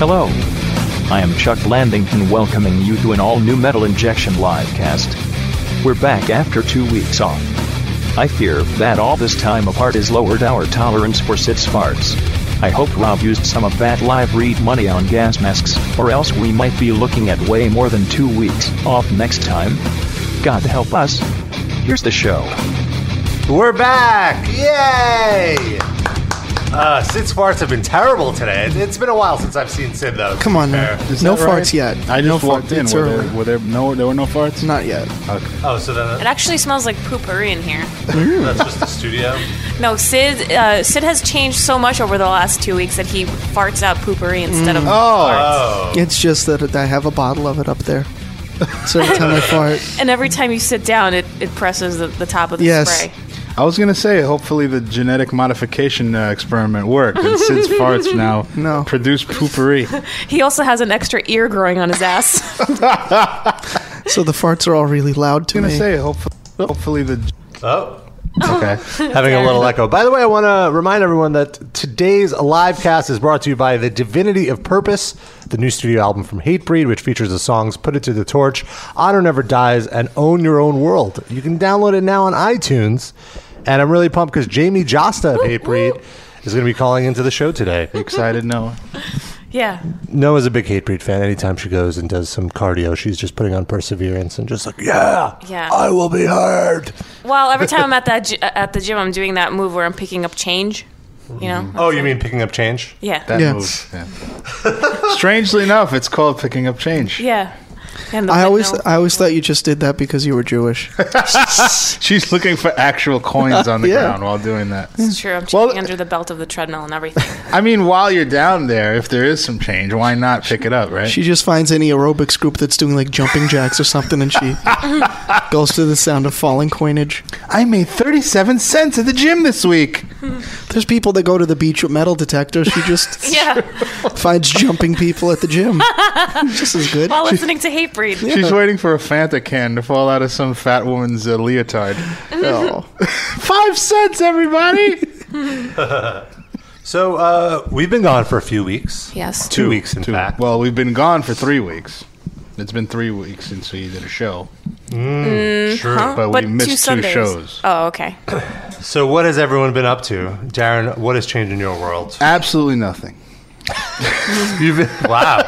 Hello. I am Chuck Landington welcoming you to an all new Metal Injection livecast. We're back after two weeks off. I fear that all this time apart has lowered our tolerance for sits farts. I hope Rob used some of that live read money on gas masks, or else we might be looking at way more than two weeks off next time. God help us. Here's the show. We're back! Yay! Uh, Sid's farts have been terrible today. It- It's been a while since I've seen Sid, though. to Come be on, fair. now. no farts yet. I just No walked farts. in. It's Were early. there, were there no? There were no farts. Not yet. Oh, so then It actually smells like poopery in here. Mm-hmm. that's just the studio. No, Sid. Uh, Sid has changed so much over the last two weeks that he farts out poopery instead Mm. of. Oh, It's just that I have a bottle of it up there. So every time I fart, And every time you sit down, it, it presses the, the top of the Yes. spray. I was gonna say, hopefully the genetic modification uh, experiment worked, and Sid's farts now No. produce poopery. He also has an extra ear growing on his ass. so the farts are all really loud to I was me. gonna say, hopefully, hopefully the oh. okay. Having a little echo. By the way, I want to remind everyone that today's live cast is brought to you by The Divinity of Purpose, the new studio album from Hatebreed, which features the songs Put It to the Torch, Honor Never Dies, and Own Your Own World. You can download it now on iTunes. And I'm really pumped because Jamie Josta of Hatebreed is going to be calling into the show today. Excited, no. yeah. Noah's a big Hatebreed fan. Anytime she goes and does some cardio, she's just putting on perseverance and just like, yeah, Yeah. I will be heard. Well, every time I'm at that gy- uh, at the gym, I'm doing that move where I'm picking up change. You know. Oh, you mean picking up change? Yeah. That Yeah. move. Yeah. Strangely enough, it's called picking up change. yeah. And the I always, window. I always thought you just did that because you were Jewish. She's looking for actual coins on the Yeah. ground while doing that. It's true. I'm checking Well- under the belt of the treadmill and everything. I mean, while you're down there, if there is some change, why not pick it up, right? She just finds any aerobics group that's doing like jumping jacks or something, and she goes to the sound of falling coinage. I made 37 cents at the gym this week. There's people that go to the beach with metal detectors. She just yeah. finds jumping people at the gym. just as good. While listening to Hatebreed. She's waiting for a Fanta can to fall out of some fat woman's uh, leotard. Oh. Five cents, everybody. So uh, we've been gone for a few weeks. Yes. Two, weeks, in Two- fact. Well, we've been gone for three weeks. It's been three weeks since we did a show, Mm, mm, sure. Mm, but, we missed two, Sundays. shows. Oh, okay. So what has everyone been up to, Darren? What has changed in your world? Absolutely nothing. You've been, wow.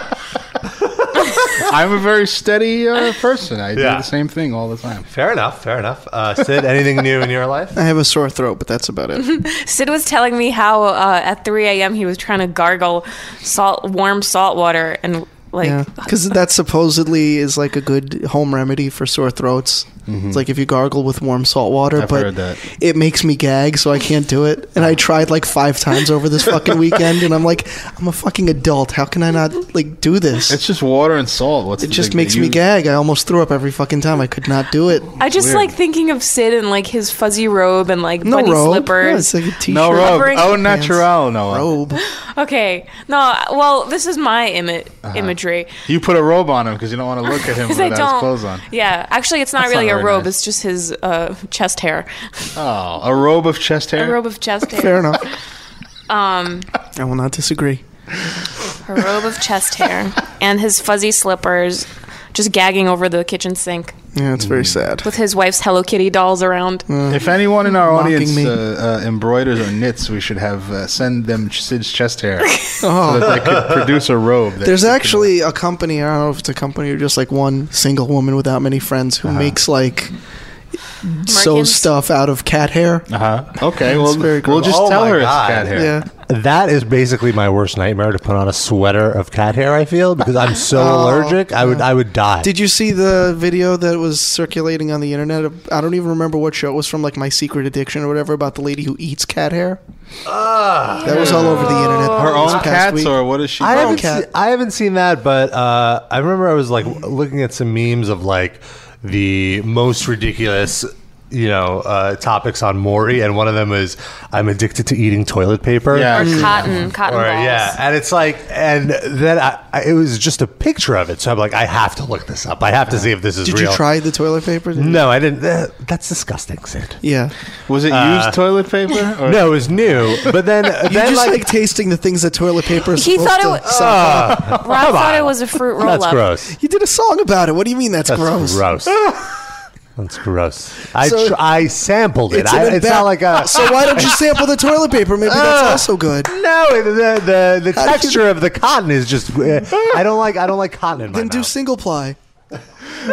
I'm a very steady uh, person. I do Yeah. the same thing all the time. Fair enough. Fair enough. Uh, Sid, anything new in your life? I have a sore throat, but that's about it. Sid was telling me how uh, at 3 a.m. he was trying to gargle salt, warm salt water, and like Yeah, because that supposedly is like a good home remedy for sore throats. It's like if you gargle with warm salt water, Mm-hmm. I've but heard that. it makes me gag, so I can't do it. And I tried like five times over this fucking weekend, and I'm like, I'm a fucking adult. How can I not like do this? It's just water and salt. What's it the just big makes deal? me You- gag. I almost threw up every fucking time. I could not do it. I just Weird. like thinking of Sid in like his fuzzy robe and like No bunny robe. Yeah, slippers. it's like a t-shirt. No robe. Covering Oh, your pants. natural, Noah. Robe. okay, no, well, this is my imi- imagery. You put a robe on him because you don't want to Uh-huh. look at him 'Cause without I his don't. clothes on. Yeah, actually, it's not That's really not a very robe. nice. It's just his uh, chest hair, Oh, a robe of chest hair. a robe of chest hair, Fair enough. Um, I will not disagree. a robe of chest hair, and his fuzzy slippers, just gagging over the kitchen sink Yeah, it's Mm. very sad. with his wife's Hello Kitty dolls around. Mm. If anyone in our Mocking audience me. uh, uh, embroiders or knits, we should have uh, send them Sid's chest hair so that they Oh. could produce a robe. that There's they can wear. actually a company. I don't know if it's a company or just like one single woman without many friends Uh-huh. who makes like sews Merkins? stuff out of cat hair. Uh-huh. Okay, well, very cool. we'll just Oh tell my her God. it's cat hair. Yeah, That is basically my worst nightmare to put on a sweater of cat hair. I feel because I'm so Oh. allergic. I would I would die. Did you see the video that was circulating on the internet? of- I don't even remember what show it was from, like My Secret Addiction or whatever, about the lady who eats cat hair. Ah. that was all over the internet. Her this own past cats, week. or what is she? I haven't, cat. se- I haven't seen that, but uh, I remember I was like looking at some memes of like the most ridiculous you know uh, topics on Maury, and one of them is I'm addicted to eating toilet paper. Yeah, Mm-hmm. I've Or seen that cotton, cotton Or, balls. yeah, and it's like, and then I, I, it was just a picture of it, so I'm like, I have to look this up. I have to see if this is Did real. you try the toilet paper? No, I didn't. Uh, that's disgusting, Sid. Yeah. Was it used toilet paper? Or Uh, No, it was new, but then You then just like, like, tasting the things that toilet paper is He supposed thought it to was- suck up. Rob thought Ah, on. it was a fruit roll that's up. gross. You did a song about it. What do you mean that's, That's gross? gross. That's gross. I So- tr- I sampled it. It's, I, an it's not embar- like a So why don't you sample the toilet paper? Maybe that's Ah. also good. No, it- the the, the How do you- texture of the cotton is just. Uh, I don't like I don't like cotton in my Then do mouth. single ply.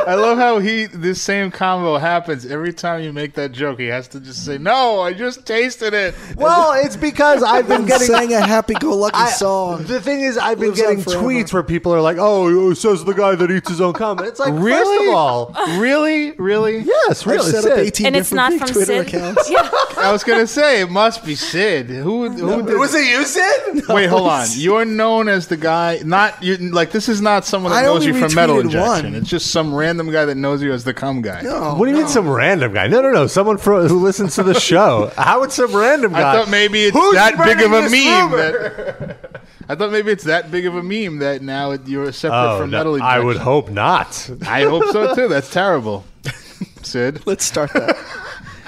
I love how he this same combo happens every time you make that joke. He has to just say, "No, I just tasted it." well, Oh, it's because I've been I'm getting. sang a happy-go-lucky I- song. The thing is, I've been Lives on getting forever. tweets where people are like, "Oh, it says the guy that eats his own cum." It's like, first Really? of all, Really, really. yes, I've really, set Sid. up 18 And it's not different from Twitter Sid. accounts. Yeah. I was gonna say it must be Sid. Who? Who did? Was it you, Sid? Wait, hold on. You're known as the guy. Not you. Like this is not someone that I knows only you from metal retweeted injection. one. It's just some random guy that knows you as the cum guy. No, What do you mean some random guy? No, no, no. Someone fro- who listens to the show. How would some random I guy? thought maybe it's Who's that big of a spreading meme. this rumor? That, I thought maybe it's that big of a meme that now it, you're separate Oh, from no, metal I injection. would hope not. I hope so too. That's terrible, Sid. Let's start that.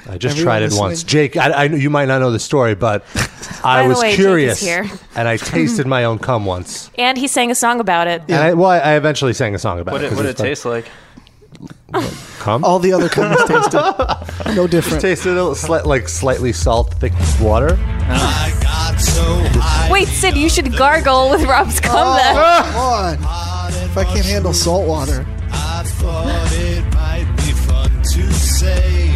I just Everyone tried it listening? once, Jake. I, I know you might not know the story, but I the was way, Jake is curious, here. and I tasted my own cum once. And he sang a song about it. And I, well, I, I eventually sang a song about What it. it, 'cause what it it's like tastes like? Cum. All the other companies tasted no different. tasted a little sli- like slightly salt, thick water. Ah. I got so high. Wait, Sid, you should gargle with Rob's Oh, cum then. Come on, if I can't handle salt water, I thought it might be fun to say.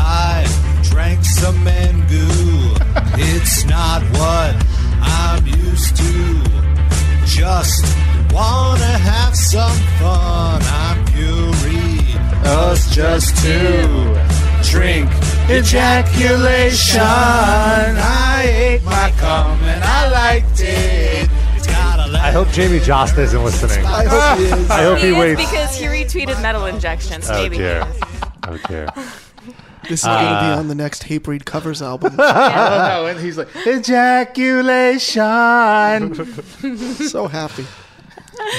I drank some mangoo. It's not what I'm used to. Just wanna have some fun. I'm Fury. Us just two. Drink ejaculation. I ate my cum and I liked it. It's gotta I hope Jamie Jost isn't listening. I hope he is. I hope he he is waits. because he retweeted metal injections. Oh Maybe. dear. Oh dear. This is gonna Uh, be on the next Hate Breed covers album. I love how when he's like ejaculation. so happy.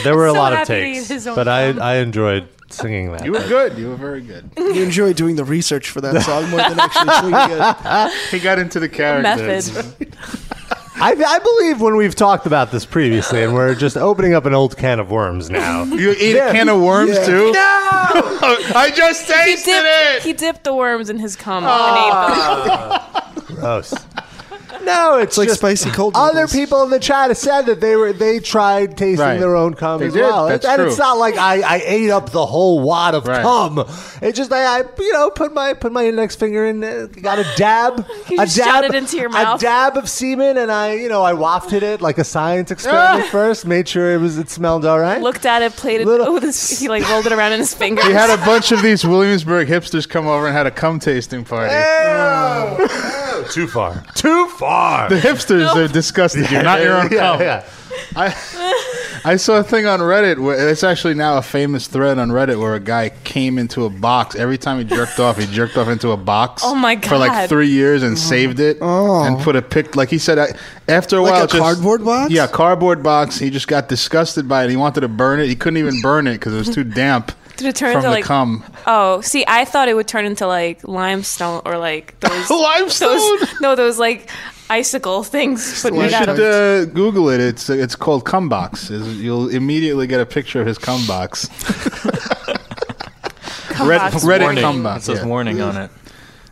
There were a So lot of happy to eat takes, his own but I, I enjoyed singing that. You were good. You were very good. You enjoy doing the research for that song more than actually tweeting it. He got into the character. Method. I, I believe when we've talked about this previously, and we're just opening up an old can of worms now. You ate a can of worms Yeah. too. No, I just He tasted dipped, it. Ah. he dipped the worms in his cum and ate them. Gross. No, it's, It's like just spicy cold. other noodles. people in the chat have said that they were they tried tasting Right. their own cum They as did. well. That's and it's true. not like I, I ate up the whole wad of Right. cum. It just I, I you know put my put my index finger in, uh, got a dab, You a just shot dab it into your a mouth. dab of semen, and I you know I wafted it like a science experiment first, made sure it was it smelled all right. Looked at it, played it. Little- Oh, this, he like rolled it around in his fingers. We had a bunch of these Williamsburg hipsters come over and had a cum tasting party. Eh. too far, too far. The hipsters have disgusted you, not your own cum. I saw a thing on Reddit where it's actually now a famous thread on Reddit where a guy came into a box. Every time he jerked off, he jerked off into a box. Oh my For like God. three years Oh. and saved it and put a pic. Like he said, I- after a Like while, a just- cardboard box? Yeah, cardboard box. He just got disgusted by it. He wanted to burn it. He couldn't even burn it because it was too damp Did it turn from into the like? cum. Oh, see, I thought it would turn into like limestone or like those Limestone. those no those like icicle things. But You made out should of uh, Google it. It's it's called cum box. Is- You'll immediately get a picture of his cum box. cum Red- box Reddit warning. cum box. It says Yeah. warning on it.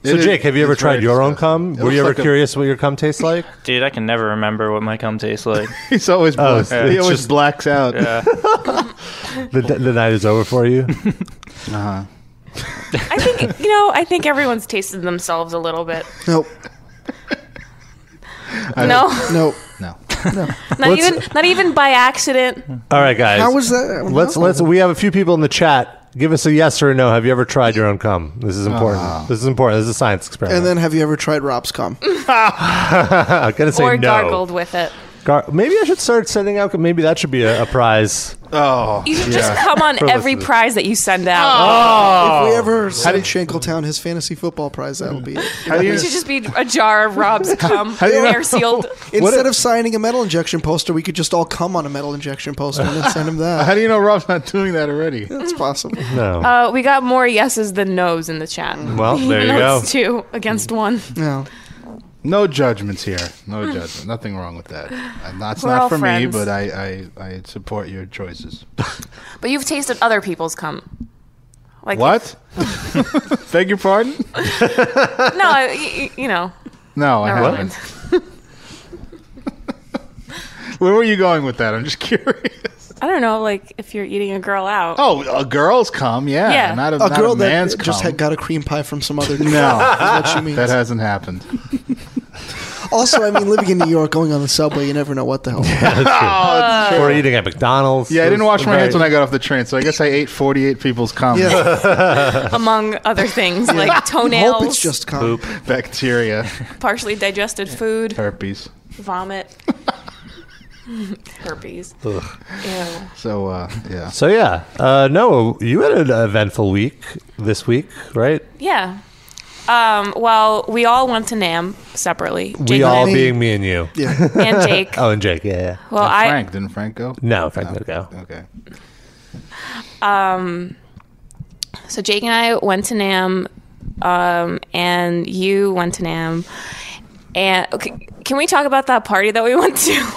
So It is- Jake, have you ever it's very tried your own disgusting. cum? It Were looks you ever like a- curious what your cum tastes like? Dude, I can never remember what my cum tastes like. He's always black. Oh, it's- he it's always just- blacks out. Yeah. The, the night is over for you. Uh-huh. I think you know. I think everyone's tasted themselves a little bit. Nope. no, Nope. No. not even not even by accident. All right, guys. How was that? Let's No. let's. We have a few people in the chat. Give us a yes or a no. Have you ever tried your own cum? This is important. Uh-huh. This is important. This is a science experiment. And then, have you ever tried Rob's cum? I'm gonna say or no. gargled with it. Gar- maybe I should start sending out. Maybe that should be a, a prize. Oh, You should yeah. just come on Promise every this. prize that you send out. Oh. Oh. Oh. If we ever send Shankletown his fantasy football prize, that'll be it. How do you- It should just be a jar of Rob's cum, do you air know- sealed. Instead of signing a metal injection poster, we could just all come on a metal injection poster and then send him How that. do you know Rob's not doing that already? That's possible. No. Uh, we got more yeses than nos in the chat. Well, there Even you though go. It's two against one. No. No judgments here. No judgment. Nothing wrong with that. And That's Hmm. We're all not for friends. me, but I, I, I support your choices. But you've tasted other people's cum. Like What? Beg your pardon? No, I- y- y- you know. No, I Never haven't. mind. Where were you going with that? I'm just curious. I don't know. Like if you're eating a girl out. Oh, a girl's come, yeah. Yeah. Not a, A not girl a man's that just cum. had got a cream pie from some other. no, That's what she means. that hasn't happened. also, I mean, living in New York, going on the subway, you never know what the hell. Oh, We're eating at McDonald's. Uh. Yeah, I didn't wash my hands when Right. I got off the train, so I guess I ate 48 people's cum. Yeah. among other things like Oh toenails, Hope it's just cum. Bacteria, partially digested food, herpes. vomit, herpes. Ew. So, uh, yeah. So yeah, uh, no, you had an eventful week this week, right? Yeah. Um, well, we all went to Nam separately. we Jake all Me. being me and you. Yeah. and Jake. Oh, and Jake. Yeah, yeah. well, I Frank, didn't Frank go? No, Frank didn't go. Okay. Um, so Jake and I went to Nam, um, and you went to Nam, and okay, can we talk about that party that we went to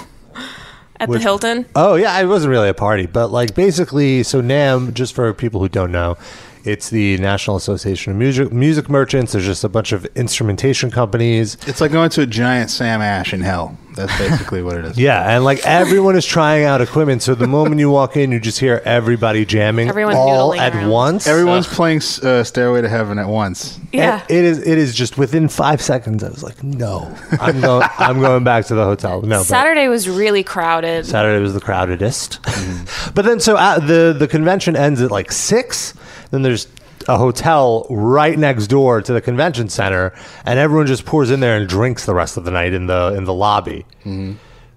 at the Which- Hilton? Oh yeah, it wasn't really a party, but like basically, so NAM, just for people who don't know, it's the National Association of Music Music Merchants. There's just a bunch of instrumentation companies. It's like going to a giant Sam Ash in hell. That's basically what it is. Yeah, and like everyone is trying out equipment. So the moment you walk in, you just hear everybody jamming Everyone all noodling at around. once. Everyone's playing uh, Stairway to Heaven at once. Yeah. And it is. It is just within five seconds. I was like, no, I'm going. I'm going back to the hotel. No, but- Saturday was really crowded. Saturday was the crowdedest. Mm-hmm. but then, so uh, the the convention ends at like six. Then there's a hotel right next door to the convention center, and everyone just pours in there and drinks the rest of the night in the in the lobby.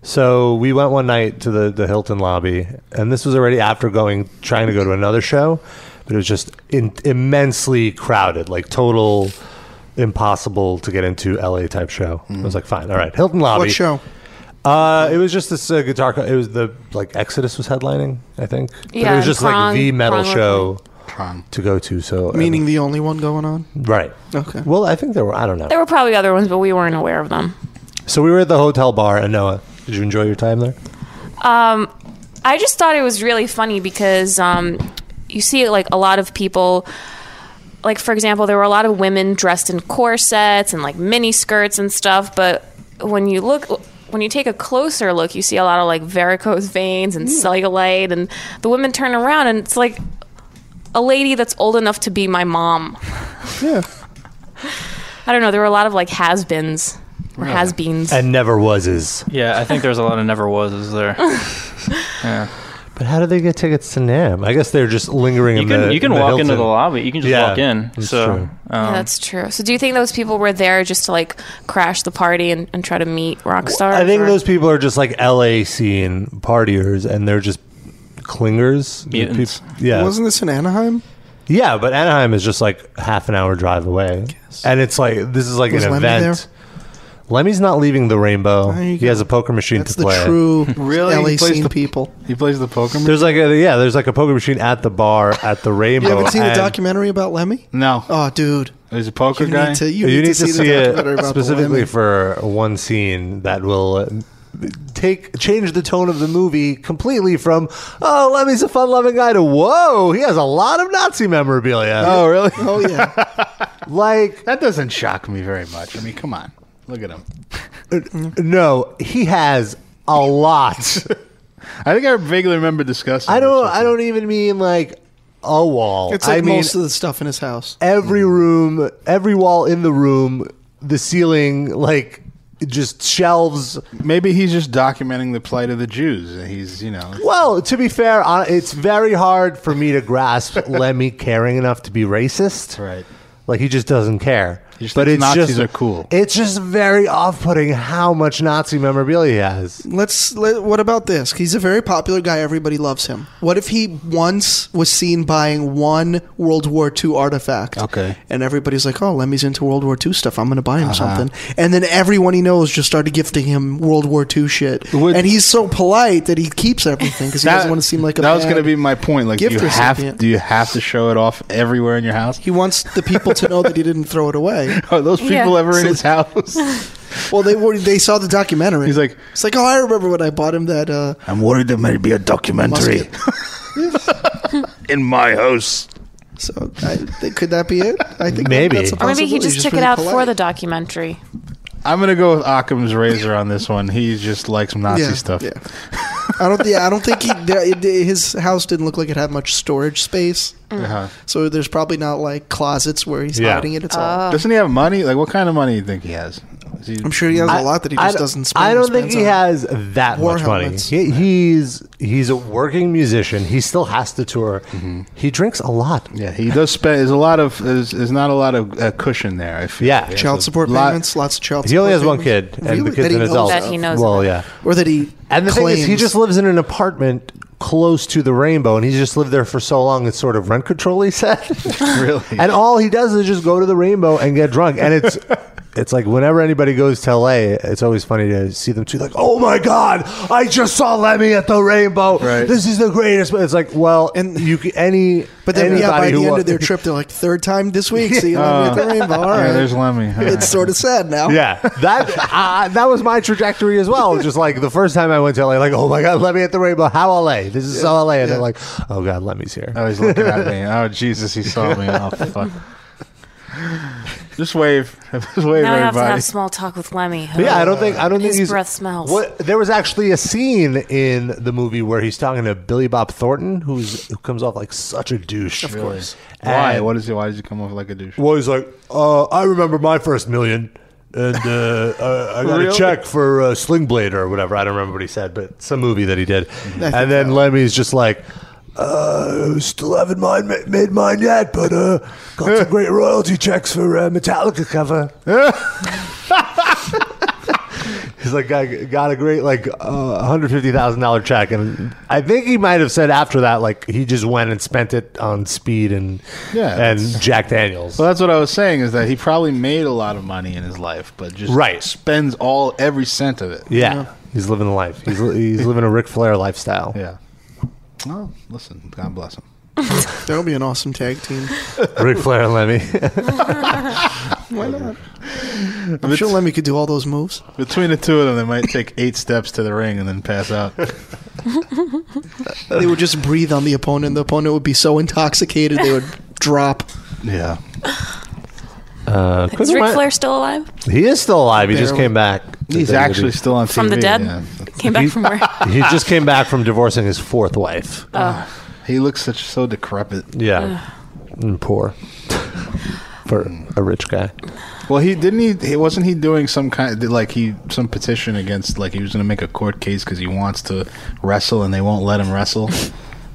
So we went one night to the the Hilton lobby, and this was already after going trying to go to another show, but it was just in, immensely crowded, like total. Impossible to get into LA type show. I was like, fine, all right, Hilton lobby. Mm-hmm. What show? Uh, it was just this uh, guitar. Co- it was the like Exodus was headlining, I think. But Yeah, it was just Prong- like the metal Prong were show Prong. to go to. So Meaning the only one going on? uh, right. Okay. Well, I think there were. I don't know. There were probably other ones, but we weren't aware of them. so we were at the hotel bar. And Noah, did you enjoy your time there? Um, I just thought it was really funny because um, you see like a lot of people. Like for example, there were a lot of women dressed in corsets and like mini skirts and stuff. But when you look, when you take a closer look, you see a lot of like varicose veins and cellulite, and the women turn around and it's like a lady that's old enough to be my mom. Yeah. I don't know. There were a lot of like has-beens or has-beens. And never was is. Yeah, I think there's a lot of never was is there. yeah. But how did they get tickets to Nam? I guess they're just lingering. You in can the, you can in the walk Hilton. into the lobby. You can just Yeah, walk in. that's so true. Yeah, um, that's true. So, do you think those people were there just to like crash the party and, and try to meet rock stars? I think or- those people are just like LA scene partiers, and they're just clingers. Mutants. Peop- Yeah. Wasn't this in Anaheim? Yeah, but Anaheim is just like half an hour drive away, and it's like this is like Was an Lemmy event. Lemmy's not leaving the Rainbow. There you He has a poker machine That's to the play. true E Really? LA He plays scene the- people. He plays the poker. There's like a yeah, there's like a poker machine at the bar at the Rainbow. You haven't seen a and- documentary about Lemmy? no. Oh, dude. There's a poker You guy. need to, you You, need to see, the documentary it about specifically the for Lemmy. one scene that will uh, take change the tone of the movie completely from oh Lemmy's a fun-loving guy to whoa he has a lot of Nazi memorabilia. oh, really? Oh, yeah. Like That doesn't shock me very much. I mean, come on. Look at him. uh, no, he has a lot. I think I vaguely remember discussing. I don't. this with I you. don't even mean like a wall. It's like I mean most of the stuff in his house. Mm-hmm. every room, every wall in the room, the ceiling, like just shelves. Maybe he's just documenting the plight of the Jews. He's, you know, Well, to be fair, uh, it's very hard for me to grasp Lemmy caring enough to be racist. right. Like he just doesn't care. He just but thinks it's Nazis just are cool. It's just very off-putting how much Nazi memorabilia he has. Let's. Let, what about this? He's a very popular guy. Everybody loves him. What if he once was seen buying one World War II artifact? Okay. And everybody's like, "Oh, Lemmy's into World War II stuff. I'm going to buy Uh-huh. him something." And then everyone he knows just started gifting him World War II shit. Would- and he's so polite that he keeps everything because he doesn't want to seem like a. that was bad- going to be my point. Like, do gift you have recipient. do you have to show it off everywhere in your house? He wants the people to know that he didn't throw it away. Are those people Yeah. ever in his house? Well, they were. They saw the documentary. He's like- "It's like, oh, I remember when I bought him that." Uh, I'm worried there may be a documentary in my house. so, I, th- could that be it? I think Maybe. that's a Or maybe he possibility. just He's took it really out polite. for the documentary. I'm gonna go with Occam's razor on this one. He just likes Nazi yeah, stuff. Yeah. I don't. Yeah, I don't think he. There, it, his house didn't look like it had much storage space, Uh-huh. so there's probably not like closets where he's Yeah. hiding it. It's all. Doesn't he have money? Like, what kind of money do you think he has? Is he- I'm sure he has a lot that he just d- doesn't spend. I don't think spends he on. has that War much helmets. money. He, he's he's a working musician. He still has to tour. He drinks a lot. Mm-hmm. Yeah, he does spend. There's a lot of. There's, there's not a lot of uh, cushion there. I feel. Yeah. There's Child a support lot- payments, lots of child. He only has support one payments. kid, and Really? the kid's he an knows adult. That of. he knows Well, of. yeah. or that he And the claims. thing is, he just lives in an apartment close to the rainbow, and he's just lived there for so long. It's sort of rent control. He said, Really? and all he does is just go to the rainbow and get drunk. And it's it's like whenever anybody goes to L.A., it's always funny to see them too. Like, oh my god, I just saw Lemmy at the rainbow. Right. This is the greatest. But it's like, well, And- and you c- any But then, anybody yeah, by who the end wa- of their trip, they're like third time this week. See you at the rainbow. All Yeah, right, there's Lemmy. All right. it's sort of sad now. Yeah, that uh, that was my trajectory as well. Just like the first time I went to LA, like oh my god, let me at the Rainbow. How LA? This is so LA, and yeah. they're like, oh god, let me's here. Oh, he's looking at me. Oh, Jesus, he saw me. Oh, fuck. Just wave. Just wave, Now I have to everybody. have small talk with Lemmy. But yeah, I don't think I don't think His he's, breath smells. What there was actually a scene in the movie where he's talking to Billy Bob Thornton, who's who comes off like such a douche. Of course, Why? What is he? Why did you come off like a douche? Well, he's like, uh, I remember my first million, and uh, I, I got a Really? check for uh, Sling Blade or whatever. I don't remember what he said, but some movie that he did. think And then Lemmy's just like, uh, still haven't mine, ma- made mine yet, but uh, got some great royalty checks for uh, Metallica cover. He's like, I got a great like uh, hundred fifty thousand dollar check, and I think he might have said after that, like he just went and spent it on speed and Yeah, and that's- Jack Daniels. Well, that's what I was saying is that he probably made a lot of money in his life, but just Right. spends all every cent of it. Yeah. He's living the life. He's, li- he's living a Ric Flair lifestyle. Yeah. Well, listen, God bless him. That would be an awesome tag team. Ric Flair and Lemmy. Why not? I'm sure Lemmy could do all those moves. Between the two of them, they might take eight steps to the ring and then pass out. They would just breathe on the opponent. The opponent would be so intoxicated they would drop. yeah. uh, Is Ric Flair still alive? He is still alive. He just Barely. came back. to He's WWE. actually still on From TV, the dead? yeah. Came back from where? He just came back from divorcing his fourth wife. Oh. He looks such so decrepit. yeah. And poor. For a rich guy. Well, he didn't he, he wasn't he doing some kind did, like he some petition against like he was going to make a court case because he wants to wrestle and they won't let him wrestle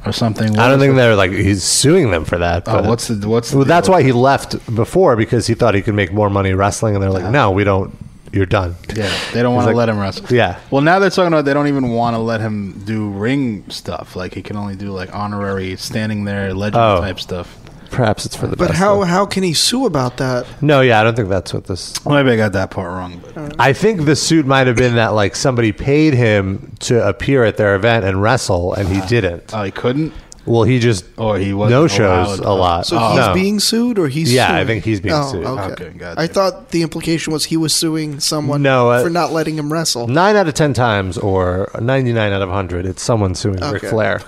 or something. I don't think they're like, he's suing them for that. Oh, what's the what's well, the that's why he left before because he thought he could make more money wrestling. And they're like, no, we don't. You're done. Yeah, they don't He's want to like- let him wrestle. Yeah. Well, now they're talking about they don't even want to let him do ring stuff. Like he can only do like honorary standing there legend Oh. type stuff. Perhaps it's for the But best. how though. how can he sue about that? No, yeah, I don't think that's what this. Maybe I got that part wrong, but I think the suit might have been that like somebody paid him to appear at their event and wrestle, and he didn't. oh, he couldn't. Well, he just Or he wasn't no shows allowed. a lot. So he's No. being sued, or he's Yeah, I suing? think he's being Oh, sued. Okay, Okay, gotcha. I thought the implication was he was suing someone No, uh, for not letting him wrestle. nine out of ten times, or ninety nine out of hundred, it's someone suing Ric Okay. Flair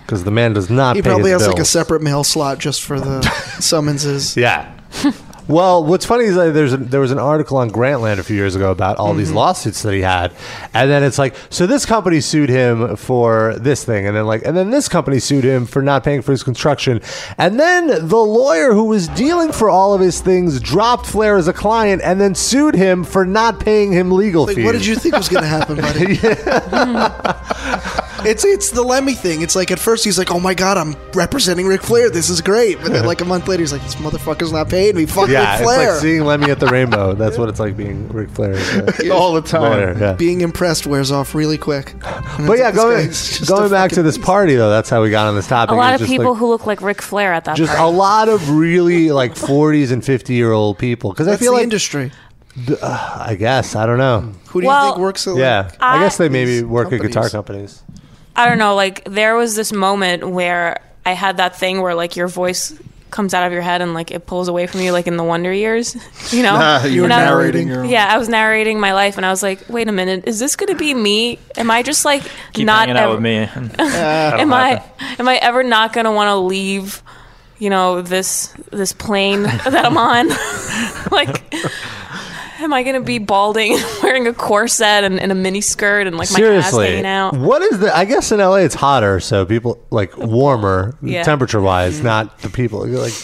because the man does not. he pay probably his has like a bills. separate mail slot just for the summonses. Yeah. Well, what's funny is that there's a, there was an article on Grantland a few years ago about all Mm-hmm. these lawsuits that he had, and then it's like, so this company sued him for this thing, and then like, and then this company sued him for not paying for his construction, and then the lawyer who was dealing for all of his things dropped Flair as a client, and then sued him for not paying him legal Like, fees. what did you think was going to happen, buddy? It's it's the Lemmy thing. It's like at first he's like, "Oh my god, I'm representing Ric Flair. This is great," but then like a month later he's like, "This motherfucker's not paying me. Fuck yeah, Ric it's Flair." like seeing Lemmy at the Rainbow. That's what it's like being Ric Flair. all the time. yeah. Being impressed wears off really quick. But yeah, going, going back to the this party though, that's how we got on this topic. A It lot was of just, people like, who look like Ric Flair at that. just party. a lot of really like 40s and 50 year old people. Because I that's feel the like, uh, industry. I guess I don't know. Who do Well- you think works at Yeah, I, I- guess they maybe These work at guitar companies. companies. I don't know, like there was this moment where I had that thing where like your voice comes out of your head and like it pulls away from you like in the Wonder Years, you know? you were And I- narrating your own- Yeah, I was narrating my life and I was like, "Wait a minute, is this going to be me? Am I just like Keep not hanging out ever, with me. am I am I ever not going to want to leave, you know, this this plane that I'm on? like am I going to be balding, wearing a corset and, and a mini skirt and like my ass Seriously, hanging out? what is the? I guess in LA it's hotter, so people like warmer Yeah. temperature wise, not the people You're like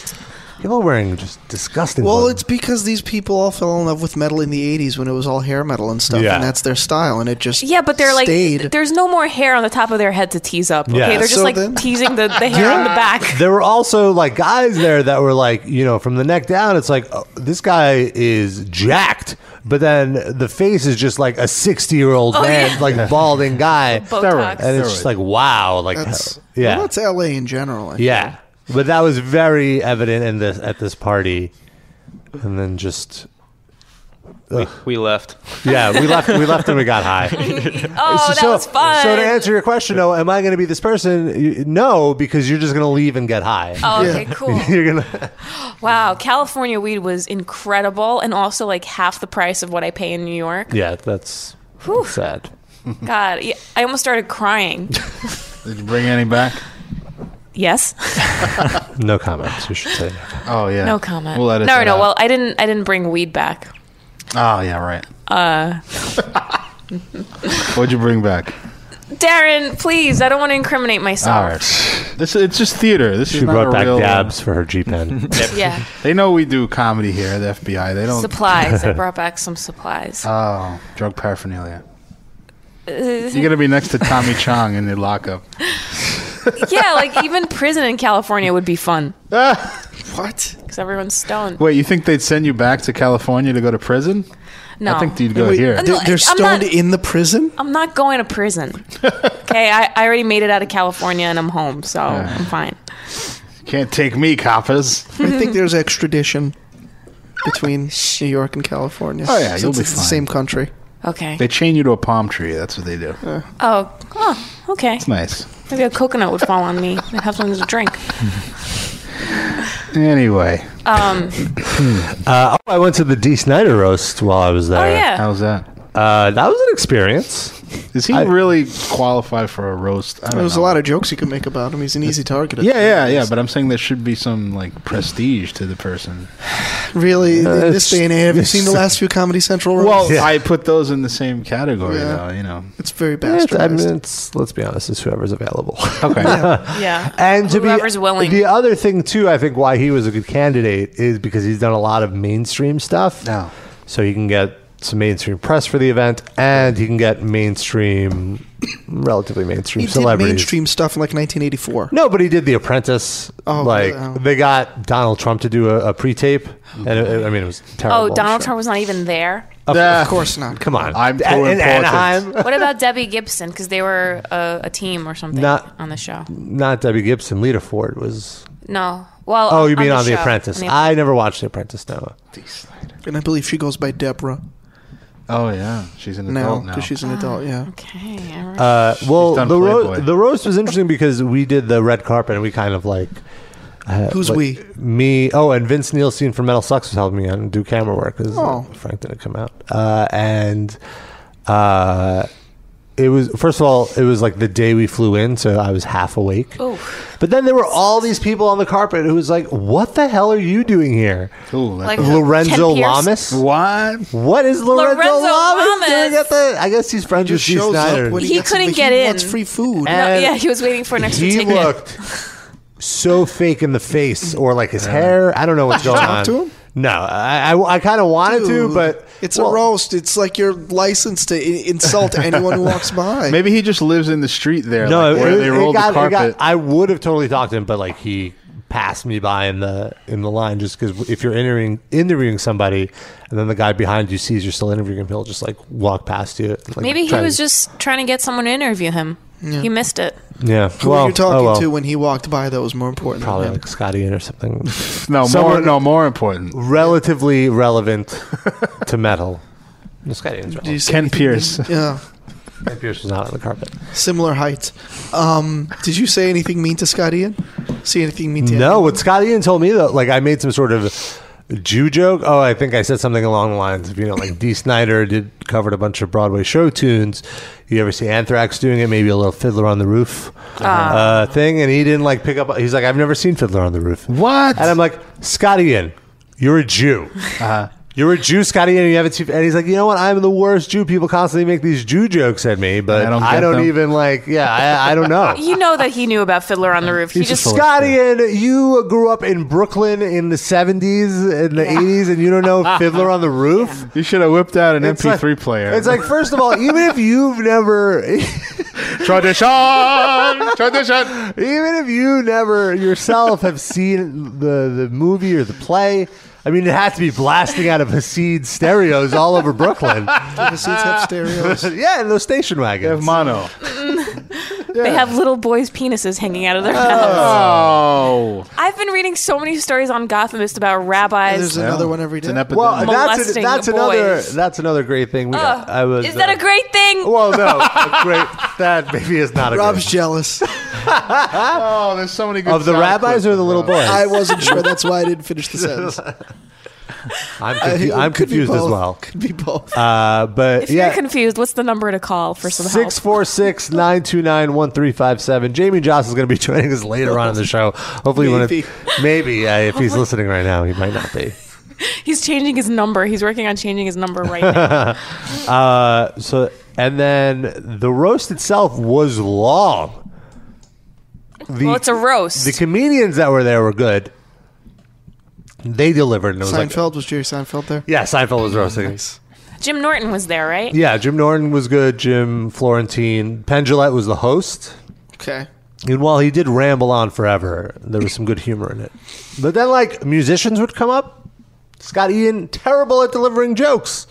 people are wearing just disgusting. Well, clothes. it's because these people all fell in love with metal in the '80s when it was all hair metal and stuff, Yeah. and that's their style, and it just Yeah, but they're like, stayed. there's no more hair on the top of their head to tease up. Okay, Yeah. they're just So like then- teasing the, the hair on the back. there were also like guys there that were like you know from the neck down it's like oh, this guy is jacked but then the face is just like a 60 year old Oh, man yeah. like balding guy Botox. and it's just like wow like that's yeah well, that's LA in general. I yeah but that was very evident in this at this party and then just we left. yeah we left we left and we got high Oh, that so, was fun. so to answer your question though am i going to be this person You- no because you're just going to leave and get high Oh, okay, cool. you're going to Wow, California weed was incredible and also like half the price of what I pay in New York. yeah that's Whew. sad God, yeah, I almost started crying. Did you bring any back? Yes. No comments. You should say. Oh yeah. No comment. We'll edit no, that no. out. Well, I didn't. I didn't bring weed back. Oh yeah, right. Uh. What'd you bring back? Darren, please. I don't want to incriminate myself. All right. This it's just theater. This She is not brought a back real, dabs for her G pen. Yeah. They know we do comedy here at the FBI. They don't. supplies. I brought back some supplies. oh, drug paraphernalia. You're gonna be next to Tommy Chong in your lockup. yeah, like even prison in California would be fun guess. What? because everyone's stoned. Wait, you think they'd send you back to California to go to prison? No. I think you'd go Wait, here. No, They, are I'm stoned not- in the prison. I'm not going to prison. Okay, I, I already made it out of California and I'm home, so I'm fine. Can't take me, coppers. I think there's extradition between New York and California. Oh, yeah, since you'll be it's the fine. same country. Okay. They chain you to a palm tree. That's what they do. Oh, oh, okay. It's nice. Maybe a coconut would fall on me and have something to drink. Anyway, Um, oh, uh, oh, I went to the D. Snyder roast while I was Oh there. yeah. how's that? Uh, that was an experience. Is he I- really qualified for a roast? I don't There's know. a lot of jokes you can make about him. He's an easy target. at Yeah, the yeah, moment. yeah. But I'm saying there should be some like prestige to the person. Really, in it's- this day and age, have you it's- seen the last few Comedy Central? Roles? Well, I put those in the same category, Yeah. though. You know. it's very It's- bastardized. I mean, it's, let's be honest, it's whoever's available. Okay. yeah. and to Whoever's be willing. the other thing too, I think why he was a good candidate is because he's done a lot of mainstream stuff. No. So you can get some mainstream press for the event, and you can get mainstream, relatively mainstream he did celebrities. mainstream stuff in like 1984. No, but he did The Apprentice. Oh, like really? Oh. they got Donald Trump to do a, a pre-tape, and it, it- I mean it was Oh, terrible. Donald Trump was not even there. Of, Yeah. Of course not. Come on, I'm A- pro important. in Anaheim. What about Debbie Gibson? Because they were a, a team or something Not- on the show. Not Debbie Gibson. Lita Ford was. No. Well. Oh, you mean on, The show. Apprentice? On the- I never watched The Apprentice. No. And I believe she goes by Deborah Oh yeah, she's an now adult now. because she's an adult. Yeah. okay. all right. Uh, well, done the ro- Playboy. the roast was interesting because we did the red carpet and we kind of like. uh, Who's like, we? Me. Oh, and Vince Nielsen from Metal Sucks was helping me on do camera work because Oh. Frank didn't come out. Uh, and uh, it was first of all, it was like the day we flew in, so I was half awake. Oh. But then there were all these people on the carpet who was like, "What the hell are you doing here, Ooh, that's Like- a- Lorenzo Ken Pierce? Lamas? what? What is Lorenzo, Lorenzo Lamas doing Lamas. at the? I guess he's friends with Just Dee shows Snyder. up when he, He gets couldn't in, but get he in. Wants free food. No, and yeah, he was waiting for an extra he ticket. looked so fake in the face or like his hair. I don't know what's going talk on. to him? No, I, I, kind of wanted to, Dude, but it's well, a roast. It's like you're licensed to I- insult anyone who walks by. Maybe he just lives in the street there. No, like, it- where it- they it rolled got- the it got- carpet. I would have totally talked to him, but like he passed me by in the in the line just because if you're interviewing interviewing somebody and then the guy behind you sees you're still interviewing him, he'll just like walk past you. and, like, Maybe he try to- was just trying to get someone to interview him. He missed it. yeah. who well, you're talking oh, well. to when he walked by that was more important. probably than him. like Scotty in or something. no, more, someone- no, more important. Relatively relevant to metal. No, Scotty Ian's Did you relevant. see Ken anything- Pierce. Yeah, Ken Pierce was not on the carpet. similar heights. Um, did you say anything mean to Scott Ian? See anything mean to him? No, what Scott Ian told me though, like I made some sort of Jew joke. Oh, I think I said something along the lines of you know, like D. Snyder did covered a bunch of Broadway show tunes. You ever see Anthrax doing it? Maybe a little Fiddler on the Roof uh, thing, and he didn't like pick up. He's like, I've never seen Fiddler on the Roof. What? And I'm like, Scott Ian, you're a Jew. Uh-huh. You're a Jew, Scotty, and you haven't seen. And he's like, you know what? I'm the worst Jew. People constantly make these Jew jokes at me, but I I don't, don't get them. even like. Yeah, I, I don't know. You know that he knew about Fiddler on the Roof. He He's a just fool. Scotty, and you grew up in Brooklyn in the 70s and the 80s, and you don't Ah. know Fiddler on the Roof? you should have whipped out an It's like- MP3 player. It's like, first of all, even if you've never, even tradition, tradition. if you never yourself have seen the, the movie or the play, I mean, it has to be blasting out of Hasid stereos all over Brooklyn. The seats have stereos. yeah, and those station They have wagons. mono. they have little boys' penises hanging out of their mouths. Oh, I've been reading so many stories on Gothamist about rabbis. There's another one every it's day. an epidemic. Well, that's, Molesting that's the another boys. that's another great thing. We Ugh. I was Is that uh, a great thing? Well, no, a great. That maybe is not a. great Rob's jealous. oh, there's so many good of the sound rabbis clips or the little of boys? those. I wasn't sure. That's why I didn't finish the sentence. I'm, I- confu- it I'm Uh, could be confused as both. well. Could be both. Uh, but if yeah, you're confused, what's the number to call for some help? six four six nine two nine one three five seven. Jamie Joss is going to be joining us later on in the show. Hopefully, Maybe. When it, maybe uh, if he's listening right now, he might not be. He's changing his number. He's working on changing his number right now. Uh, so and then the roast itself was long. The, well, it's a roast. the comedians that were there were good. They delivered. And it was like, Seinfeld Oh, was Jerry Seinfeld there. yeah, Seinfeld was roasting. Jim Norton was there, right? Yeah, Jim Norton was good. Jim Florentine. Pendulette was the host. Okay. And while he did ramble on forever, there was some good humor in it. But then, like, musicians would come up. Scott Ian, terrible at delivering jokes.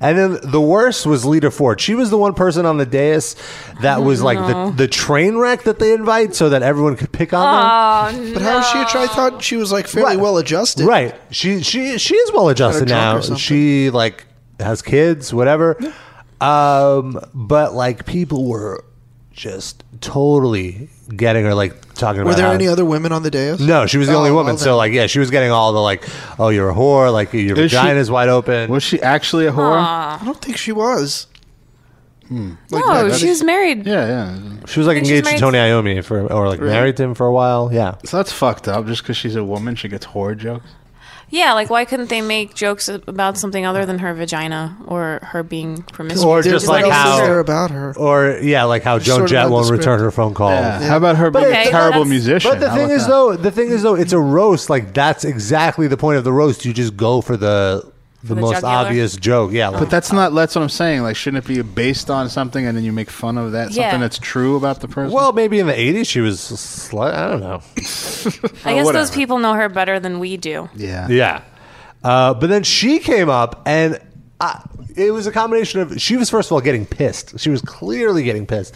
And then the worst was Lita Ford. She was the one person on the dais that was like the, the train wreck that they invite so that everyone could pick on them. Oh, But how is she a I thought she was like fairly Right. well adjusted. Right. She she she is well adjusted Got a job now. or something. She like has kids, whatever. Um, but like people were just totally getting her like talking about. Were there how- any other women on the dais? No, she was the Oh, only well woman. so then. like, yeah, she was getting all the like, oh, you're a whore. Like your Is she- vagina's wide open. Was she actually a whore? Hmm. I don't think she was. no, she was married. Yeah, yeah. she was like think she's engaged to Tony Iommi for, or like married to him for a while. Yeah. So that's fucked up. Just because she's a woman, she gets horror jokes. Yeah, like why couldn't they make jokes about something other than her vagina or her being promiscuous? Or There's just like what else is how- there about her? Or yeah, like how Joan sort of Jett read the won't script. return her phone calls. Yeah. How about her being okay, a terrible that's- musician? But the How thing about is, that? though, the thing is, though, it's a roast. Like that's exactly the point of the roast. You just go for the the, the most jugular. obvious joke. Yeah, like, But that's not. That's what I'm saying. Like, shouldn't it be based on something, and then you make fun of that Yeah. something that's true about the person? well, maybe in the '80s she was. Sli- I don't know. I guess those whatever. people know her better than we do. yeah. Yeah. Uh, but then she came up and I, it was a combination of she was first of all getting pissed. She was clearly getting pissed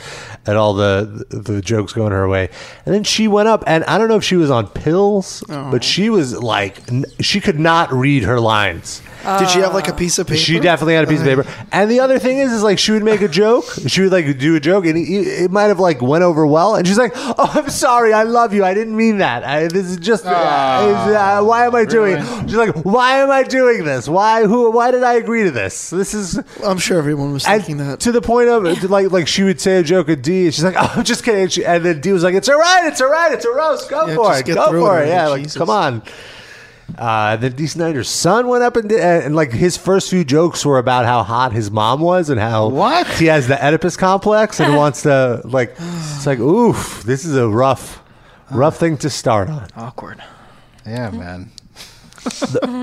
at all the the jokes going her way. And then she went up and I don't know if she was on pills, Oh. but she was like n- she could not read her lines. Did she have like a piece of paper? She definitely had a piece of paper. And the other thing is, is like she would make a joke. She would like do a joke, and it, it might have like went over well. And she's like, "Oh, I'm sorry. I love you. I didn't mean that. I, this is just uh, why am I doing?" She's like, "Why am I doing this? Why who? Why did I agree to this? This is." I'm sure everyone was and thinking that. to the point of like like she would say a joke at D and she's like oh I'm just kidding and, she, and then D was like it's all right it's all right it's a roast go Yeah, for just it get go through for it it, yeah already, like Jesus. come on uh, then D Snyder's son went up and did, and, like his first few jokes were about how hot his mom was and how What? he has the Oedipus complex and wants to like it's like oof this is a rough rough thing to start on Awkward. Yeah, man.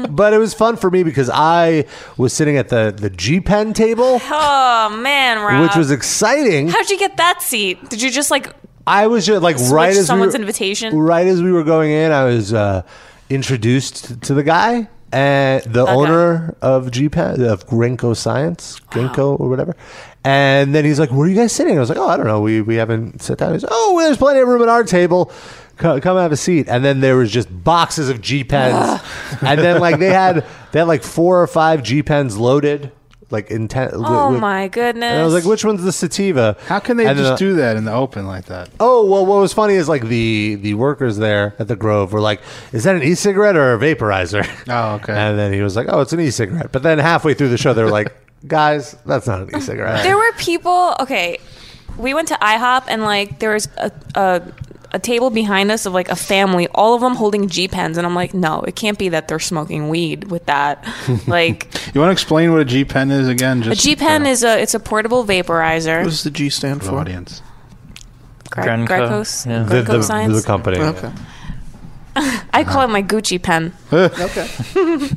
but it was fun for me because I was sitting at the the G Pen table, Oh man, Rob. which was exciting. How'd you get that seat? Did you just like I was just like Switch right as someone's we were, invitation? Right as we were going in, I was uh, introduced to the guy and the owner of G Pen of Grenko Science, Grenko or whatever. And then he's like, "Where are you guys sitting?" I was like, "Oh, I don't know. We we haven't sat down." He's, "Oh, well, there's plenty of room at our table." Co- Come have a seat, and then there was just boxes of G pens, and then like they had they had like four or five G pens loaded, like intent. Oh my goodness. And I was like, which one's the sativa? How can they And then, just uh, do that in the open like that? Oh well, what was funny is like the the workers there at the Grove were like, "Is that an e-cigarette or a vaporizer?" Oh, okay. And then he was like, "Oh, it's an e-cigarette." But then halfway through the show, they were like, "Guys, that's not an e-cigarette." There were people. Okay, we went to IHOP and like there was a. a a table behind us of like a family, all of them holding G pens, and I'm like, no, it can't be that they're smoking weed with that. Like You want to explain what a G pen is again? a Just G pen is a it's a portable vaporizer. What does the G stand for for? the audience. Gre- Grenco, Greco's, yeah. the, Greco the, Science. the company. Okay. I call it my Gucci pen, Eh. Okay.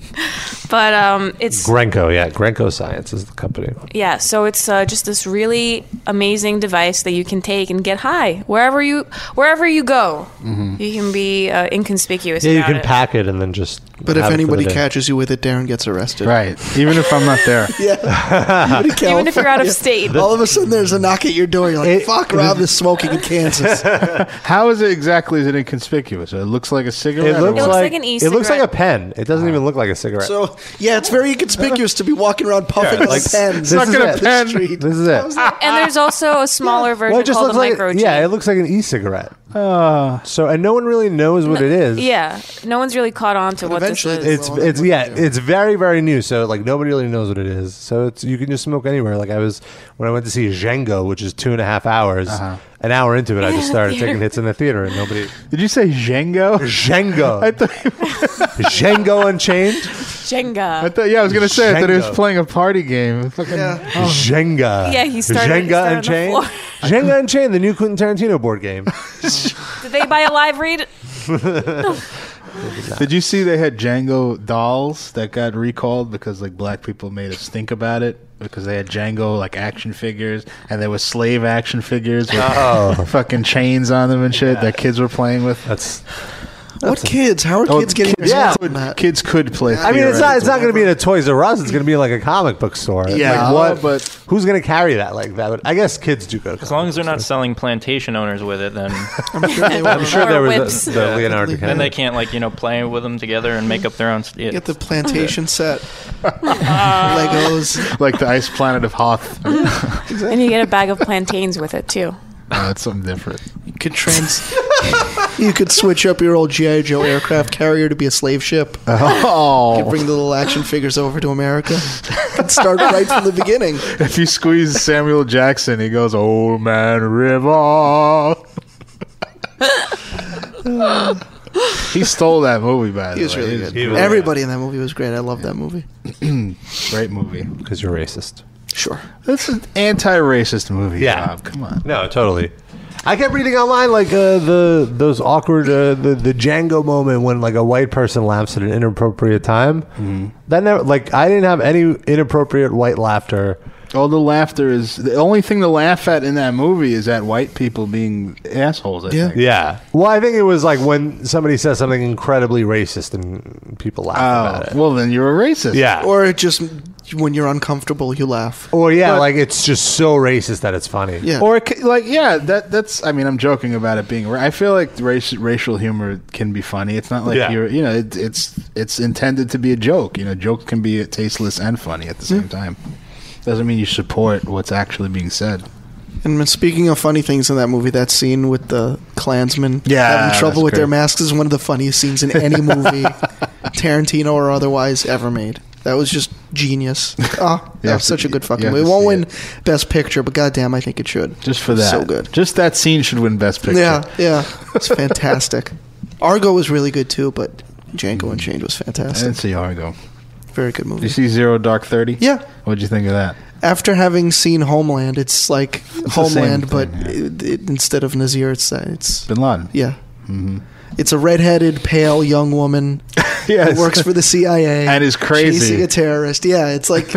but um, it's Grenko, yeah, Grenko Science is the company. Yeah, so it's uh, just this really amazing device that you can take and get high wherever you wherever you go. Mm-hmm. You can be uh, inconspicuous. Yeah, you about can it. pack it and then just. But if have it for the anybody day. catches you with it, Darren gets arrested. Right. Even if I'm not there. even if you're out of state. All of a sudden, there's a knock at your door. You're like, It- "Fuck, Rob is smoking in Kansas." How is it exactly? Is it inconspicuous? It looks like a cigarette. it or looks looks what? like like an It looks like e-cigarette. a pen. It doesn't even look like a cigarette. so, yeah, it's very inconspicuous to be walking around puffing on like, pens. this is Sucking it. the street. this is it. and there's also a smaller version Well, it just called looks a like micro yeah, it looks like an e-cigarette. Ah. so and no one really knows what it is. yeah. No one's really caught on to what this eventually is. they it's Well, it's that yeah would do. it's very very new so like nobody really knows what it is so it's you can just smoke anywhere like i was when i went to see django which is two and a half hours Uh-huh. an hour into it i just started taking hits in the theater and nobody Did you say Django? django I thought, django unchained I Jenga. thought, yeah, I was gonna say. I thought he was Django. playing a party game. Fucking- Yeah. jenga Oh. Yeah, he started- jenga he started on the unchained floor. jenga unchained the new quentin tarantino board game Did they buy a live read? Did you see they had Django dolls that got recalled because like black people made us think about it because they had Django like action figures and there was slave action figures with fucking chains on them and shit that kids were playing with. that's What kids? How are Oh, kids getting kids, Yeah. involved in could, that? kids could play. I mean, it's not. It's not going to be theoretically. in a Toys R Us. It's going to be in like a comic book store. Yeah, like what? but- who's going to carry that like that? But I guess kids do go. As long as they're not selling plantation owners with it, then I'm sure they I'm were. sure Or there whips. was a, the Leonardo Definitely. DiCaprio. then they can't like you know play with them together and make up their own. Yeah. Get the plantation set. Legos. like the Ice Planet of Hoth. no, And you get a bag of plantains with it too. it's something different. You could trans. you could switch up your old GI Joe aircraft carrier to be a slave ship. You could Oh, bring the little action figures over to America. You could start right from the beginning. if you squeeze Samuel Jackson, he goes, "Old Man River." he stole that movie, by the He was way. really He's good. Everybody in that movie was great. I love that movie. Great movie. because you're racist. Sure. That's an anti-racist movie. Yeah. Bob. come on. No, totally. I kept reading online like uh, the those awkward uh, the the Django moment when like a white person laughs at an inappropriate time. Mm-hmm. That never like I didn't have any inappropriate white laughter. All the laughter is the only thing to laugh at in that movie is at white people being assholes. I Yeah. think. Yeah. Well, I think it was like when somebody says something incredibly racist and people laugh about it. Oh, well, then you're a racist. yeah. Or, Or it just when you're uncomfortable, you laugh. yeah, like it's just so racist that it's funny. Yeah. Or it c- like yeah, that that's. I mean, I'm joking about it being. ra- I feel like race, racial humor can be funny. It's not like Yeah. you're. You know, it, it's it's intended to be a joke. You know, jokes can be tasteless and funny at the Hmm. same time. Doesn't mean you support what's actually being said. And speaking of funny things in that movie, that scene with the Klansmen Yeah, having trouble that's with their great. masks is one of the funniest scenes in any movie, Tarantino or otherwise, ever made. That was just genius. Oh, that You have was such to- a good you fucking have movie. It to won't see win Best Picture, but goddamn, I think it should. Just for that, So good. Just that scene should win Best Picture. Yeah, yeah. It's fantastic. Argo was really good too, but Django Unchained was I didn't fantastic. see Argo. Very good You movie. see Zero Dark Thirty? Yeah. What'd you think of that? After having seen Homeland, it's like the Homeland, same but thing, yeah. it, it, instead of Nazir, it's, it's Bin Laden. Mm-hmm. Yeah. It's a redheaded, pale young woman Yes. who works for the CIA And is crazy. chasing a terrorist. Yeah, it's like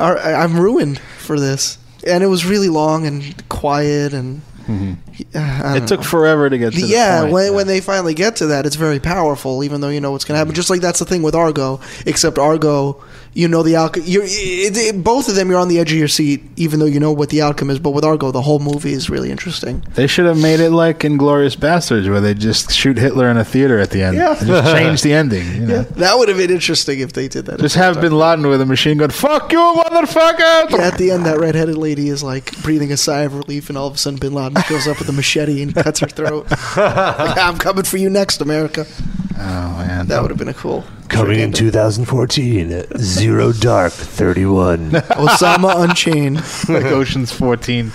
all right, I'm ruined for this. And it was really long and quiet and uh, I It don't took know. forever to get to The- the yeah, point. when, when they finally get to that, it's very powerful, even though you know what's going to happen. Just like that's the thing with Argo, except Argo, you know the outcome. You're, it, it, both of them, you're on the edge of your seat, even though you know what the outcome is. But with Argo, the whole movie is really interesting. They should have made it like Inglorious Bastards, where they just shoot Hitler in a theater at the end. Yeah. And just change the ending. You know? That would have been interesting if they did that. Just have Bin Laden with a machine gun. Fuck you, motherfucker! Yeah, at the end, that redheaded lady is like breathing a sigh of relief, and all of a sudden, Bin Laden shows up with a machete and cuts her throat. Like, I'm coming for you next, America. Oh man, That would have been a cool. Coming in 2014 at Zero Dark 31. Osama Unchained. like Ocean's Fourteen.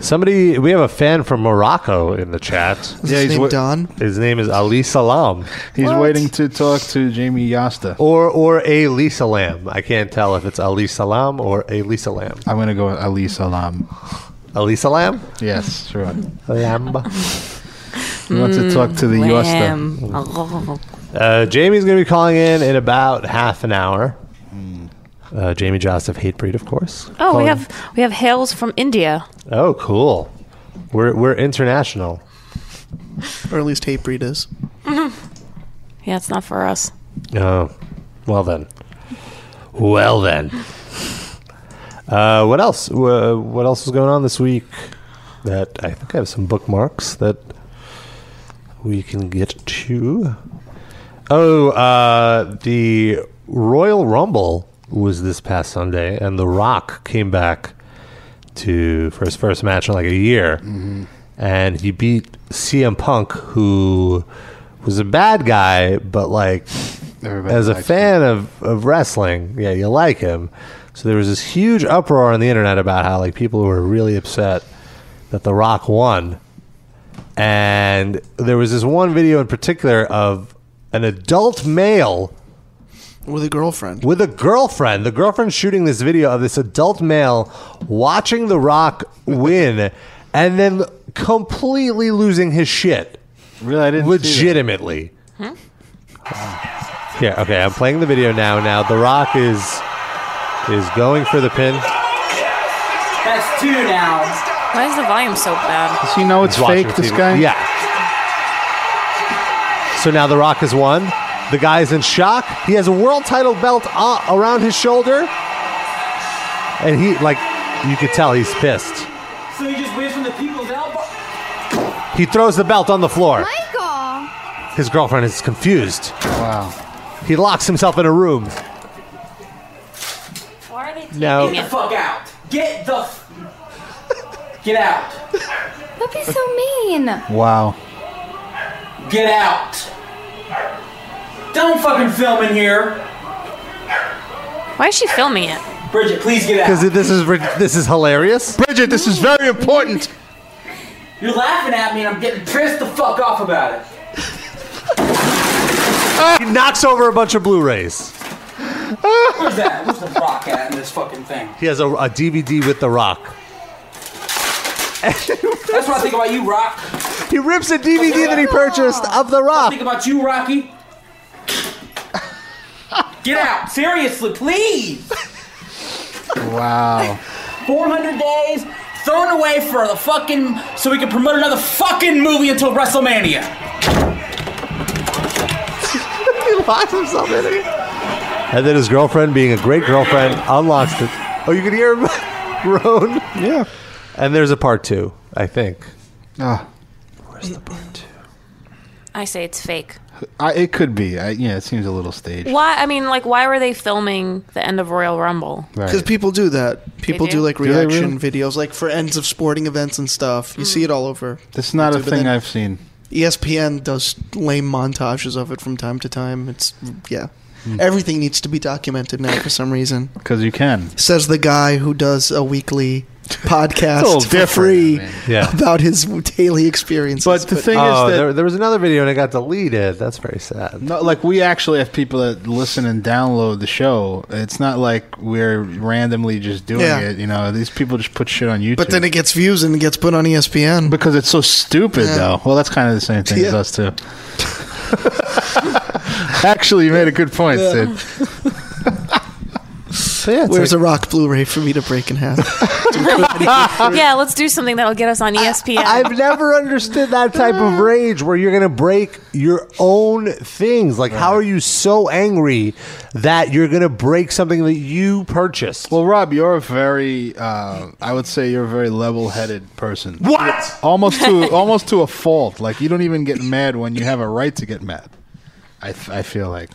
Somebody, we have a fan from Morocco in the chat. Is Yeah, his he's name wa- Don? His name is Ali Salam He's waiting to talk to Jamie Yasta. or or A Lisa Lam. I can't tell if it's Ali Salam or A Lisa Lam. I'm gonna go with Ali Salam. Ali Salam? Yes, sure. Lamb. He wants Mm, to talk to the Yasta. Uh, Jamie's going to be calling in in about half an hour. Mm. Uh, Jamie Jost of Hatebreed, of course. Oh, we Calling- have we have hails from India. Oh, cool. We're we're international. Or at least Tape Reed is. Mm-hmm. Yeah, it's not for us. Oh, well then. Well then. Uh, what else? Uh, what else was going on this week? That I think I have some bookmarks that we can get to. Oh, uh, the Royal Rumble was this past Sunday, and The Rock came back to for his first match in like a year, Mm-hmm. and he beat CM Punk, who was a bad guy, but like Everybody as a likes fan of, of wrestling, yeah, you like him. So there was this huge uproar on the internet about how like people were really upset that The Rock won. And there was this one video in particular of an adult male With a girlfriend. with a girlfriend. The girlfriend shooting this video of this adult male watching The Rock win and then completely losing his shit Really, I didn't. see that. legitimately. Here, okay, I'm playing the video now. Now The Rock is is going for the pin. That's two now. Why is the volume so bad? Does he know it's He's watching fake? the This TV. guy. Yeah. So now The Rock has won. The guy's in shock. He has a world title belt uh, around his shoulder, and he like you could tell he's pissed. So he just waves from the people's elbow. He throws the belt on the floor. Michael! His girlfriend is confused. Wow. He locks himself in a room. Why are they taping Now- Get the fuck out. Get the. F- Get out. Don't be so mean! Wow. Get out. Don't fucking film in here. Why is she filming it? Bridget, please get out. Because this is rid- this is hilarious. Bridget, this is very important. You're laughing at me and I'm getting pissed the fuck off about it. He knocks over a bunch of Blu-rays. Where's that? Where's the rock at in this fucking thing? He has a, a DVD with The Rock. That's what I think about you, Rock. He rips a DVD that he purchased of The I Rock. think about you, Rocky. Get out. Seriously, please. Wow. 400 days thrown away for the fucking so we can promote another fucking movie until WrestleMania. He locks himself in it. And then his girlfriend, being a great girlfriend, unlocks it. Oh, you can hear him groan. Yeah. And there's a part two, I think. Ah. I say it's fake. I, it could be. I, yeah, it seems a little staged. Why? I mean, like, why were they filming the end of Royal Rumble? Right. Because people do that. People do? do? like they really? reaction videos, like for ends of sporting events and stuff. You see it all over. This is not a But thing then- E I've seen. ESPN does lame montages of it from time to time. It's yeah. Hmm. Everything needs to be documented now for some reason. Because you can. Says the guy who does a weekly podcast for different, free man. Yeah. about his daily experiences. But the thing oh, is that there, there was another video and it got deleted. That's very sad. No, like we actually have people that listen and download the show. It's not like we're randomly just doing Yeah. it. You know, these people just put shit on YouTube. but then it gets views and it gets put on E ESPN. because it's so stupid, Yeah. though. Well, that's kind of the same thing as Yeah. us too. actually, you made a good point, Sid. So yeah, it's Where's like- a rock Blu-ray for me to break in half? yeah, let's do something that'll get us on E ESPN. I've never understood that type of rage where you're going to break your own things. Like, how are you so angry that you're going to break something that you purchased? Well, Rob, you're a very, uh, I would say, you're a very level-headed person. what? Almost to almost to a fault. Like you don't even get mad when you have a right to get mad. I, f- I feel like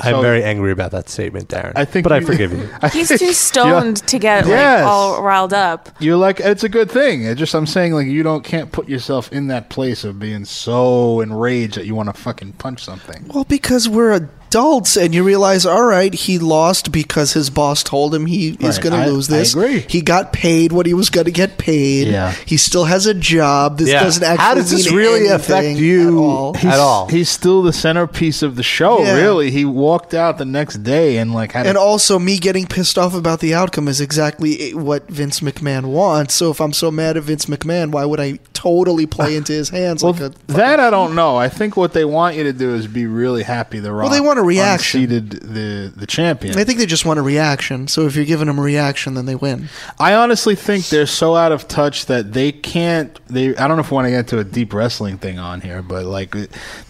I'm So- very angry about that statement, Darren. I think but I you- forgive you. He's too stoned to get like, Yes. all riled up. You're like it's a good thing. It's just I'm saying like you don't can't put yourself in that place of being so enraged that you want to fucking punch something. well, because we're adults, and you realize, all right, he lost because his boss told him he is Right, going I- to lose I this. agree. He got paid what he was going to get paid. Yeah. He still has a job. This doesn't actually. How does this mean really anything affect At you all. at all? He's still the centerpiece of the show. Yeah. Really, he walked out the next day and like had And a- also, me getting pissed off about the outcome is exactly what Vince McMahon wants. So if I'm so mad at Vince McMahon, why would I totally play into his hands? well, like a, that I don't know. I think what they want you to do is be really happy. The Rock they want a reaction. unseated the the champion. I think they just want a reaction. So if you're giving them a reaction, then they win. I honestly think they're so out of touch that they can't. They I don't know if we want to get into a deep wrestling thing on here, but like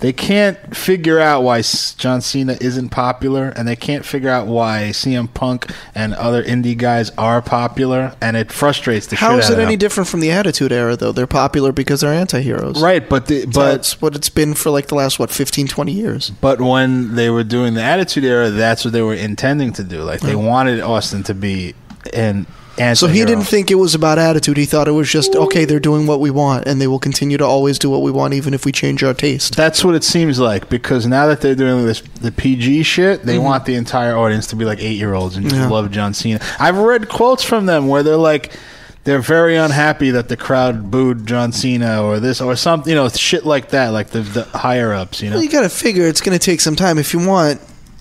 they can't figure out why S- John Cena isn't popular, and they can't figure out why CM Punk and other indie guys are popular, and it frustrates the How shit is out it of any them. different from the Attitude Era, though? They're popular because they're anti-heroes. Right, but the, but That's what it's been for like the last, what, 15, 20 years. But when they were doing the Attitude Era, that's what they were intending to do. Like they wanted Austin to be an anti. So he didn't think it was about attitude. He thought it was just, okay, they're doing what we want, and they will continue to always do what we want, even if we change our taste. That's what it seems like because now that they're doing this the PG shit, Mm-hmm. they want the entire audience to be like eight year olds and just love John Cena. I've read quotes from them where they're like. They're very unhappy that the crowd booed John Cena or this or something, you know, shit like that, like the, the higher ups, you know. Well, you got to figure it's going to take some time if you want,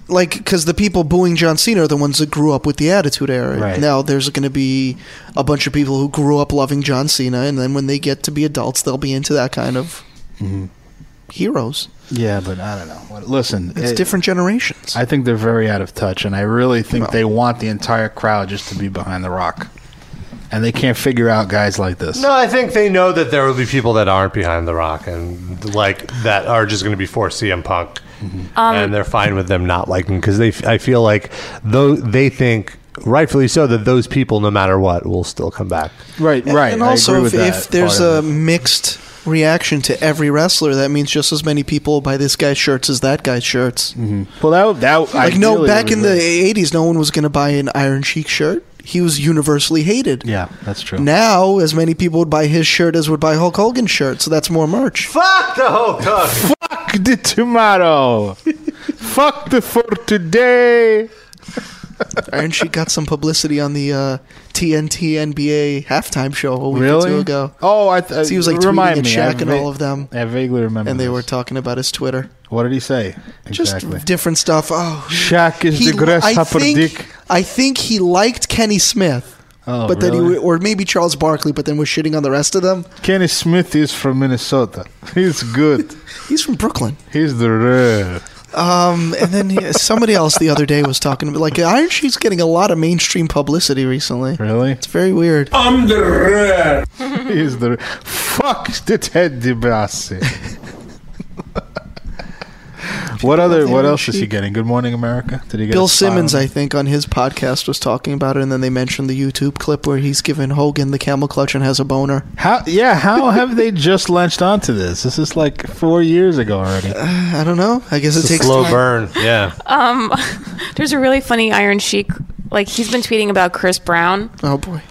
like, because the people booing John Cena are the ones that grew up with the Attitude Era. Right. Now there's going to be a bunch of people who grew up loving John Cena, and then when they get to be adults, they'll be into that kind of Mm-hmm. heroes. Yeah, but I don't know. What- Listen, It's it- different generations. I think they're very out of touch, and I really think they want the entire crowd just to be behind the rock, and they can't figure out guys like this. No, I think they know that there will be people that aren't behind the rock and like that are just going to be for CM Punk, Mm-hmm. and they're fine with them not liking because they. f- I feel like though they think rightfully so that those people, no matter what, will still come back. Right, right. And I also, agree with if, that if there's part a of it. mixed reaction to every wrestler, that means just as many people buy this guy's shirts as that guy's shirts. well, that Mm-hmm. that Like, no, ideally back would in be- the 80s, no one was going to buy an Iron Sheik shirt. He was universally hated. yeah, that's true. Now, as many people would buy his shirt as would buy Hulk Hogan's shirt, so that's more merch. Fuck the whole Fuck the tomato. Fuck the for today. Iron Sheik got some publicity on the uh, TNT NBA halftime show a week or two ago, Oh, I th- So he was, like, remind tweeting at me, Shaq I and all of them. I vaguely remember. and they were this. talking about his Twitter. what did he say? Just Exactly. different stuff. Oh, Shaq is the I grasshopper think, dick. I think he liked Kenny Smith. Oh, but then really? he, w- or maybe Charles Barkley, but then was shitting on the rest of them. Kenny Smith is from Minnesota. He's good. He's from Brooklyn. He's the real. Um, and then he, somebody else the other day was talking about like Iron Sheik's getting a lot of mainstream publicity recently. Really? It's very weird. I'm the red. He's the fuck the Ted DiBiase. what other? What else is he getting? Good Morning America. Did he get Bill Simmons, I think, on his podcast was talking about it, and then they mentioned the YouTube clip where he's giving Hogan the camel clutch and has a boner. How? Yeah. How have they just launched onto this? This is like four years ago already. Uh, I don't know. I guess it takes slow time. burn. Yeah, Um, There's a really funny Iron Sheik. Like he's been tweeting about Chris Brown. Oh boy,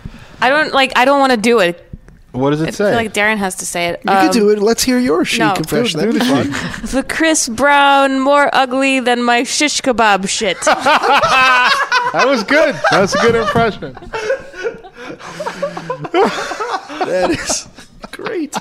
I don't like. I don't want to do it. What does I it feel say? like Darren has to say it. you could do it. Let's hear your Sheik Um, no. impression. Do That'd the be fun. shit. The Chris Brown more ugly than my shish kebab shit. That was good. That's a good impression. That is great.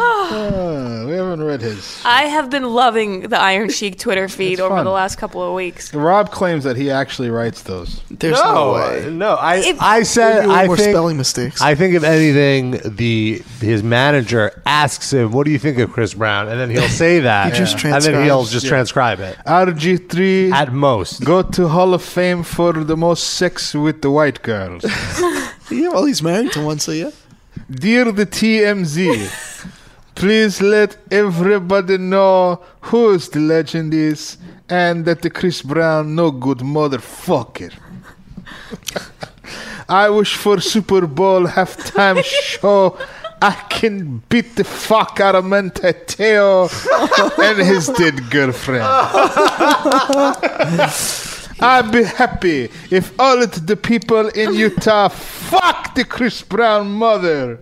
Uh, we haven't read his. I have been loving the Iron Sheik Twitter feed It's over fun. the last couple of weeks. Rob claims that he actually writes those. There's no, way. no. I If- I said There I were think spelling mistakes. I think if anything, the his manager asks him, "What do you think of Chris Brown?" and then he'll say that, He just and then he'll transcribes. just transcribe it RG3 at most. go to Hall of Fame for the most sex with the white girls. Yeah, well, he's married to one, so yeah. Dear the TMZ, please let everybody know who's the legend is and that the Chris Brown no good motherfucker. I wish for Super Bowl halftime show. I can beat the fuck out of Mantateo and his dead girlfriend. I'd be happy if all of the people in Utah fuck the Chris Brown mother.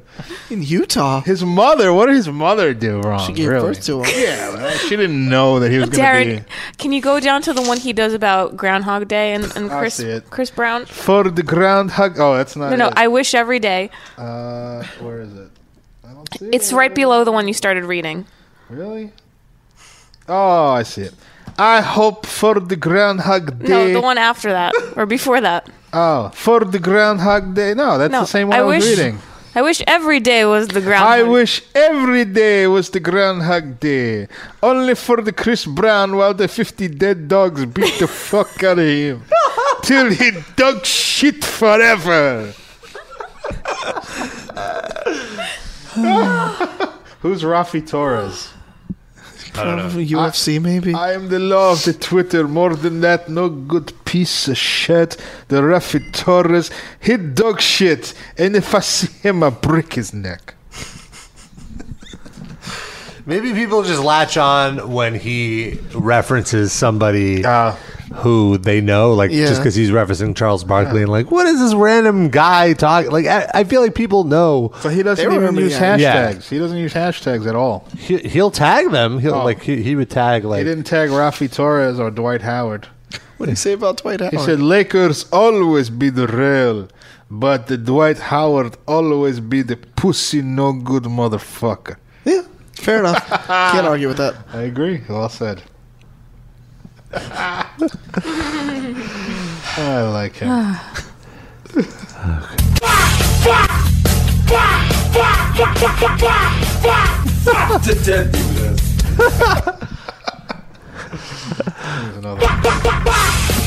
In Utah. His mother? What did his mother do wrong? She gave really? birth to him. Yeah, well, she didn't know that he was going to Darren, be can you go down to the one he does about Groundhog Day and, and I'll Chris see it. Chris Brown? for the groundhog. Oh, that's not. No, no. it. I wish every day. uh, where is it? I don't see It's it. right below the one you started reading. Really? Oh, I see it. I hope for the groundhog day. No, the one after that or before that. Oh, for the groundhog day. No, that's No, the same one I, I was wish- reading. I wish every day was the Groundhog. I wish every day was the Groundhog Day. Only for the Chris Brown while the 50 dead dogs beat the fuck out of him. Till he dug shit forever. Who's Rafi Torres? Probably UFC, maybe. I am the law of the Twitter. More than that, no good piece of shit. The Rafi Torres, he dog shit. And if I see him, I break his neck. Maybe people just latch on when he references somebody Uh, who they know, like Yeah. just because he's referencing Charles Barkley, and like, what is this random guy talking? Like, I, I feel like people know So he doesn't They even remember use the hashtags. ad. He doesn't use hashtags at all. he, he'll tag them. Um, He'll Oh. like he, he would tag He like didn't tag Rafi Torres or Dwight Howard. What do you say about Dwight Howard? He said Lakers always be the real, but the Dwight Howard always be the pussy no good motherfucker. yeah, fair enough. Can't argue with that. I agree. Well said. I like him. Here's another one.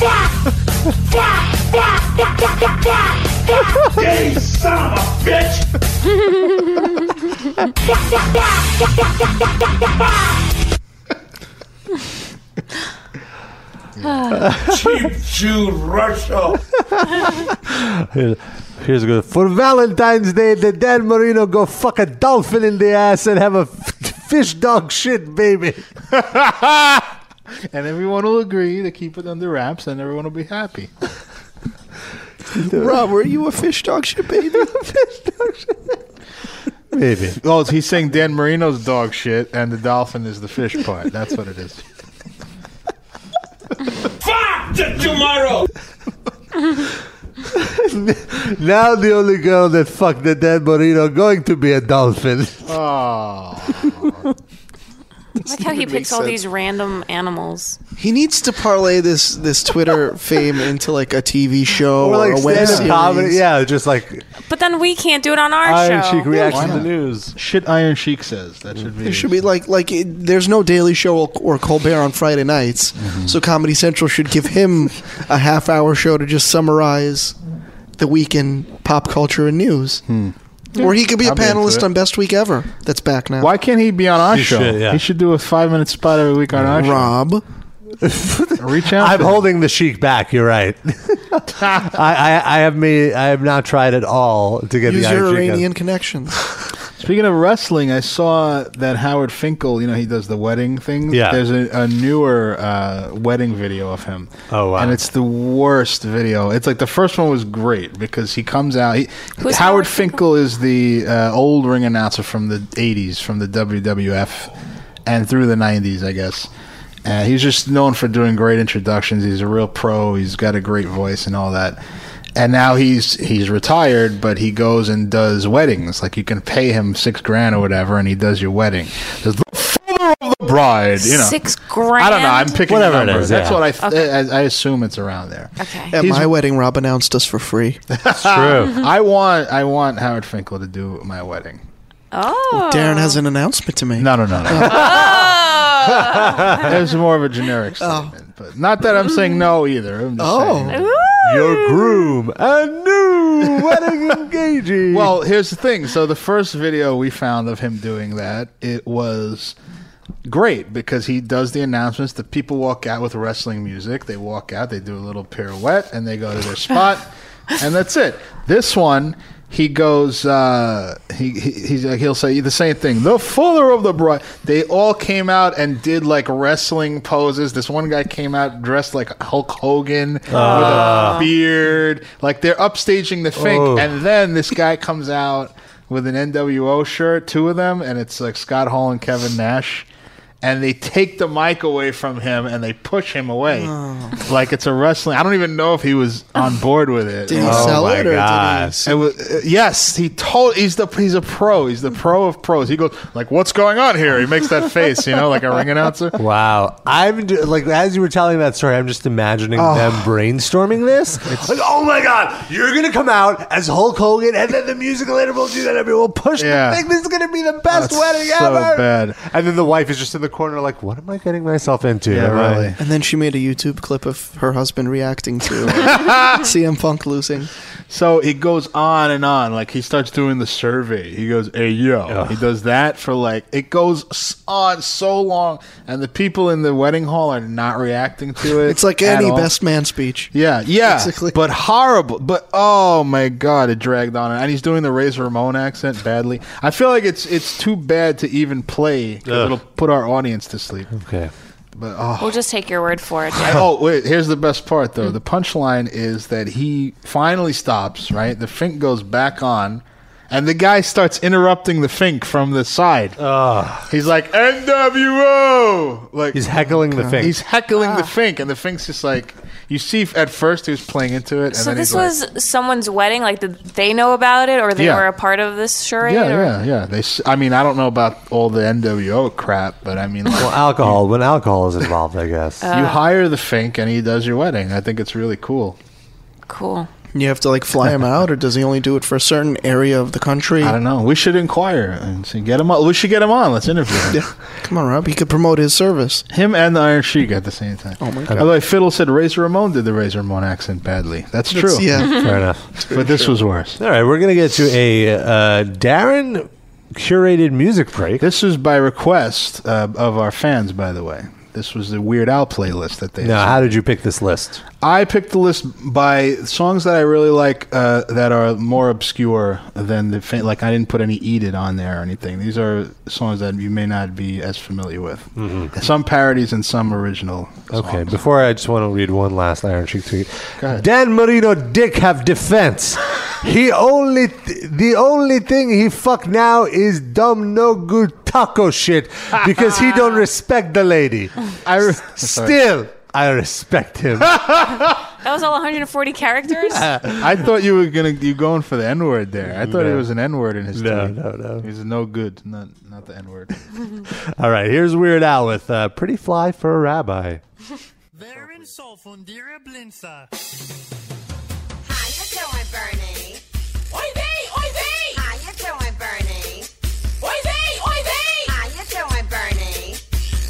Here- Here's a good for Valentine's Day. The Dan Marino go fuck a dolphin in the ass and have a f- fish dog shit baby. and everyone will agree to keep it under wraps, and everyone will be happy. Rob, were you a fish dog shit baby? Maybe Oh, he's saying Dan Marino's dog shit, and the dolphin is the fish part. That's what it is. now the only girl that fucked the Dan Marino going to be a dolphin. Oh, I like how he would make picks all sense. these random animals. he needs to parlay this this Twitter fame into like a TV show or, a web stand-up series. Yeah, just like But then we can't do it on our Iron show. Cheek reacts Why to the not? news. shit! Iron Sheik says that should be. It should be like like it, there's no Daily Show or, or Colbert on Friday nights, Mm-hmm. so Comedy Central should give him a half hour show to just summarize the week in pop culture and news. Or he could be a I'll be Hmm. into panelist it. on Best Week Ever. That's back now. Why can't he be on our He show? should, yeah. He should do a five-minute spot every week on our Rob? show. Reach out. I'm to him. holding the chic back. You're right. I, I, I have made. I have not tried at all to get Use the Iron your Sheik on. Iranian connections. Speaking of wrestling, I saw that Howard Finkel. You know, he does the wedding thing. Yeah. There's a, a newer uh, wedding video of him. Oh, wow. And it's the worst video. It's like the first one was great because he comes out. He, Howard Who's Howard Finkel is the uh, old ring announcer from the '80s, from the WWF, and through the '90s, I guess. Uh, he's just known for doing great introductions. He's a real pro. He's got a great voice and all that. and now he's he's retired, but he goes and does weddings. Like you can pay him six grand or whatever, and he does your wedding. There's the father of the bride, you know. Six grand. I don't know. I'm picking Whatever it a number. is, That's yeah. what I, th- I I assume it's around there. okay. At He's- my wedding, Rob announced us for free. It's true. I want I want Howard Finkel to do my wedding. Oh. Darren has an announcement to make. No, no, no, no. Oh. There's more of a generic Oh. statement, but not that I'm saying no either. I'm just Oh. saying- Your groom and new wedding engagee. Well, here's the thing. So the first video we found of him doing that, it was great because he does the announcements. The people walk out with wrestling music. They walk out, they do a little pirouette, and they go to their spot, and that's it. This one. He goes. Uh, he, he he's like he'll say the same thing. The fuller of the bride. They all came out and did like wrestling poses. This one guy came out dressed like Hulk Hogan with a beard. Like they're upstaging the Fink, Oh. and then this guy comes out with an NWO shirt, two of them, and it's like Scott Hall and Kevin Nash. And they take the mic away from him and they push him away. Like it's a wrestling. I don't even know if he was on board with it. Oh Did he It sell my it or gosh. did he? was, uh, yes, he told he's the he's a pro. He's the pro of pros. He goes like, "What's going on here?" He makes that face, you know, like a ring announcer. Wow, I'm do- like as you were telling that story, I'm just imagining them brainstorming this. Like, oh my god, you're gonna come out as Hulk Hogan, and then the music later will do that. Everyone will push Yeah. the thing. This is gonna be the best That's wedding so ever. bad. And then the wife is just in the corner, like, what am I getting myself into? Yeah, Am I- really. And then she made a YouTube clip of her husband reacting to CM Punk losing. So he goes on and on. Like he starts doing the survey. He goes, "Hey yo," he does that for like it goes s- on so long, and the people in the wedding hall are not reacting to it. It's like at any all. best man speech. Yeah, yeah, Basically. but horrible. But oh my god, it dragged on, and he's doing the Razor Ramon accent badly. I feel like it's it's too bad to even play. 'cause Ugh. It'll put our audience to sleep. Okay. But oh, We'll just take your word for it. I- oh wait, here's the best part though. The punchline is that he finally stops. Right, the Fink goes back on, and the guy starts interrupting the Fink from the side. he's like NWO, like He's heckling the thing. he's heckling Ah. the Fink, and the Fink's just like you see. At first, he was playing into it, and So then this he's like- was someone's wedding. Like, did they know about it, or they Yeah. were a part of this charade? yeah, or- yeah, yeah. They, s- I mean, I don't know about all the NWO crap, but I mean, like, well, alcohol when alcohol is involved, I guess. Uh, you hire the Fink, and he does your wedding. I think it's really cool. Cool. You have to like fly him out, or does he only do it for a certain area of the country? I don't know. We should inquire and see. Get him on. We should get him on. Let's interview him. Yeah. Come on, Rob. He could promote his service. Him and the Iron Sheik at the same time. Oh my god! By the way, Fiddle said Razor Ramon did the Razor Ramon accent badly. That's true. That's- yeah. Fair enough. but this was worse. All right, we're gonna get to a uh, Darren curated music break. This was by request uh, of our fans. By the way, this was the Weird Al playlist that they. Now, had. how did you pick this list? I picked the list by songs that I really like uh, that are more obscure than the fa- like. I didn't put any "Eat It" on there or anything. These are songs that you may not be as familiar with. Mm-hmm. Some parodies and some original. Okay, songs. before I just want to read one last Iron Sheik tweet. Go ahead. Dan Marino dick have defense. He only th- the only thing he fuck now is dumb no good taco shit because he don't respect the lady. I re- Still, I respect him. That was all 140 characters. I thought you were gonna you going for the N word there. I thought it was an N word in his. No, tweet. no, no. He's no good. Not not the N word. All right, here's Weird Al with uh, "Pretty Fly for a Rabbi." Verin sol från Dira Blinsa. How you doing, Bernie? Oi vey, oi vey! How you doing, Bernie? Oi vey, oi vey! How you doing, Bernie?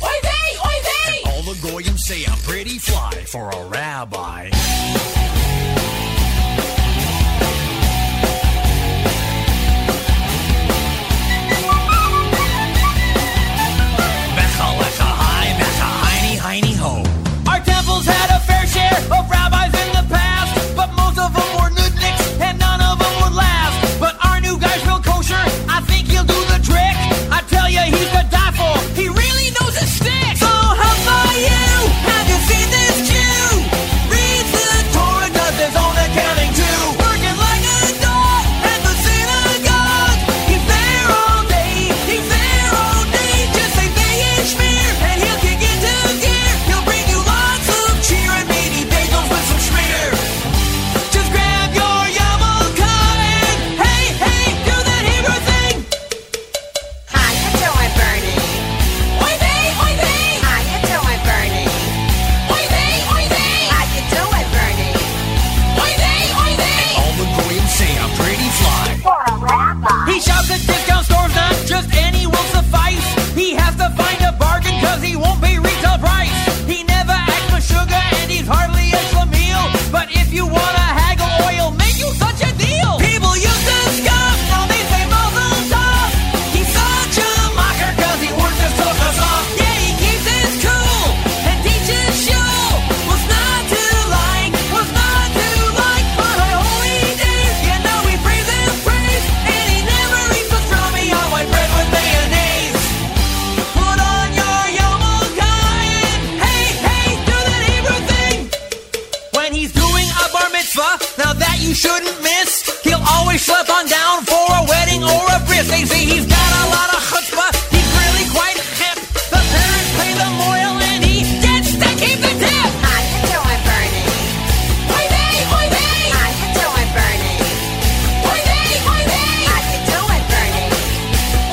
Oi vey, oi vey! All the goyim say I'm pretty fly for a rabbi. Becca, lecca, hi, becca, heiny, heiny, ho. Our temples had a fair share of rabbis in the past, but most of them were nudniks and none of them would last. But our new guy's real kosher, I think he'll do the trick. I tell ya, he's the die for, he really knows his stick. So how far you? Have you seen this Jew? Reads the this. They say he's got a lot of chutzpah. He's really quite hip. The parents pay the moil and he gets to keep the tip. How you doing, Bernie? Oy vey, oy vey. How you doing, Bernie? Oy vey, oy vey. How you doing, Bernie?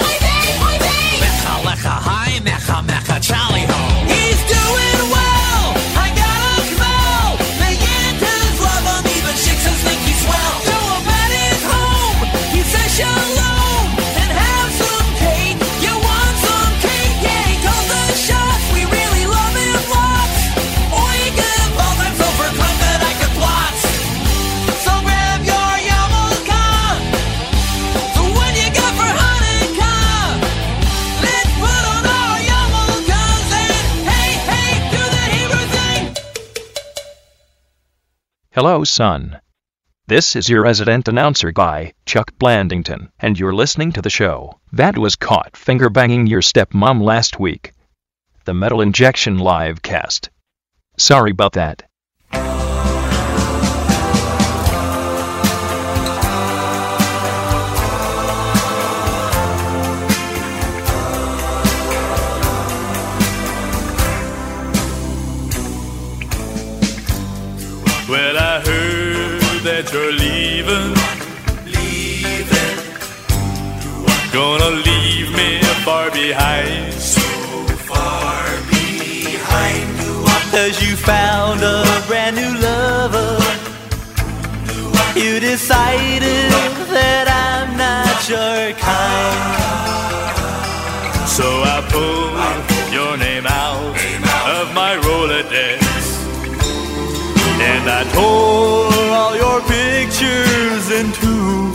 Oy vey, oy vey. Mecha, lecha, hi, mecha, mecha, jolly ho. He's doing well. I got a smell. They get into his love him, even chicks think he's swell. Show him at his home. He says shalom and have some cake. You want some cake? Yeah, he calls the shots. We really love him lots. Or he could love him so for that I could plot. So grab your yarmulke. The one you got for Hanukkah. Let's put on our yarmulkes and hey, hey, do the Hebrew thing. Hello, son. This is your resident announcer guy, Chuck Blandington, and you're listening to the show that was caught finger banging your stepmom last week. The Metal Injection Live Cast. Sorry about that. Well, I heard that you're leaving. Leaving. Gonna leave me far behind. So far behind. Cause you found a brand new lover. You decided that I'm not your kind. So I pulled your name out of my Rolodex. And I tore all your pictures in two.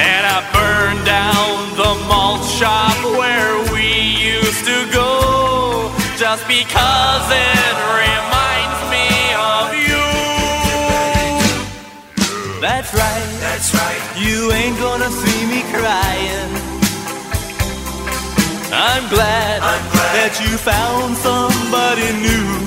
And I burned down the malt shop where we used to go just because it reminds me of you. That's right, that's right. You ain't gonna see me crying. I'm glad, that you found somebody new.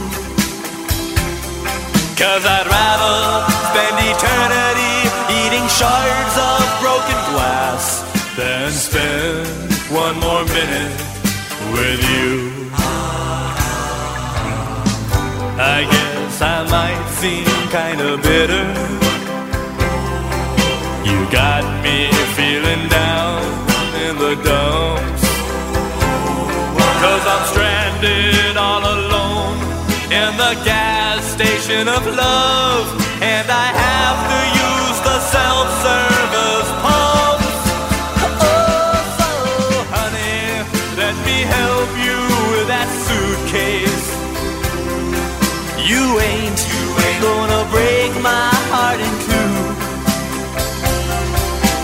Cause I'd rather spend eternity eating shards of broken glass. Then spend one more minute with you. I guess I might seem kinda bitter. You got me feeling down in the dumps. Cause I'm stranded all alone in the gas station of love. And I have to use the self service pump. Oh, so honey, let me help you with that suitcase. You ain't, you ain't gonna break my heart in two.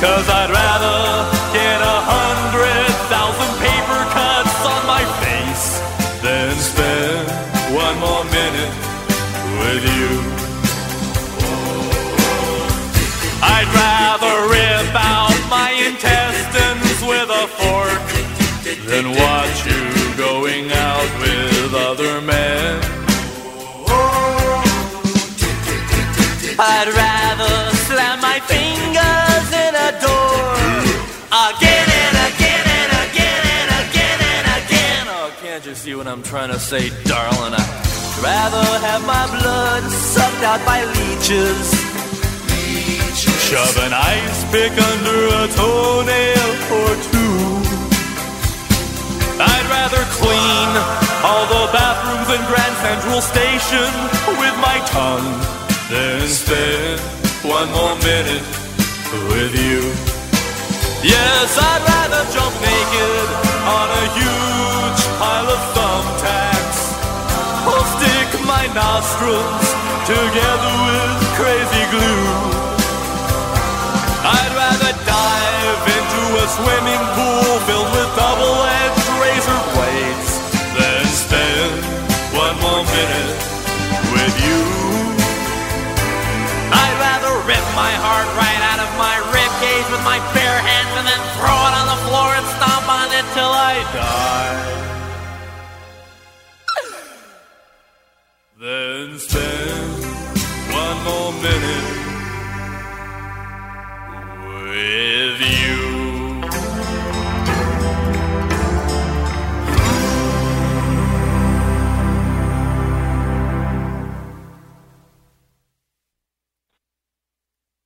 Cause I'd rather get a hundred thousand paper cuts on my face than spend one more minute with you. I'd rather rip out my intestines with a fork than watch you going out with other men. I'd rather slam my fingers in a door again and again and again and again and again. Oh, can't you see what I'm trying to say, darling? I'd rather have my blood sucked out by leeches. Shove an ice pick under a toenail or two. I'd rather clean all the bathrooms in Grand Central Station with my tongue than spend one more minute with you. Yes, I'd rather jump naked on a huge pile of thumbtacks or stick my nostrils together with crazy glue. I'd rather dive into a swimming pool filled with double-edged razor blades than spend one more minute with you. I'd rather rip my heart right out of my ribcage with my bare hands and then throw it on the floor and stomp on it till I die. Then spend one more minute with you.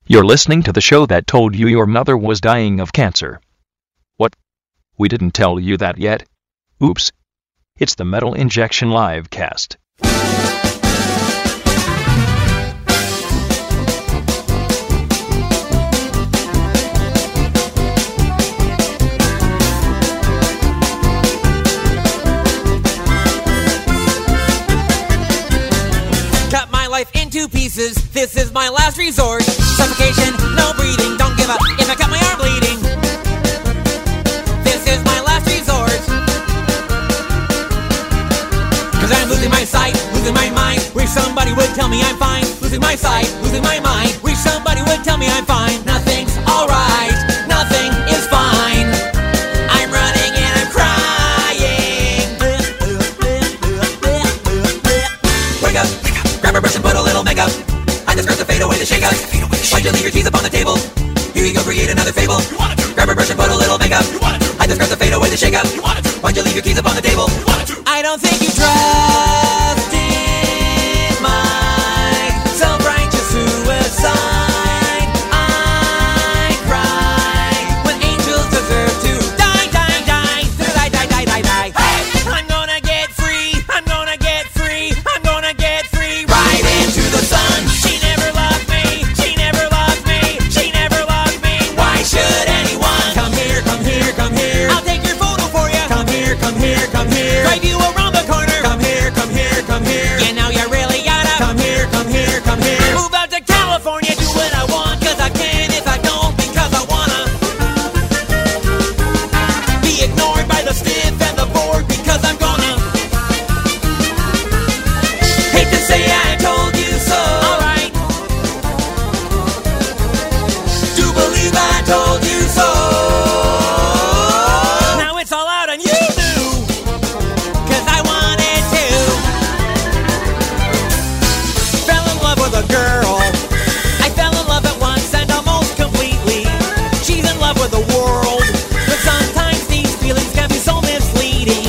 You're listening to the show that told you your mother was dying of cancer. What? We didn't tell you that yet. Oops. It's the Metal Injection Live cast. Cut my life into pieces. This is my last resort. Suffocation, no breathing. Don't give up if I cut my arm bleeding. This is my last resort. Cause I'm losing my sight, losing my mind. Wish somebody would tell me I'm fine. Losing my sight, losing my mind. Wish somebody would tell me I'm fine. Nothing's alright. Nothing is fine. I'm running and I'm crying. Wake up, grab a brush and put a little makeup. On the script to fade away the shakeup. Why'd you leave your teeth upon the table? Here you go, create another fable. Grab a brush and put a little makeup. On the script to fade away the shakeup. Why'd you leave your keys upon the table? I don't think you trusted my self-righteous suicide. I cry when angels deserve to die, die, die, die, die, die, die, die. Hey, I'm gonna get free. I'm gonna get free. I'm gonna get free right into the sun. She never loved me. She never loved me. She never loved me. Why should anyone come here? Come here. Come here. I'll take your photo for you. Come here. Come here. Come here. Drive you around the corner. Come here. Come here. Come here. Yeah, now you really gotta come here. Come here. Come here. Move out to California. Do what I want, 'cause I can. If I don't, because I wanna. Be ignored by the stiff and the bored because I'm gonna hate to say I told you so. Alright. Do believe I told you so. Now it's all out on you. Cause I wanted to. Fell in love with a girl. I fell in love at once and almost completely. She's in love with the world. But sometimes these feelings can be so misleading.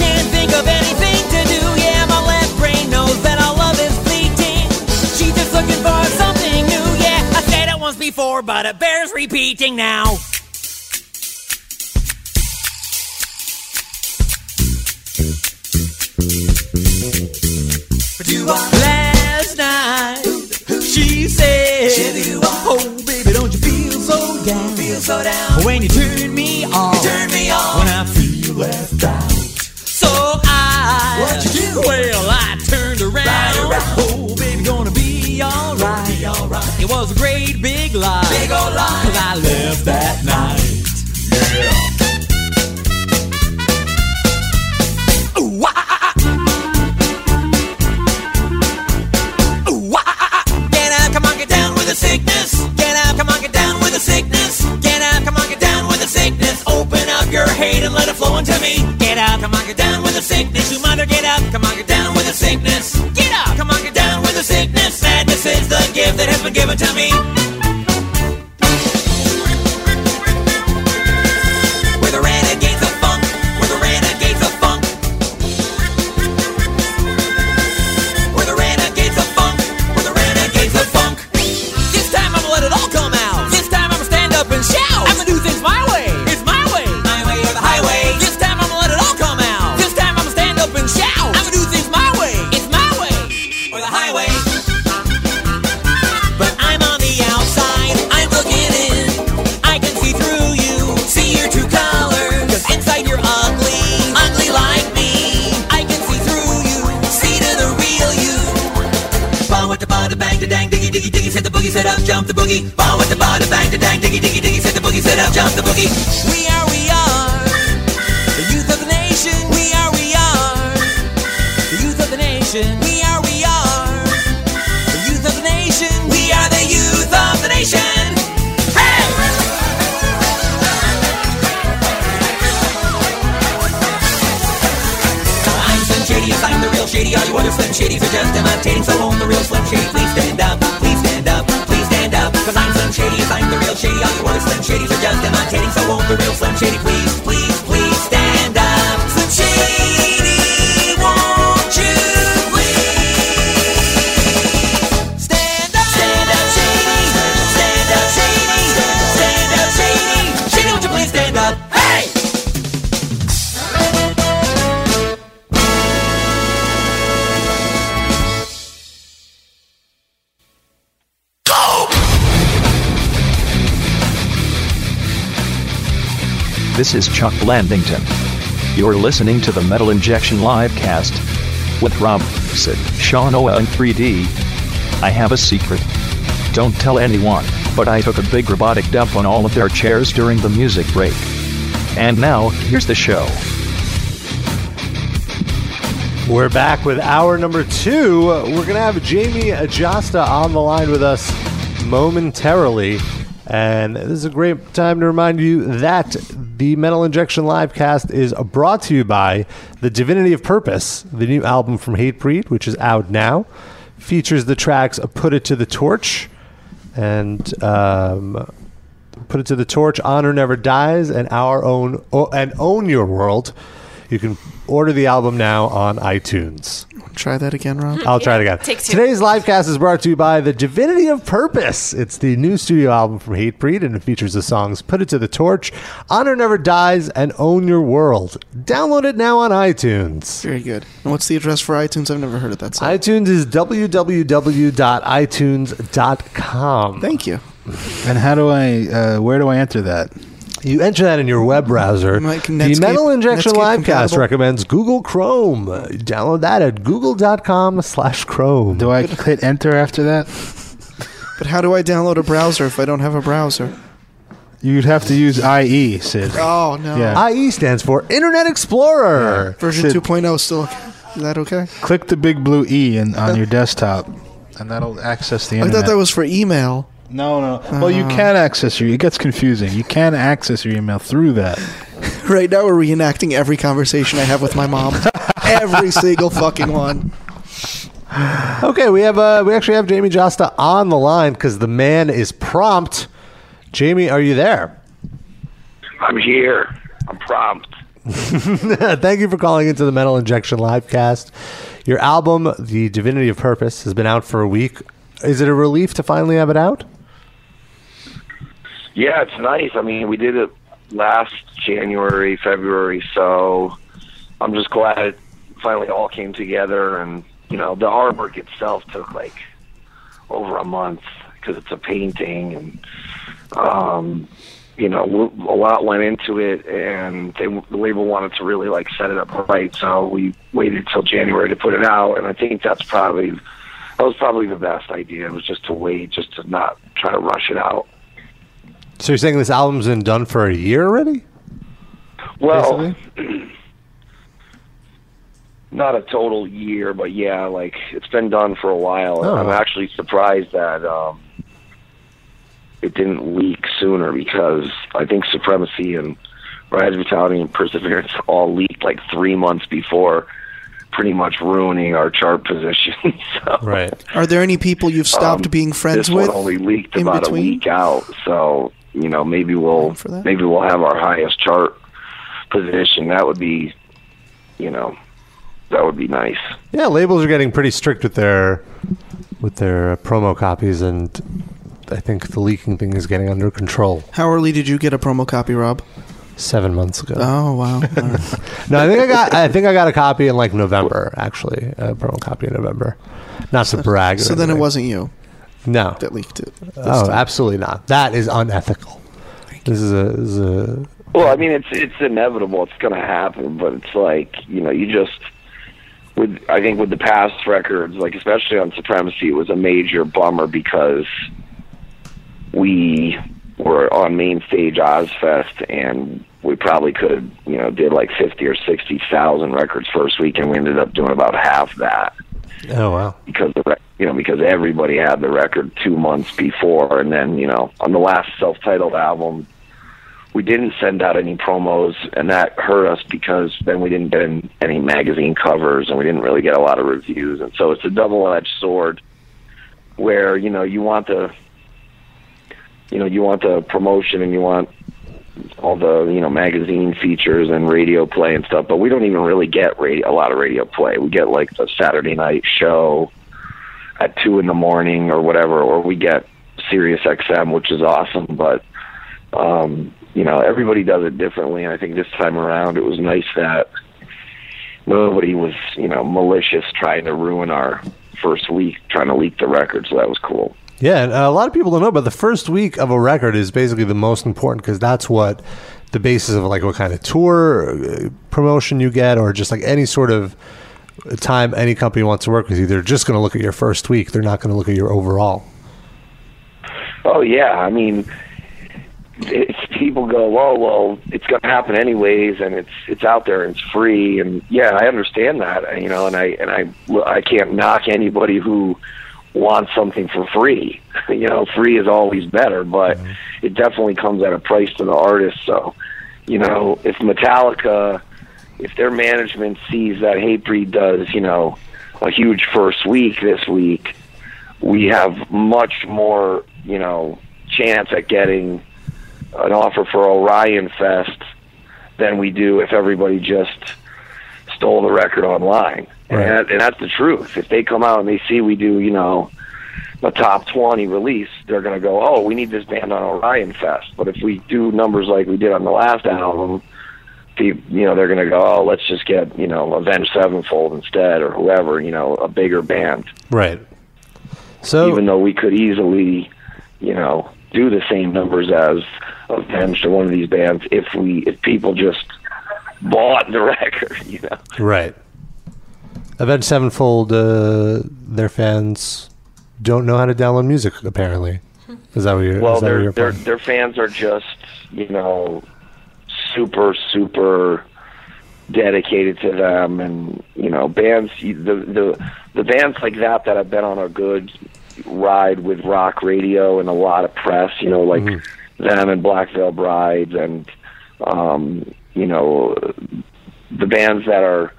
Can't think of anything to do. Yeah, my left brain knows that our love is fleeting. She's just looking for something new. Yeah, I said it once before, but it bears repeating now. Last night, she said, Oh, baby, don't you feel so down? Feel so down. When you turn me on, turn me on. When I feel left out. So I, what you do? Well, I turned around. Oh, baby, gonna be alright. It was a great big lie. Big old lie. 'Cause I left that night. Yeah. Ooh, ah, ah, ah. Ooh, ah, ah, ah. Get out, come on, get down with the sickness. Get out, come on, get down with the sickness. Get out, come on, get down with the sickness. Open up your hate and let it flow into me. Get out, come on, get down with the sickness. You mother, get up, come on, get down with the sickness. Get up, come on, get down with the sickness. Sadness is the gift that has been given to me. We're the renegades of funk. We're the renegades of funk. We're the renegades of funk. We're the renegades of funk. This time I'ma let it all come out. This time I'ma stand up and shout. I'ma do things my way. It's my way. My way or the highway. This time I'ma let it all come out. This time I'ma stand up and shout. I'ma do things my way. It's my way or the highway. But I'm on the outside. I'm looking in. I can see through you. See your true colors. Cause inside you're ugly. Ugly like me. I can see through you. See to the real you. Bow with the bada bang da dang diggy diggy diggy set the boogie set up jump the boogie Bow with the bada bang da dang diggy diggy diggy set the boogie set up jump the boogie We are we are the youth of the nation We are we are the youth of the nation We are we are the youth of the nation We are the youth of the nation Hey I'm Slim Shady, yes, I'm the real Shady. All you other Slim Shadys are just imitating. So own the real Slim Shady. Please stand up, please stand up, please stand up. Cause I'm Slim Shady, yes, I'm the real Shady. All you other Slim Shadys are just imitating. So own the real Slim Shady. Please, please, please stand up. Slim Shady, won't you please stand up? Stand up, Shady. Stand This is Chuck Landington. You're listening to the Metal Injection Livecast with Rob, Sid, Sean Oa, and 3D. I have a secret. Don't tell anyone, but I took a big robotic dump on all of their chairs during the music break. And now, here's the show. We're back with hour number two. We're going to have Jamie Ajasta on the line with us momentarily. And this is a great time to remind you that the Metal Injection Livecast is brought to you by The Divinity of Purpose, the new album from Hatebreed, which is out now. Features the tracks Put It to the Torch and um, Put It to the Torch, Honor Never Dies, and Our Own oh, and Own Your World. You can order the album now on iTunes. Try that again, Rob. I'll try it again. Take two. Today's livecast is brought to you by The Divinity of Purpose. It's the new studio album from Hatebreed and it features the songs Put It to the Torch, Honor Never Dies, and Own Your World. Download it now on iTunes. Very good. And what's the address for iTunes? I've never heard of that. site. iTunes is www.itunes.com. Thank you. And how do I? Uh, where do I enter that? You enter that in your web browser. Mike, the Netscape- Metal Injection Netscape Livecast compatible? recommends Google Chrome. Uh, Download that at google.com slash Chrome. Do I hit enter after that? But how do I download a browser if I don't have a browser? You'd have to use IE, Sid. Oh no. IE E stands for Internet Explorer. Version 2.0 is still is that okay? Click the big blue E in, on your desktop, and that'll access the I internet. thought that was for e- email. Uh. no, no. Well, you can access your. It gets confusing. You can access your email through that. Right now we're reenacting every conversation I have with my mom. every single fucking one. Okay, we have uh, we actually have Jamie Josta on the line because the man is prompt. Jamie, are you there? I'm here. I'm prompt. Thank you for calling into the Metal Injection Livecast. Your album, The Divinity of Purpose, has been out for a week. Is it a relief to finally have it out? Yeah, it's nice. I mean, we did it last January, February, so I'm just glad it finally all came together. And you know, the artwork itself took like over a month because it's a painting, and um, you know, w- a lot went into it. And they, the label wanted to really like set it up right, so we waited till January to put it out. And I think that's probably that was probably the best idea. Was just to wait, just to not try to rush it out. So you're saying this album's been done for a year already? Well, not a total year, but yeah, like it's been done for a while. Oh. I'm actually surprised that um, it didn't leak sooner because I think Supremacy and Rise of Vitality and Perseverance all leaked like three months before, pretty much ruining our chart position. so, right. Are there any people you've stopped being friends Um, this with? one only leaked in about between? a week out, so you know maybe we'll maybe we'll have our highest chart position. That would be, you know, that would be nice. Yeah, labels are getting pretty strict with their with their uh, promo copies, and I think the leaking thing is getting under control. How early did you get a promo copy, Rob? Seven months ago. Oh wow. All right. No, I think I got. I think I got a copy in like November, actually, a promo copy in November. Not to brag. or so then it anything. wasn't you. no that leaked it. this Oh, time. absolutely not. That is unethical. This is a. This is a Well, I mean, it's it's inevitable. It's going to happen, but it's like you know, you just with I think with the past records, like especially on Supremacy, it was a major bummer because we were on main stage Ozfest, and we probably could have you know did like fifty or sixty thousand records first week, and we ended up doing about half that oh wow. because the rec- you know because everybody had the record two months before, and then you know on the last self-titled album, we didn't send out any promos, and that hurt us because then we didn't get in any magazine covers, and we didn't really get a lot of reviews, and so it's a double-edged sword where you know you want the you know you want the promotion and you want all the you know magazine features and radio play and stuff, but we don't even really get radio, a lot of radio play. We get like the Saturday night show at two in the morning or whatever, or we get Sirius XM, which is awesome. But um, you know, everybody does it differently, and I think this time around it was nice that nobody was you know malicious trying to ruin our first week, trying to leak the record. So that was cool. Yeah, and uh, a lot of people don't know, but the first week of a record is basically the most important because that's what the basis of like what kind of tour uh, promotion you get, or just like any sort of time any company wants to work with you. They're just going to look at your first week. They're not going to look at your overall. Oh yeah, I mean, it's people go, oh well, it's going to happen anyways, and it's it's out there and it's free, and yeah, I understand that, you know, and I and I I can't knock anybody who wants something for free. you know, free is always better, but it definitely comes at a price to the artist. So, you know, if Metallica, if their management sees that Hatebreed does, you know, a huge first week this week, we have much more, you know, chance at getting an offer for Orion Fest than we do if everybody just stole the record online. And, that, and that's the truth. If they come out and they see we do, you know, a top 20 release, they're going to go, oh, we need this band on Orion Fest. But if we do numbers like we did on the last album, people, you know, they're going to go, oh, let's just get, you know, Avenged Sevenfold instead or whoever, you know, a bigger band. Right. So even though we could easily, you know, do the same numbers as Avenged or one of these bands if we if people just bought the record, you know. Right. Avenged Sevenfold, uh, their fans don't know how to download music. Apparently, is that what you're? well is that what their you're their their fans are just you know super super dedicated to them and you know bands the the the bands like that that have been on a good ride with rock radio and a lot of press you know like them and black veil brides and um you know the bands that are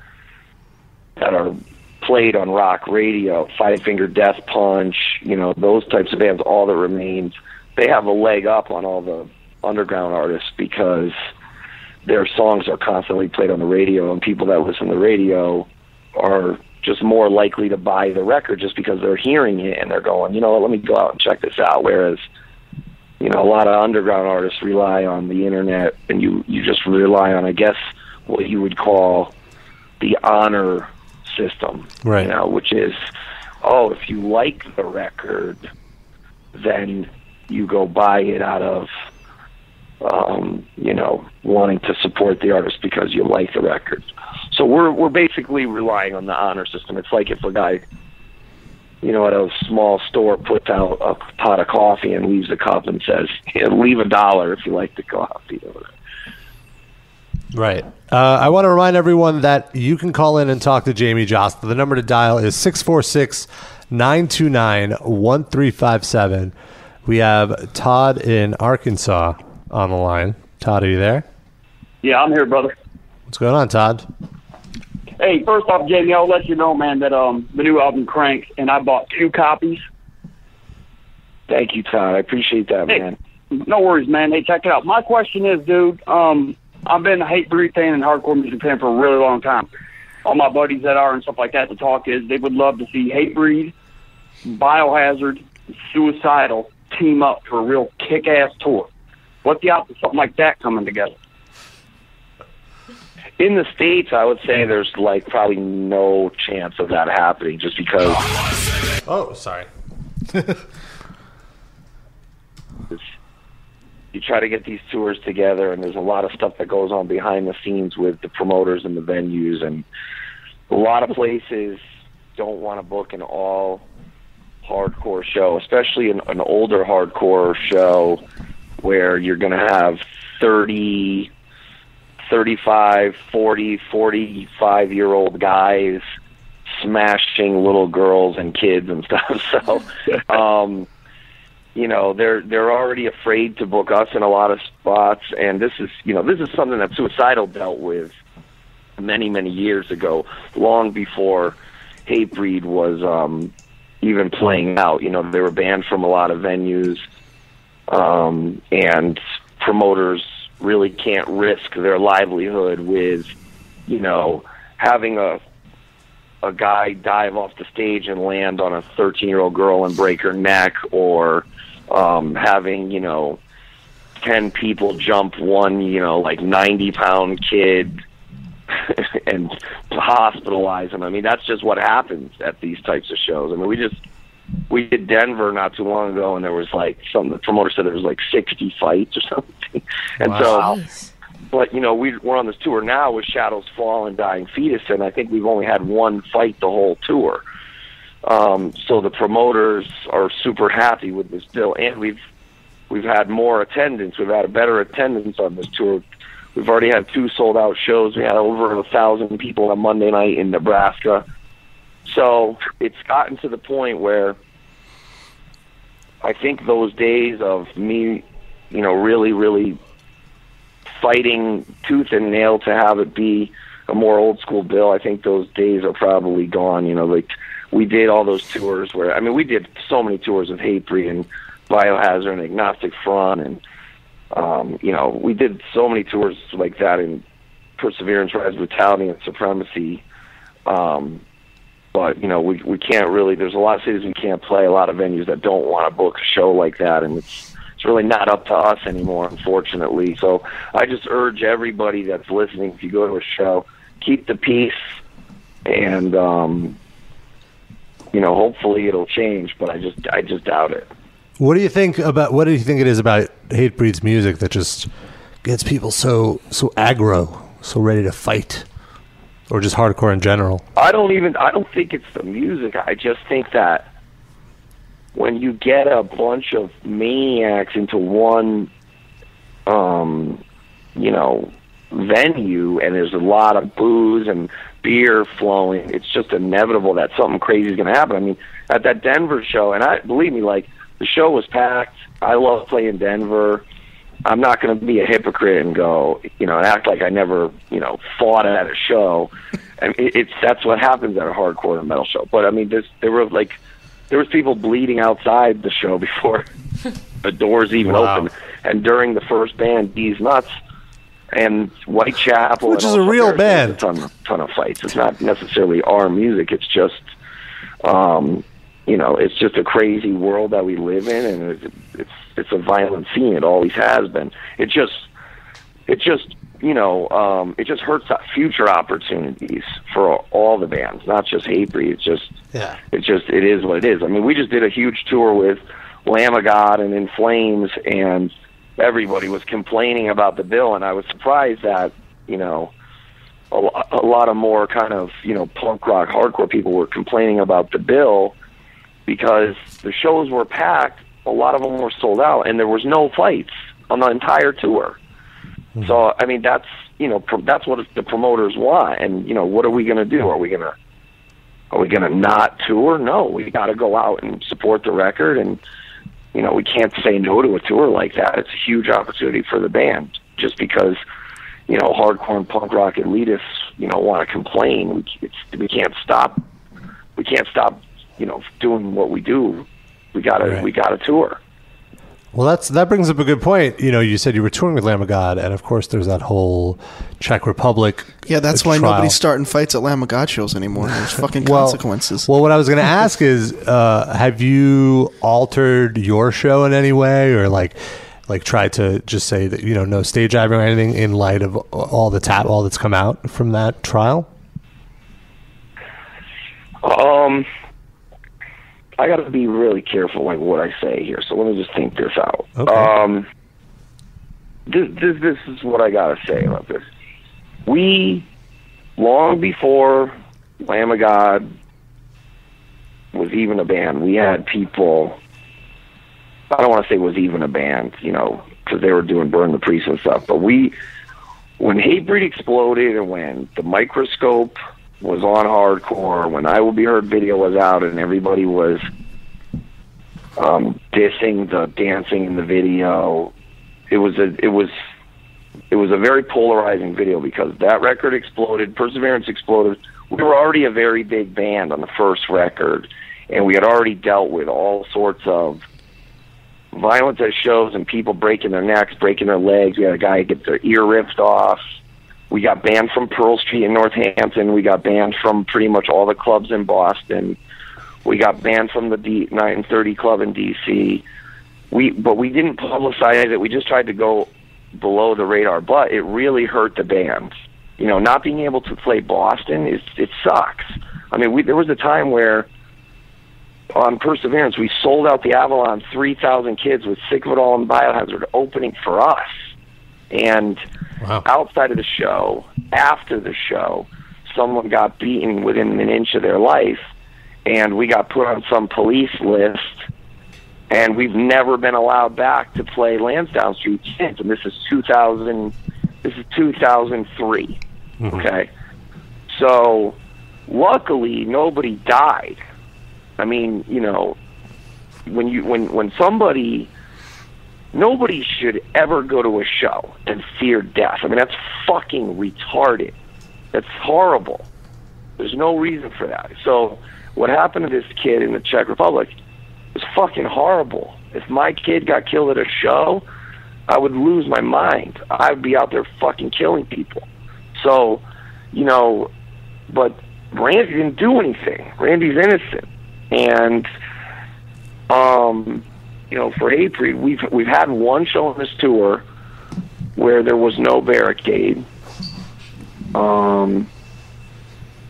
that are played on rock radio, Five Finger Death Punch, you know, those types of bands, all that remains, they have a leg up on all the underground artists because their songs are constantly played on the radio and people that listen to the radio are just more likely to buy the record just because they're hearing it and they're going, you know, what, let me go out and check this out. Whereas, you know, a lot of underground artists rely on the internet and you, you just rely on, I guess, what you would call the honor system Right. you know, which is, oh, if you like the record, then you go buy it out of, um, you know, wanting to support the artist because you like the record. So we're we're basically relying on the honor system. It's like if a guy, you know, at a small store puts out a pot of coffee and leaves a cup and says, "Here, "Leave a dollar if you like the coffee." or whatever. Right. Uh, I want to remind everyone that you can call in and talk to Jamie Jost. The number to dial is 646 929 1357. We have Todd in Arkansas on the line. Todd, are you there? Yeah, I'm here, brother. What's going on, Todd? Hey, first off, Jamie, I'll let you know, man, that um the new album cranks, and I bought two copies. Thank you, Todd. I appreciate that, Hey. man. No worries, man. Hey, check it out. My question is, dude, um, I've been a hate breed fan and hardcore music fan for a really long time. All my buddies that are and stuff like that to talk is they would love to see hate breed, biohazard, suicidal team up for a real kick ass tour. What's the odds of something like that coming together? In the states, I would say there's like probably no chance of that happening, just because. Oh, sorry. you try to get these tours together and there's a lot of stuff that goes on behind the scenes with the promoters and the venues and a lot of places don't want to book an all hardcore show especially an, an older hardcore show where you're going to have 30 35 40 45 year old guys smashing little girls and kids and stuff so um you know they're they're already afraid to book us in a lot of spots and this is you know this is something that suicidal dealt with many many years ago long before hatebreed was um even playing out you know they were banned from a lot of venues um and promoters really can't risk their livelihood with you know having a a guy dive off the stage and land on a 13 year old girl and break her neck or um having you know 10 people jump one you know like 90 pound kid and hospitalize him i mean that's just what happens at these types of shows i mean we just we did denver not too long ago and there was like some the promoter said there was like 60 fights or something and so But you know, we, we're on this tour now with Shadows Fall and Dying Fetus, and I think we've only had one fight the whole tour. Um, so the promoters are super happy with this bill, and we've we've had more attendance. We've had a better attendance on this tour. We've already had two sold out shows. We had over a thousand people on Monday night in Nebraska. So it's gotten to the point where I think those days of me, you know, really, really fighting tooth and nail to have it be a more old school bill, I think those days are probably gone. You know, like we did all those tours where, I mean, we did so many tours of Hatebreed and Biohazard and Agnostic Front and, um, you know, we did so many tours like that in Perseverance, Rise Brutality, and Supremacy. Um, but you know we we can't really there's a lot of cities we can't play a lot of venues that don't want to book a show like that and it's it's really not up to us anymore unfortunately so i just urge everybody that's listening if you go to a show keep the peace and um you know hopefully it'll change but i just i just doubt it What do you think about what do you think it is about Hate Breed's music that just gets people so so aggro, so ready to fight, or just hardcore in general? I don't even. I don't think it's the music. I just think that when you get a bunch of maniacs into one, um, you know, venue, and there's a lot of booze and beer flowing, it's just inevitable that something crazy is going to happen. I mean, at that Denver show, and I believe me, like the show was packed. I love playing Denver. I'm not going to be a hypocrite and go, you know, and act like I never, you know, fought at a show. I mean, it, it's that's what happens at a hardcore and metal show. But I mean, there's, there were like there was people bleeding outside the show before the doors even Wow. opened, and during the first band, D's Nuts and Whitechapel, Which and is a all- real there's- there's a ton, ton of fights. It's not necessarily our music. It's just, um, you know, it's just a crazy world that we live in, and it's it's, it's a violent scene. It always has been. It just it just you know um, it just hurts future opportunities for all the bands, not just Hatebreed. It's just Yeah. it just it is what it is. I mean, we just did a huge tour with Lamb of God and In Flames, and everybody was complaining about the bill, and I was surprised that you know a, lo- a lot of more kind of you know punk rock hardcore people were complaining about the bill because the shows were packed, a lot of them were sold out, and there was no fights on the entire tour. So I mean, that's you know pro- that's what the promoters want, and you know what are we going to do? Are we going to are we going to not tour? No, we got to go out and support the record, and you know we can't say no to a tour like that. It's a huge opportunity for the band, just because you know hardcore and punk rock elitists you know want to complain. We, c- it's, we can't stop. We can't stop. You know, doing what we do. We gotta we gotta tour. Well, that's that brings up a good point. You know, you said you were touring with Lamb of God, and of course, there's that whole Czech Republic. Yeah, that's uh, why trial. nobody's starting fights at Lamb of God shows anymore. There's fucking consequences. Well, what I was going to ask is, uh, have you altered your show in any way, or like, like tried to just say that you know no stage diving or anything in light of all the tap all that's come out from that trial? Um, I got to be really careful, like what I say here. So let me just think this out. Um, this this this is what I got to say about this. We long before Lamb of God was even a band, we had people. I don't want to say was even a band, you know, because they were doing Burn the Priest and stuff. But we, when Hatebreed exploded and when the microscope was on hardcore when I Will Be Heard video was out and everybody was um, dissing the dancing in the video. It was a it was it was a very polarizing video because that record exploded, Perseverance exploded. We were already a very big band on the first record, and we had already dealt with all sorts of violence at shows and people breaking their necks, breaking their legs. We had a guy get their ear ripped off. We got banned from Pearl Street in Northampton. We got banned from pretty much all the clubs in Boston. We got banned from the D- 930 Club in D.C. We, but we didn't publicize it. We just tried to go below the radar. But it really hurt the band. You know, not being able to play Boston is it sucks. I mean, we, there was a time where on Perseverance we sold out the Avalon. Three thousand kids with Sick of It All and Biohazard opening for us And outside of the show, after the show, someone got beaten within an inch of their life, and we got put on some police list, and we've never been allowed back to play Lansdowne Street since. And this is 2000. This is 2003. Mm-hmm. Okay. So, luckily, nobody died. I mean, you know, when you when when somebody nobody should ever go to a show and fear death. I mean, that's fucking retarded. That's horrible. There's no reason for that. So, what happened to this kid in the Czech Republic was fucking horrible. If my kid got killed at a show, I would lose my mind. I'd be out there fucking killing people. So, you know, but Randy didn't do anything. Randy's innocent. And um, you know, for April, we've we've had one show on this tour where there was no barricade um,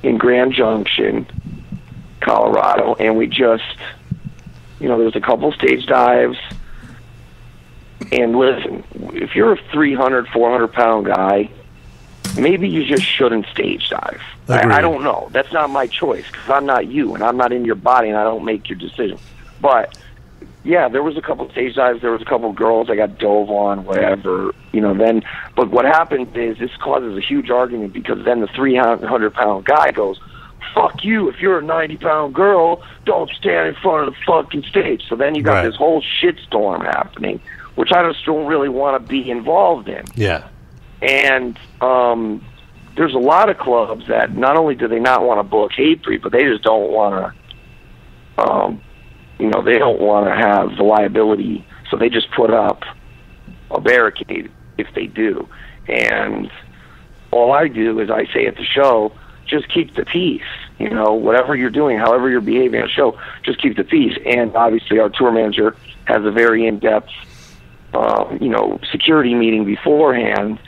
in Grand Junction, Colorado, and we just, you know, there was a couple stage dives. And listen, if you're a 300, 400 pound guy, maybe you just shouldn't stage dive. I, I Agreed. don't know. That's not my choice because I'm not you and I'm not in your body and I don't make your decision. But yeah, there was a couple stage dives. There was a couple girls I got dove on, whatever. You know, then. But what happens is this causes a huge argument because then the three hundred pound guy goes, "Fuck you! If you're a ninety pound girl, don't stand in front of the fucking stage." So then you got Right. this whole shitstorm happening, which I just don't really want to be involved in. Yeah. And um, there's a lot of clubs that not only do they not want to book Hatebreed, but they just don't want to, um, you know, they don't want to have the liability, so they just put up a barricade if they do. And all I do is I say at the show, just keep the peace. You know, whatever you're doing, however you're behaving at the show, just keep the peace. And obviously, our tour manager has a very in-depth, um, you know, security meeting beforehand.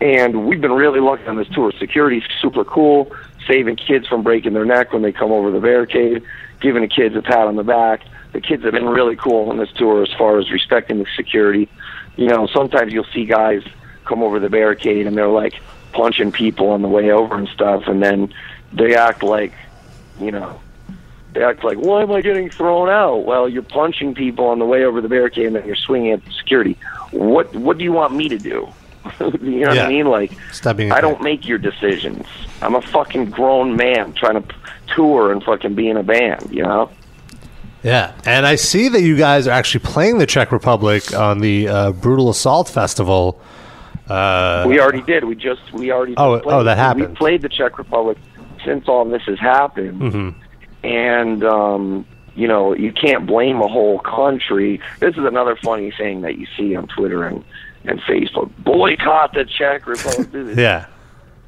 And we've been really lucky on this tour. Security's super cool, saving kids from breaking their neck when they come over the barricade, giving the kids a pat on the back. The kids have been really cool on this tour as far as respecting the security. You know, sometimes you'll see guys come over the barricade and they're like punching people on the way over and stuff, and then they act like, you know, they act like, why am I getting thrown out? Well, you're punching people on the way over the barricade and then you're swinging at the security. What What do you want me to do? you know what Yeah. I mean? Like, Stop being a I don't make your decisions. I'm a fucking grown man trying to p- tour and fucking be in a band. You know? Yeah, and I see that you guys are actually playing the Czech Republic on the uh, Brutal Assault Festival. Uh, we already did. We just we already Oh, played. oh, that We happened. played the Czech Republic since all this has happened. Mhm. and um, you know you can't blame a whole country. This is another funny thing that you see on Twitter and and Facebook. Boycott the Czech Republic. Yeah.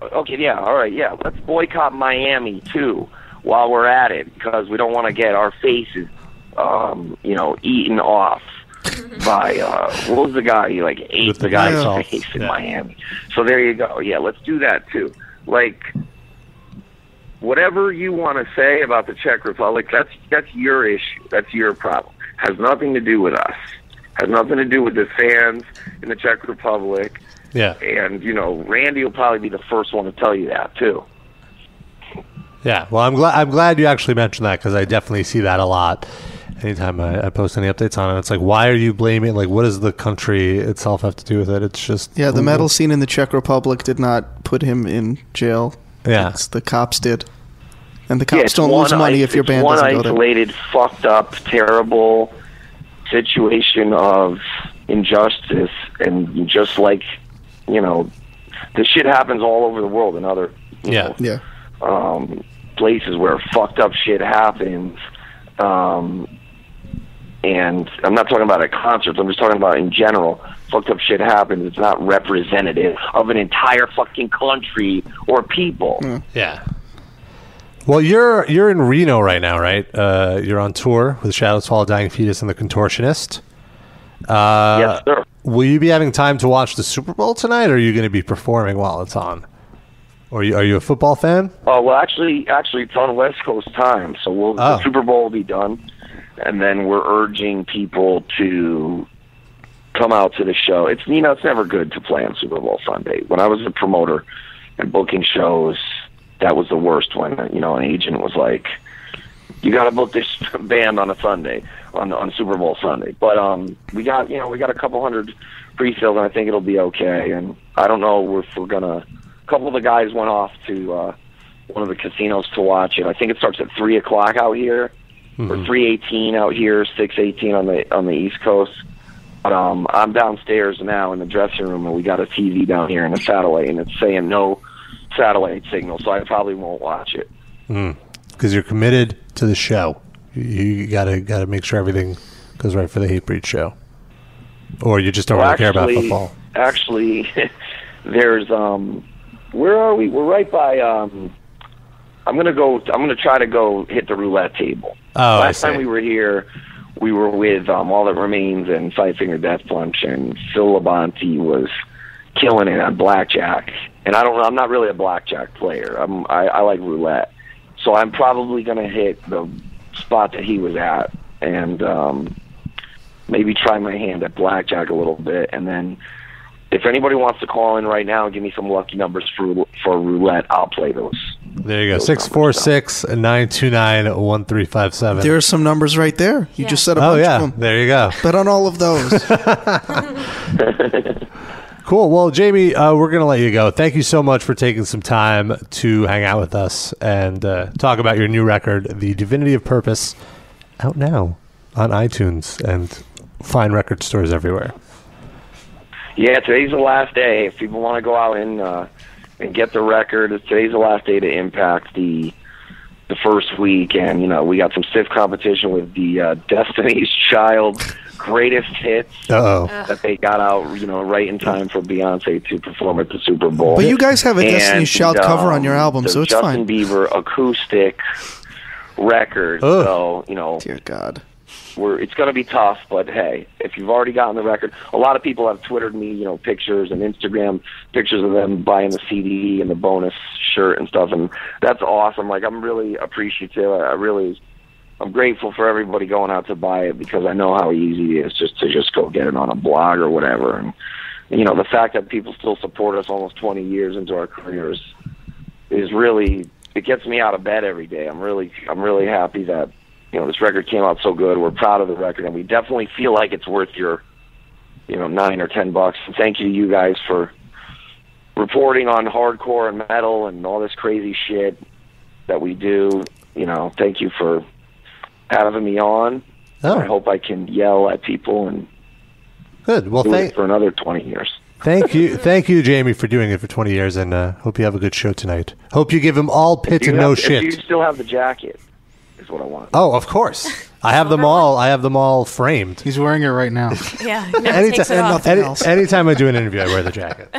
Okay, yeah, all right, yeah. Let's boycott Miami too while we're at it because we don't want to get our faces, um, you know, eaten off by uh, what was the guy? He like ate the guy's Yeah. face in Miami. So there you go. Yeah, let's do that too. Like whatever you want to say about the Czech Republic, that's that's your issue. That's your problem. Has nothing to do with us. Has nothing to do with the fans in the Czech Republic. Yeah. And you know, Randy will probably be the first one to tell you that too. Yeah, well, I'm glad I'm glad you actually mentioned that because I definitely see that a lot. Anytime I, I post any updates on it, it's like, why are you blaming? Like, what does the country itself have to do with it? It's just Yeah, the metal scene in the Czech Republic did not put him in jail. Yeah. It's the cops did. And the Yeah, cops it's don't lose one money is- if your it's band one doesn't go there. isolated, fucked up, terrible situation of injustice, and just like you know, this shit happens all over the world in other Yeah, yeah. um, places where fucked up shit happens. Um, and I'm not talking about at concerts. I'm just talking about in general. Fucked up shit happens. It's not representative of an entire fucking country or people. Yeah. Well, you're you're in Reno right now, right? Uh, you're on tour with Shadows Fall, Dying Fetus, and the Contortionist. Uh, Yes, sir. Will you be having time to watch the Super Bowl tonight, or are you going to be performing while it's on? Or are you, are you a football fan? Oh well, actually, actually, it's on West Coast time, so we'll, Oh. the Super Bowl will be done, and then we're urging people to come out to the show. It's you know it's never good to play on Super Bowl Sunday. When I was a promoter and booking shows, that was the worst. When you know an agent was like, "You got to book this band on a Sunday on on Super Bowl Sunday." But um, we got you know we got a couple hundred pre-fills, and I think it'll be okay. And I don't know if we're gonna. A couple of the guys went off to uh, one of the casinos to watch it. I think it starts at three o'clock out here Hmm. or three eighteen out here, six eighteen on the on the East Coast. But um, I'm downstairs now in the dressing room, and we got a TV down here and a satellite, and it's saying no satellite signal, so I probably won't watch it. Because you're committed to the show. You, you gotta gotta make sure everything goes right for the hate breed show, or you just don't Well, really care about actually- football. Actually, there's um, where are we? We're right by um. I'm gonna go. I'm gonna try to go hit the roulette table. Oh, I last see. time we were here, we were with um, All That Remains and Five Finger Death Punch, and Phil Labonte was killing it on blackjack. And I don't. I'm not really a blackjack player. I'm. I, I like roulette, so I'm probably gonna hit the spot that he was at, and um, maybe try my hand at blackjack a little bit, and then. If anybody wants to call in right now and give me some lucky numbers for for roulette, I'll play those. There you go. Six four six nine two nine one three five seven. There are some numbers right there. You just said a Oh bunch yeah, of them. there you go. Bet on all of those. Cool. Well, Jamie, uh, we're gonna let you go. Thank you so much for taking some time to hang out with us and uh, talk about your new record, "The Divinity of Purpose," out now on iTunes and fine record stores everywhere. Yeah, today's the last day. If people want to go out and uh, and get the record, today's the last day to impact the the first week. And you know, we got some stiff competition with the uh, Destiny's Child greatest hits Uh-oh. that they got out. You know, right in time for Beyonce to perform at the Super Bowl. But you guys have a Destiny's Child cover on your album, um, the so it's Justin Bieber acoustic record. So you know, dear God. We're, it's going to be tough, but hey, if you've already gotten the record, a lot of people have twittered me, you know, pictures and Instagram pictures of them buying the CD and the bonus shirt and stuff, and that's awesome. Like I'm really appreciative. I, I really, I'm grateful for everybody going out to buy it because I know how easy it is just to just go get it on a blog or whatever. And you know, the fact that people still support us almost 20 years into our careers is really it gets me out of bed every day. I'm really I'm really happy that you know this record came out so good. We're proud of the record, and we definitely feel like it's worth your you know nine or ten bucks. And thank you, you guys, for reporting on hardcore and metal and all this crazy shit that we do. You know, thank you for having me on. Oh. I hope I can yell at people and Good. Well, do thank it for another twenty years. Thank you, thank you, Jamie, for doing it for twenty years, and uh, hope you have a good show tonight. Hope you give him all pit If you and have- no if shit. you still have the jacket, is what I want. oh, of course, I have them all. I have them all framed. He's wearing it right now. Yeah. anytime I do an interview, I wear the jacket.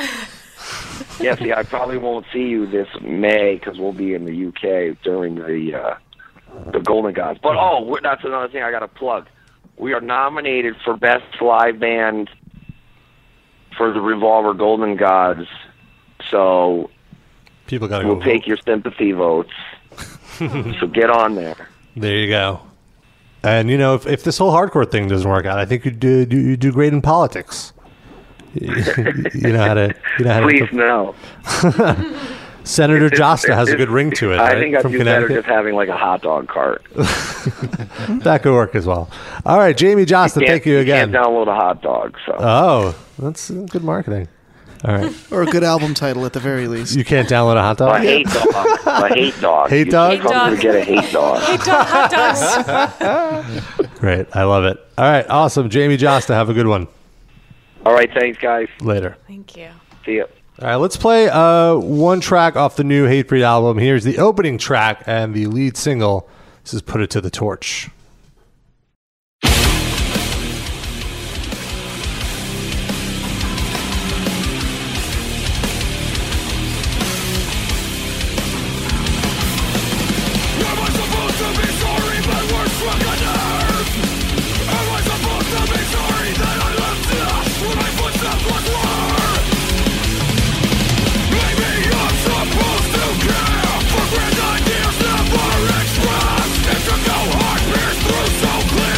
yeah, see, I probably won't see you this May because we'll be in the UK during the uh, the Golden Gods. But oh, we're, that's another thing I got to plug. We are nominated for best live band for the Revolver Golden Gods. So People got to we'll go. take your sympathy votes. so get on there. There you go. And you know, if, if this whole hardcore thing doesn't work out, I think you do do, you do great in politics. you know how to. You know how Please to. no. Senator It's- Josta has a it's- good ring to it. I right? think I'd From do better Connecticut. just having like a hot dog cart. that could work as well. All right, Jamie Josta, Can't- thank you again. Can't download a hot dog. So Oh, that's uh, good marketing. All right, or a good album title at the very least. you can't download a hot dog. I hate dog. I hate dog. Hate You dog? can't come Hate to get a hate dog. hot dogs. Great, I love it. All right, awesome, Jamie Josta, have a good one. All right, thanks, guys. Later. Thank you. See ya. All right, let's play uh, one track off the new Hatebreed album. Here's the opening track and the lead single. This is "Put It to the Torch." Supposed to care for grand ideas never expressed. It's a cold heart,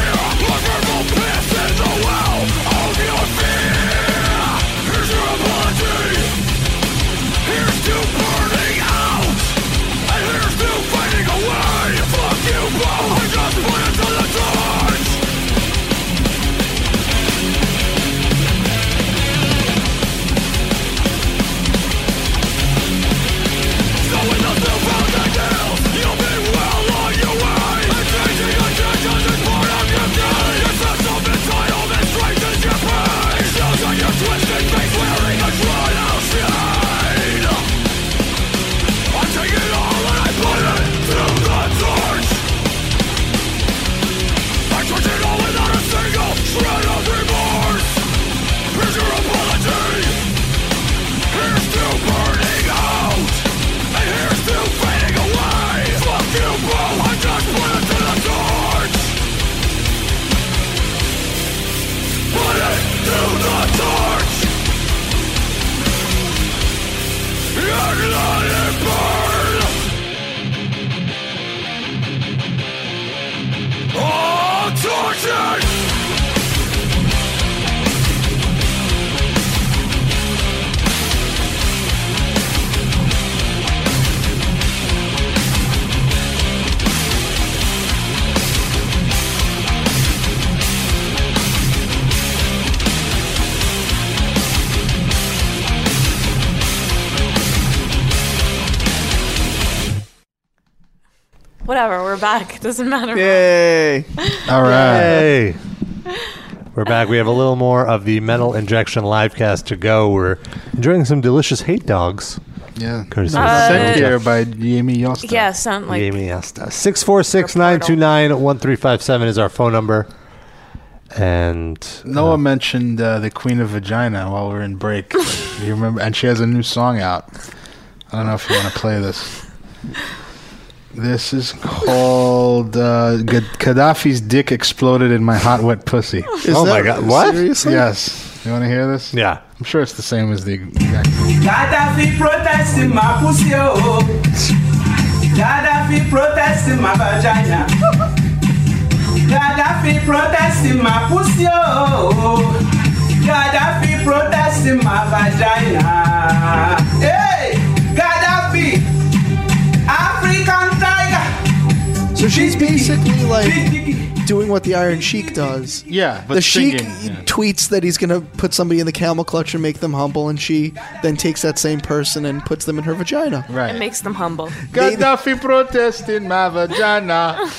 Whatever, we're back. It doesn't matter. Yay! All right. Yay. We're back. We have a little more of the Metal Injection live cast to go. We're enjoying some delicious hate dogs. Yeah. Courtesy Uh, Sent here by Jamie Yost. Yeah, sound like Jamie Asta. 646 929 1357 is our phone number. And Noah Uh-huh. mentioned uh, the Queen of Vagina while we were in break. you remember? And she has a new song out. I don't know if you want to play this. This is called uh, Gad- Gaddafi's Dick Exploded in My Hot Wet Pussy. Is Oh my that God, what? seriously? Yes. You want to hear this? Yeah. I'm sure it's the same as the exact. Gaddafi protesting my pussy, oh. Gaddafi protesting my vagina. Gaddafi protesting my pussy, oh. Gaddafi protesting my vagina. Hey, Gaddafi, African tiger. So she's basically like doing what the Iron Sheik does. Yeah, but the Sheik singing, yeah. tweets that he's gonna put somebody in the camel clutch and make them humble, and she then takes that same person and puts them in her vagina. Right. it makes them humble. Gaddafi protesting my vagina.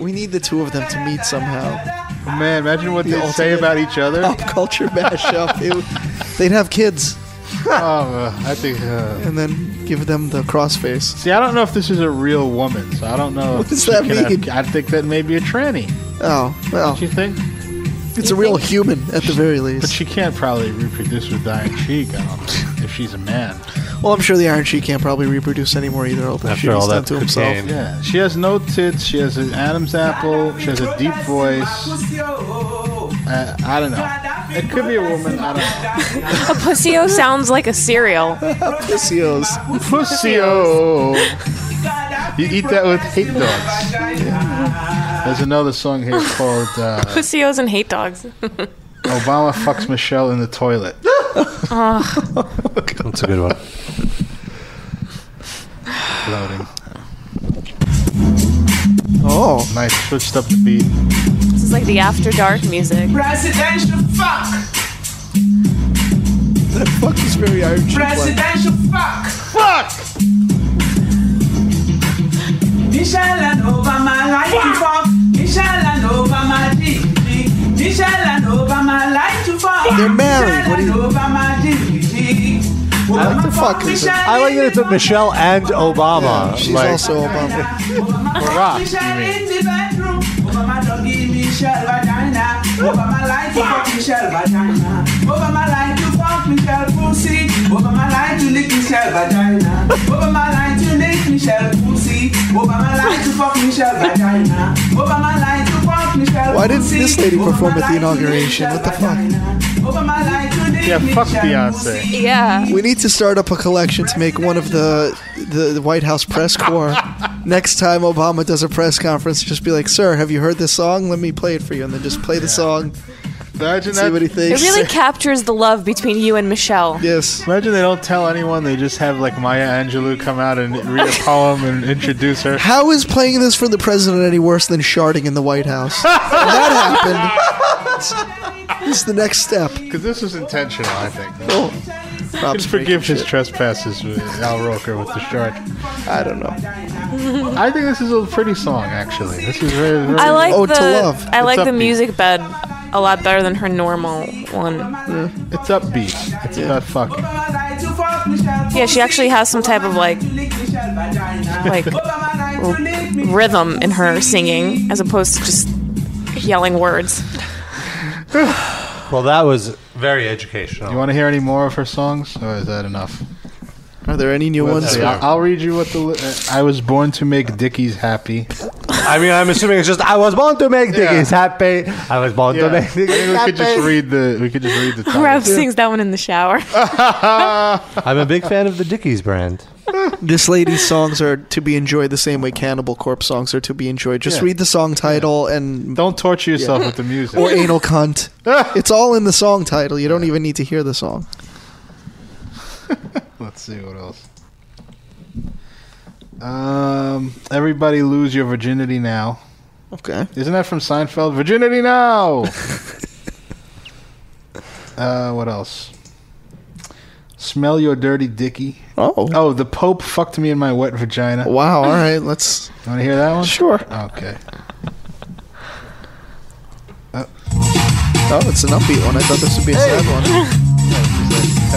We need the two of them to meet somehow. Man, imagine what The they say ultimate about each other. Pop culture mashup. It, would- they'd have kids. oh, uh, I think. Uh, and then give them the crossface. See, I don't know if this is a real woman, so I don't know. What if does she that can have- mean? I think that may be a tranny. Oh, well. you think? It's a real human at the very least. But she can't probably reproduce with dying cheek. I don't know if she's a man. Well, I'm sure the Iron Sheik can't probably reproduce anymore either. I'll After shoot all his that gun to himself. cocaine. Yeah, she has no tits. She has an Adam's apple. She has a deep voice. Uh, I don't know. It could be a woman. I don't know. A pussio sounds like a cereal. Pussios. Pussio. You eat that with hate dogs. There's another song here called uh, Pussios and hate dogs. "Obama fucks Michelle in the toilet." Ugh. That's a good one. Floating. Oh, nice. Switched up the beat. this is like the after dark music. Presidential fuck. That fuck is very Iron Sheik. Presidential fuck. Fuck. Michelle and Obama like to fuck. Michelle and Obama dick. dick. Michelle and Obama like to fuck. They're Michelle married. What do and you- Obama dick. dick. I like the fuck. I like that it's a Michelle and Obama. she's like, also Obama. Barack, Michelle you mean. in the bedroom. Obama doggy Michelle vagina. Obama like to fuck Michelle vagina. Obama like to fuck Michelle pussy. Obama like to lick Michelle vagina. Obama like to lick Michelle pussy. Obama like to fuck Michelle vagina. Obama like to fuck Michelle Why didn't pussy. this lady perform at the Obama like to lick inauguration? What the fuck? Obama like to lick Yeah, fuck Michelle Beyonce. pussy. Yeah. We need to start up a collection to make one of the the, the White House press corps. Next time Obama does a press conference, just be like, "Sir, have you heard this song? Let me play it for you," and then just play the song. Imagine See that. what he It thinks. really captures the love between you and Michelle. Yes. Imagine they don't tell anyone. They just have like Maya Angelou come out and read a poem and introduce her. How is playing this for the president any worse than sharding in the White House? When that happened. It's the next step. Because this was intentional, I think. Oh. Rob's Just forgive breaking his shit. trespasses, with Al Roker with the shark. I don't know. I think this is a pretty song, actually. This is very. very Oh, I like the I It's like the upbeat. music bed a lot better than her normal one. It's upbeat. It's about fucking. Like to fuck Michelle Yeah, she actually has some type of like like rhythm in her singing as opposed to just yelling words. well, that was very educational. You want to hear any more of her songs, or is that enough? Are there any new Let's ones? see. I'll, I'll read you what the. Li- uh, I was born to make Dickies happy. I mean, I'm assuming it's just I was born to make things happy. I was born to Yeah. I make think things we could just happy. read the. We could just read the. title. Rob sings that one in the shower. I'm a big fan of the Dickies brand. This lady's songs are to be enjoyed the same way Cannibal Corpse songs are to be enjoyed. Just Yeah. read the song title and Don't torture yourself with the music. or anal cunt. it's all in the song title. You don't even need to hear the song. Let's see what else. Um, everybody lose your virginity now. Okay. Isn't that from Seinfeld? Virginity now. uh, what else? Smell your dirty dicky. Oh. Oh, the Pope fucked me in my wet vagina. Wow. All right. Let's. Want to hear that one? Sure. Okay. Uh, Oh, it's an upbeat one. I thought this would be a sad one.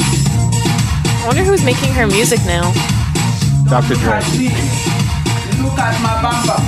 I wonder who's making her music now. Dr. Dre. Look at my bumper.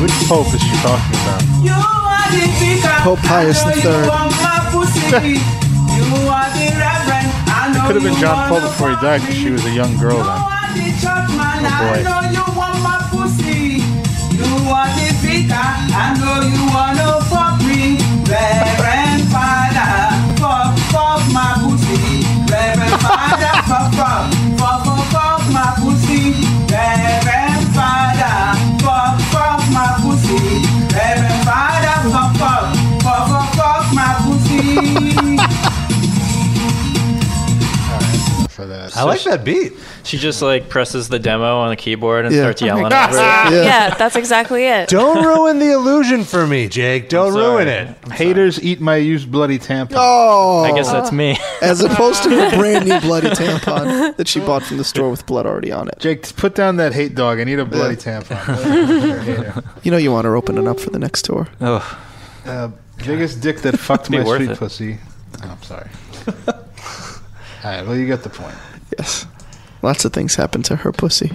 Which Pope is she talking about? You are the vicar. Pope Pius I know III. You want my pussy. you are the reverend. I know Could have been you want John Pope the before he died because she was a young girl then. the church man. I boy. know you want my pussy. You are the vicar. I know you wanna fuck me, Reverend Father. Fuck, fuck my pussy, Reverend Father. fuck, fuck, fuck, fuck, fuck my pussy, Reverend Father. Fuck, fuck my pussy, Reverend Father. Fuck, fuck, fuck, fuck, fuck my pussy. I like that beat. She just like presses the demo on the keyboard and Yeah. starts Oh my yelling. God. over it. Yeah. Yeah. that's exactly it. Don't ruin the illusion for me, Jake. Don't ruin it. Haters eat my used bloody tampon. Oh. I guess that's me. As opposed to her brand new bloody tampon that she bought from the store with blood already on it. Jake, put down that hate dog. I need a bloody tampon. You know you want her opening up for the next tour. Oh. uh, biggest dick that fucked Be my worth sweet it. pussy. Oh, I'm sorry. All right, well, you get the point. Yes. Lots of things happen to her pussy.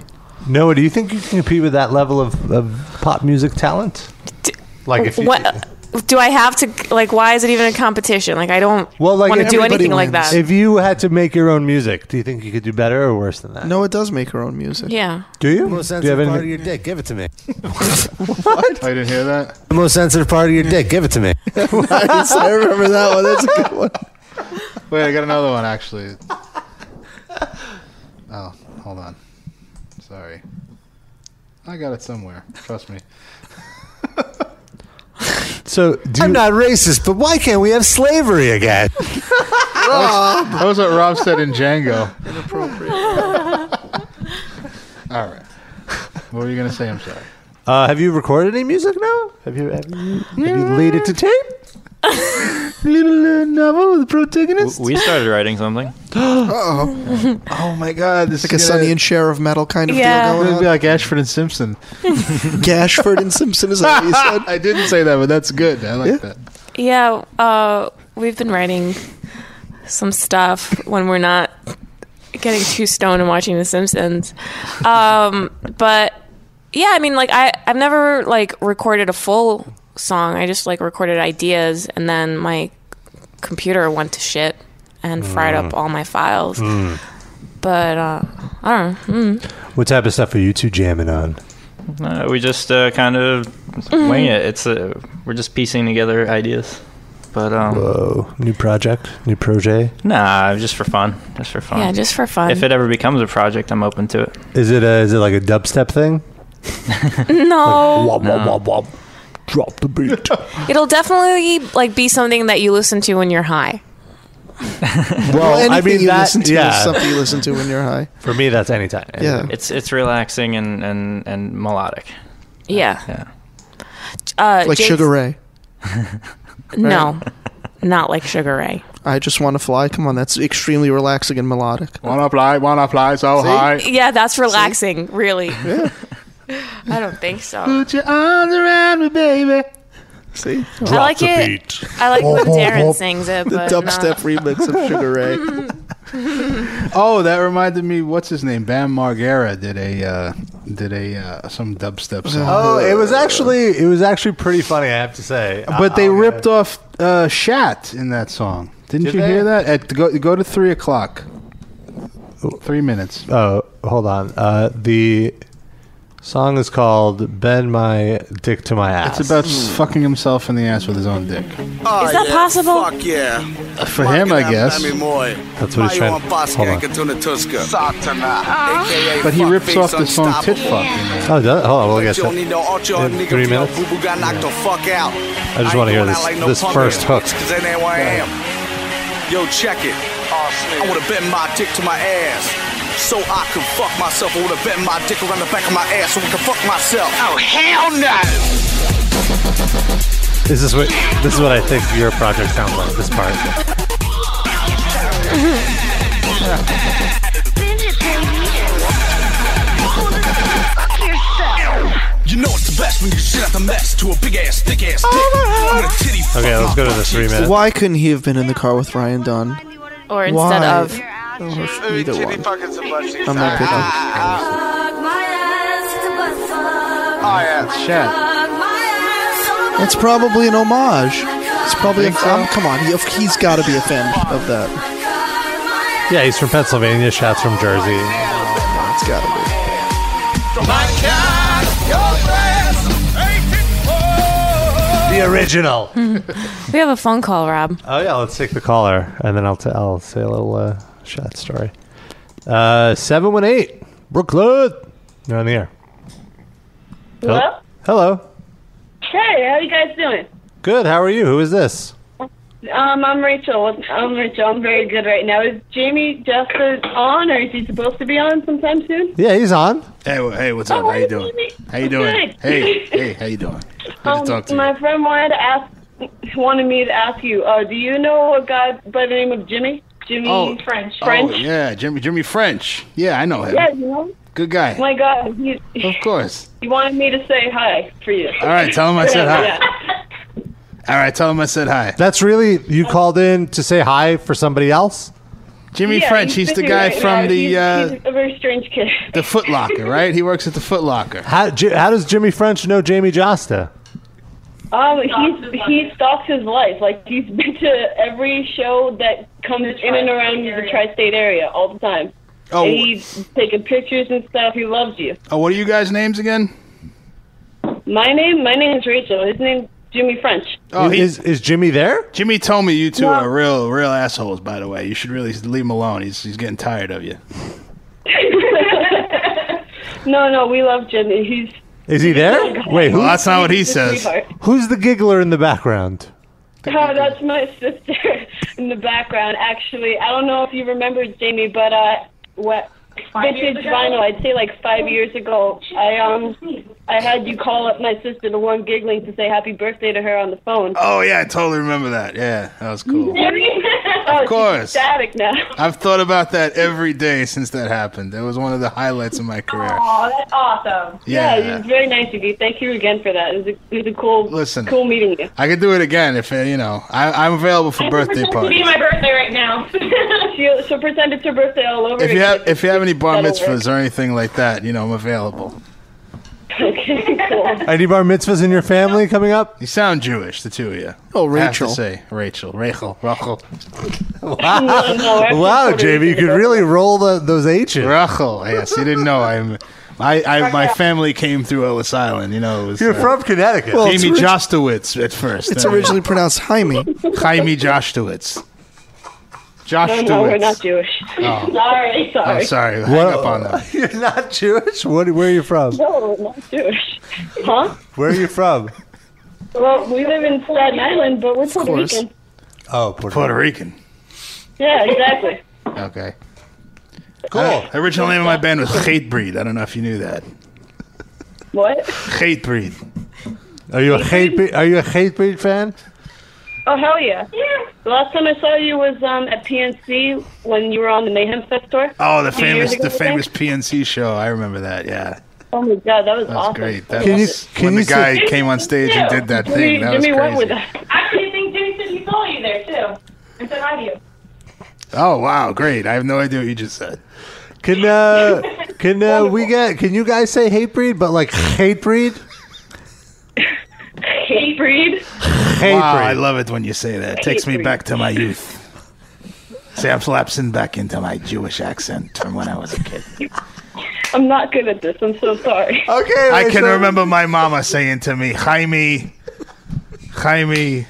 Noah, do you think you can compete with that level of, of pop music talent? Like if you, what do I have to like? Why is it even a competition? Like I don't well, like want to if- do anything like that. If you had to make your own music, do you think you could do better or worse than that? No, it does make her own music. yeah. Do Most you? do you sensitive have part of any? your dick. Give it to me. what? I Oh, didn't hear that. The most sensitive part of your dick. Give it to me. nice. I remember that one. That's a good one. Wait, I got another one actually. Oh, hold on. Sorry. I got it somewhere. Trust me. So I'm not racist, but why can't we have slavery again? That was what Rob said in Django. All right. What were you gonna say? I'm sorry. Uh, have you recorded any music now? Have you have you, have you laid it to tape? Little uh, novel, the protagonist. We started writing something. oh. Oh my God! This like a is Sonny gonna- and Cher of metal kind of Yeah. deal It'd going be on. like Ashford and Simpson. Gashford and Simpson is that what you said? I didn't say that, but that's good. I like that. Yeah, uh, we've been writing some stuff when we're not getting too stoned and watching The Simpsons. Um, but yeah, I mean, like I I've never like recorded a full song. I just like recorded ideas, and then my computer went to shit and fried up all my files. Mm. But uh, I don't know. Mm. What type of stuff are you two jamming on? No, we just uh, kind of wing it. It's uh, we're just piecing together ideas, but um, Whoa, new project, new project. nah, just for fun, just for fun. Yeah, just for fun. If it ever becomes a project, I'm open to it. Is it a, is it like a dubstep thing? Hmm. No, Wop, wop, wop, wop. Drop the beat. it'll definitely like be something that you listen to when you're high. Well, anything I mean, you that- listen to yeah. is something you listen to when you're high. For me, that's anytime. Yeah. it's it's relaxing and and and melodic. Yeah. Yeah. Uh, like Jake's- Sugar Ray. No, not like Sugar Ray. I just want to fly. Come on, that's extremely relaxing and melodic. Wanna fly? Wanna fly Oh, so high? Yeah, that's relaxing, really. I don't think so. Put your arms around me, baby. See, I like it. I like when Darren sings it, Oh, The but dubstep remix of Sugar Ray. Oh, that reminded me. What's his name? Bam Margera did a uh, did a uh, some dubstep song. Oh, it was actually it was actually pretty funny, I have to say. But they ripped off uh, Shat in that song. Didn't Did you they? hear that? At go, go to three o'clock. Three minutes. Oh, hold on. Uh, the song is called "Bend My Dick to My Ass." It's about fucking himself in the ass with his own dick. Is that possible? Oh, Fuck yeah. For him, I guess. That's what he's trying- hold on. But he rips off the song Tit Fuck. Oh, does, hold on, we'll get You don't need no ultra that. In nigga three till minutes. boo-boo got knocked the fuck out. I just want to hear going this out like no this punk first ass hook. bitch, Cause that ain't where I am. Yo, check it. I would have bent my dick to my ass. So I could fuck myself. I would have bent my dick around the back of my ass so I could fuck myself. Oh, hell no! This is what this is what I think your project sounds like. This part. You know it's the best when you shit out the mess to a big ass, thick ass dick. I'm gonna titty fuck Okay, my let's go to the butt three cheeks. minutes. Why couldn't he have been in the car with Ryan Dunn? Or instead Why? of- Oh, either one. I'm not picking up. Oh yeah, That's probably an homage. It's probably. A, um, come on, he, he's got to be a fan of that. Yeah, he's from Pennsylvania. Shots from Jersey. It's gotta be. The original. we have a phone call, Rob. Oh yeah, let's take the caller, and then I'll t- I'll say a little uh, shot story. Uh, seven one eight Brooklyn. You're on the air. Hello? Hello. Hey, how you guys doing? Good. How are you? Who is this? Um, I'm Rachel. I'm Rachel. I'm very good right now. Is Jamie Justice on, or is he supposed to be on sometime soon? Yeah, he's on. Hey, wh- hey, what's up? Oh, How you hey, doing? Jamie. How you doing? Good. Oh, Hey, hey, how you doing? Good to talk to you. Um, my friend wanted to ask, wanted me to ask you. Uh, do you know a guy by the name of Jimmy? Jimmy Oh, French. Oh, French. yeah, Jimmy, Jimmy French. Yeah, I know him. yeah, you know. Good guy. My God, he, Of course. he wanted me to say hi for you. All right, tell him I said hi. Yeah. All right, tell him I said hi. That's really you called in to say hi for somebody else. Jimmy Yeah, French, he's the busy guy right from now. the, He's- uh, he's a very strange kid. The Foot Locker, right? He works at the Foot Locker. How J- how does Jimmy French know Jamie Josta? Um, he's he stalks his life. Like he's been to every show that comes in and around the tri-state area all the time. Oh. And he's taking pictures and stuff. He loves you. Oh, what are you guys' names again? My name, my name is Rachel. His name Jimmy French. Oh, is is Jimmy there? Jimmy told me you two No. are real, real assholes. By the way, you should really leave him alone. He's he's getting tired of you. no, no, we love Jimmy. He's Is he there? Wait, Well, who- that's not what he He's a says. sweetheart. Who's the giggler in the background? oh, that's my sister in the background. Actually, I don't know if you remember Jamie, but uh, what Five years vintage ago? vinyl? I'd say like five years ago. I um, I had you call up my sister, the one giggling, to say happy birthday to her on the phone. Oh yeah, I totally remember that. Yeah, that was cool. oh, she's course. Static now. I've thought about that every day since that happened. That was one of the highlights of my career. Oh, that's awesome. Yeah, Yeah. it was very nice of you. Thank you again for that. It was a, it was a cool, Listen. cool meeting you. I could do it again if uh, you know. I, I'm available for birthday parties. birthday right now. she'll, she'll pretend it's her birthday all over If you again. have if you have any bar That'll mitzvahs or anything like that, you know I'm available. okay, cool. Any bar mitzvahs in your family coming up? You sound Jewish, the two of you. Oh, I Rachel. have to say Rachel, Rachel, Rachel. Wow, No, no, actually, wow, Puerto Jamie, you could really roll the, those H's. Rachel. Yes, you didn't know I'm. I, I my family came through Ellis Island. You know, it was, uh, You're from Connecticut. Well, it's Jamie orig- Jostowitz at first. It's then originally pronounced Jaime. Jaime Jostowitz. Josh no, no, we're Stewitz. not Jewish. Oh. Sorry, sorry. I'm sorry. Hang What- up on that. You're not Jewish. What, where are you from? No, not Jewish. Huh? Where are you from? Well, we live in Staten Island, but we're Puerto course. Rican. Oh, Puerto, Rican. Yeah, exactly. Okay. Cool. Uh, original name of my band was Hate Breed. I don't know if you knew that. What? Hate Breed. Are you a hate? Breed- Are you a hate breed fan? Oh, hell yeah. The last time I saw you was um, at PNC when you were on the Mayhem Fest tour. Oh, the Two years famous ago, the I think. famous PNC show. I remember that. Yeah. Oh, my God, that was That was awesome. great. That Can you- was can when you the guy say- came on stage and did that Jimmy, thing. That was Jimmy crazy. went with us. Actually, I think Jimmy said he saw you there too, and said hi to you. Oh wow, great! I have no idea what you just said. Can uh, can uh, we get? Can you guys say hate breed, but like hate breed? Hate breed. Hate wow, breed. I love it when you say that. It takes me Hatebreed. back to my youth. See, I'm lapsing back into my Jewish accent from when I was a kid. I'm not good at this. I'm so sorry. Okay. I can remember my mama saying to me, Jaime, Jaime,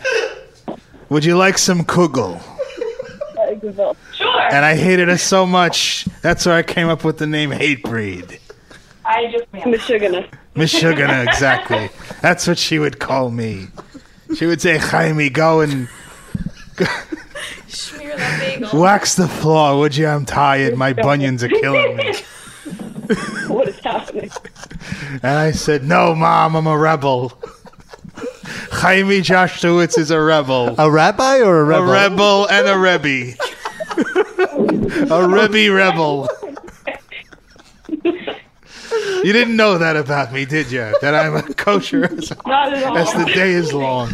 would you like some kugel? Sure. And I hated her so much. That's where I came up with the name Hate Breed. I just Michigana. Miss Sugana, exactly. That's what she would call me. She would say, Jaime, go and Smear that bagel. wax the floor, would you? I'm tired. My bunions are killing me. what is happening? And I said, No, mom, I'm a rebel. Jaime Joshewitz is a rebel. A rabbi or a rebel? A rebel and a rebbe. a rebbe rebel. You didn't know that about me, did you? That I'm a kosher as, Not at all. as the day is long.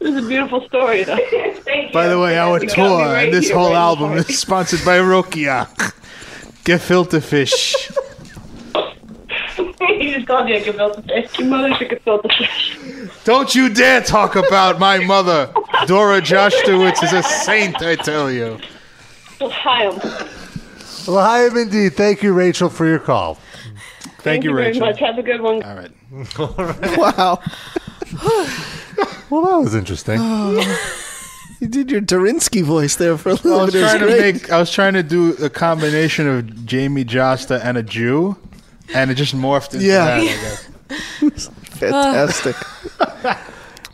This is a beautiful story, though. By the way, our tour and this whole album is sponsored by Rokia. Gefilte fish. he just called you a gefilte fish. Your mother's a gefilte fish. Don't you dare talk about my mother. Dora Joshewitz is a saint, I tell you. Chaim. Well, I am indeed. Thank you, Rachel, for your call. Thank, very much. Have a good one. All right. All right. Wow. well, that was interesting. Oh. you did your Dorinsky voice there for a little I was bit. It was trying to great. make. I was trying to do a combination of Jamie Josta and a Jew, and it just morphed into Yeah. that. I guess. Uh.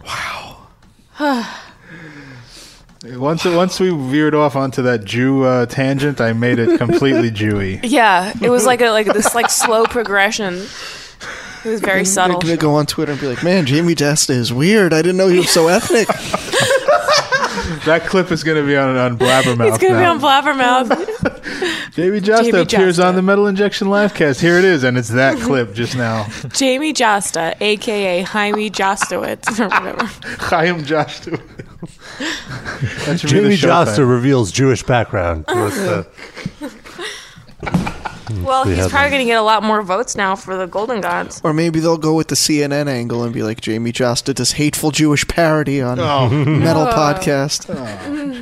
Fantastic. Once once we veered off onto that Jew uh, tangent, I made it completely Jewy. Yeah, it was like a like this like slow progression. It was very subtle. I'm gonna go on Twitter and be like, "Man, Jamie Dasta is weird. I didn't know he was so ethnic." That clip is going to be on on Blabbermouth. It's gonna be now. on Blabbermouth. Jamie Josta Jamie appears on the Metal Injection Livecast. Here it is, and it's that clip just now. Jamie Josta, aka Jaime Jostowitz, or whatever. Chaim Josta. That should be the Jamie show Joster title. reveals Jewish background. What's the- Well, We he's have probably gonna get a lot more votes now for the Golden Gods. or maybe they'll go with the CNN angle and be like, "Jamie Jost did this hateful Jewish parody on Oh. metal Oh. podcast."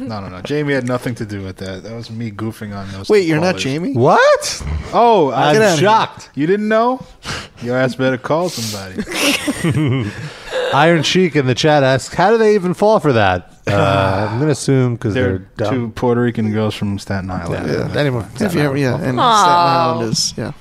No, no, no. Jamie had nothing to do with that. That was me goofing on those. Wait, two you're not callers. Jamie? What? Oh, I'm I'm shocked. shocked. You didn't know? Your ass better call somebody. Iron Sheik in the chat asks, "How do they even fall for that?" Uh, I'm gonna assume because They're they're, dumb. two Puerto Rican girls from Staten Island. Yeah, anyone from If you Staten ever, Island. yeah, and Staten Aw. Island is yeah.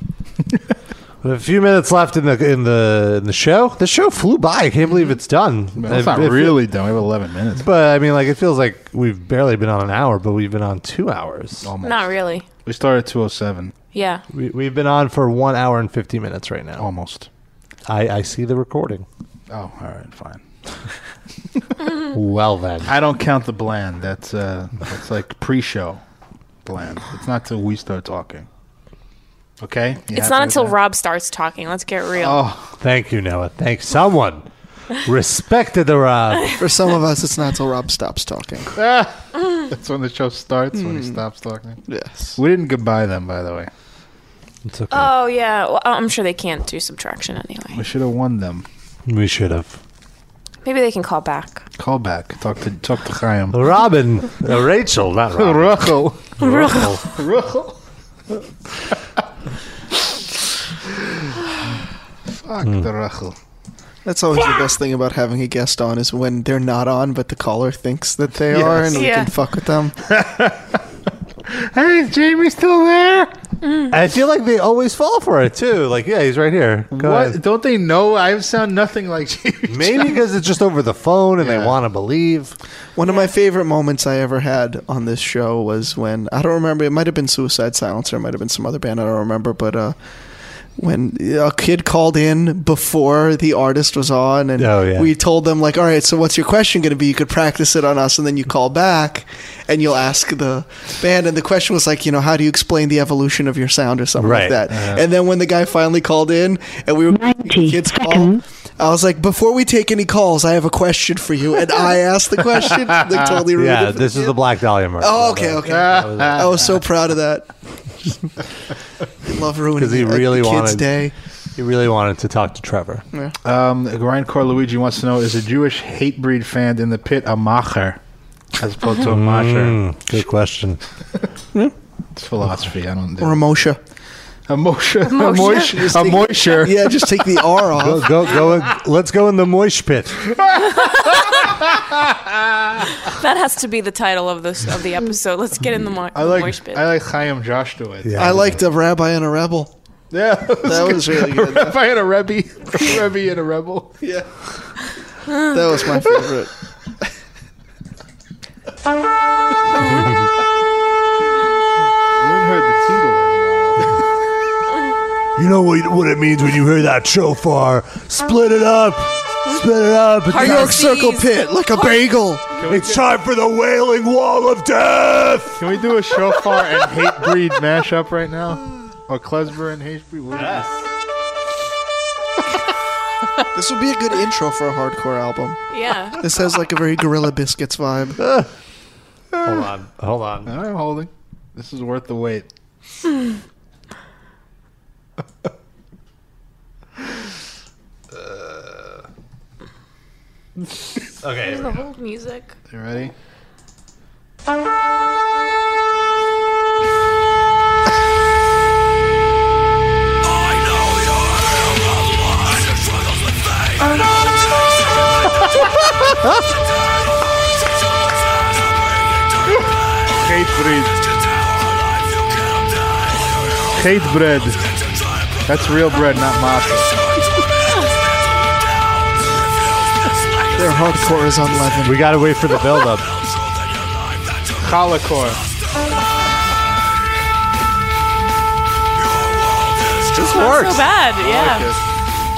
We have A few minutes left in the in the in the show. The show flew by. I can't believe it's done. Man, it's not It- it- really done. We have 11 minutes. But I mean, like it feels like we've barely been on an hour, but we've been on two hours. Almost. Not really. We started at 207. Yeah. We, we've been on for one hour and fifty minutes right now. Almost. I, I see the recording. Oh, all right, fine. Well then, I don't count the bland. That's uh, that's like pre-show bland. It's not till we start talking. Okay. You it's happy not with until that? Rob starts talking. Let's get real. Oh, thank you, Noah. Thank someone. Respected the Rob. For some of us, it's not till Rob stops talking. Ah! that's when the show starts. When he Hmm. Mm. stops talking. Yes. We didn't goodbye them, by the way. It's okay. Oh yeah. Well, I'm sure they can't do subtraction anyway. We should have won them. We should have. Maybe they can call back. Call back. Talk to talk to Chaim. Robin, uh, Rachel, not Robin. Rachel. Rachel. Rachel. Fuck the Rachel. That's always the best thing about having a guest on is when they're not on, but the caller thinks that they are, Yes. and we Yeah. can fuck with them. Hey, is Jamie still there? Mm. I feel like they always fall for it too. Like, yeah, he's right here. Go what? ahead. Don't they know? I sound nothing like Jamie. Maybe because it's just over the phone and they want to believe. One of my favorite moments I ever had on this show was when I don't remember. It might have been Suicide Silencer. It might have been some other band. I don't remember. But uh, when a kid called in before the artist was on, and Oh, yeah. we told them like, "All right, so what's your question going to be? You could practice it on us, and then you call back, and you'll ask the band." And the question was like, you know, how do you explain the evolution of your sound or something Right. like that? Uh-huh. And then when the guy finally called in, and we were kids call. I was like, before we take any calls, I have a question for you, and I asked the question. They totally ruined Yeah, it. this is the Black Dahlia murder. Oh, okay, okay. I was so proud of that. I love ruining Because he a- a really kid's wanted. day. He really wanted to talk to Trevor. Um, Grindcore Luigi wants to know: Is a Jewish hate breed fan in the pit a macher, as opposed to a masher? Mm, good question. It's philosophy. I don't. Do. Or a Moshe. A Moshe. A Moshe. Moshe. Just A take- Moshe. Yeah, just take the R Go, off. go, go. in- Let's go in the moish pit. That has to be the title of this of the episode. Let's get in the mo- I moish like. pit. I like Chaim Joshua. Yeah. I liked a rabbi and a rebel. Yeah, That was really good. If I had a rebbe, a rebbe and a rebel. Yeah. That was my favorite. We haven't heard the You know what, what it means when you hear that shofar? Split it up! Split it up! New York Circle Pit, like a bagel. It's time for the wailing wall of death! Can we do a shofar and hate breed mashup right now? Or Klezmer and hate breed? This would be a good intro for a hardcore album. Yeah. This has like a very Gorilla Biscuits vibe. Hold on. Hold on. I'm holding. This is worth the wait. Here's Okay. the whole music. You ready? Hate breed. Hate bread. That's real bread, not matzo. Their hardcore is unleavened. We gotta wait for the buildup. Colacor. This Not so bad, yeah.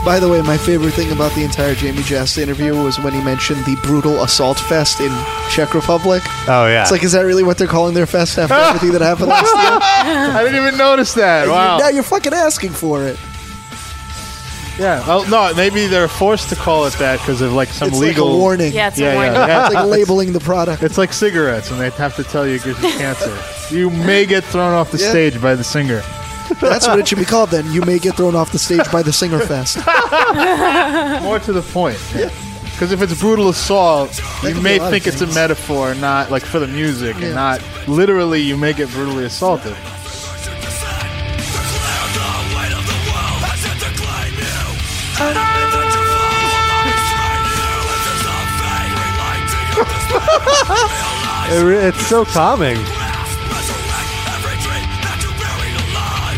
By the way, my favorite thing about the entire Jamie Jasta interview was when he mentioned the brutal assault fest in Czech Republic. Oh, yeah. It's like, is that really what they're calling their fest after everything that happened last year? I didn't even notice that. Wow. Now you're fucking asking for it. Yeah. Oh no, maybe they're forced to call it that because of like some It's like a legal warning. Yeah, it's a warning. It's like labeling the product. It's like cigarettes, and they have to tell you it gives you cancer. You may get thrown off the Yeah. stage by the singer. That's what it should be called then. You may get thrown off the stage by the Singer Fest. More to the point. Because if it's brutal assault, you could may be a lot think of it's a metaphor, not like for the music, and not literally. You may get brutally assaulted. It re- it's so calming.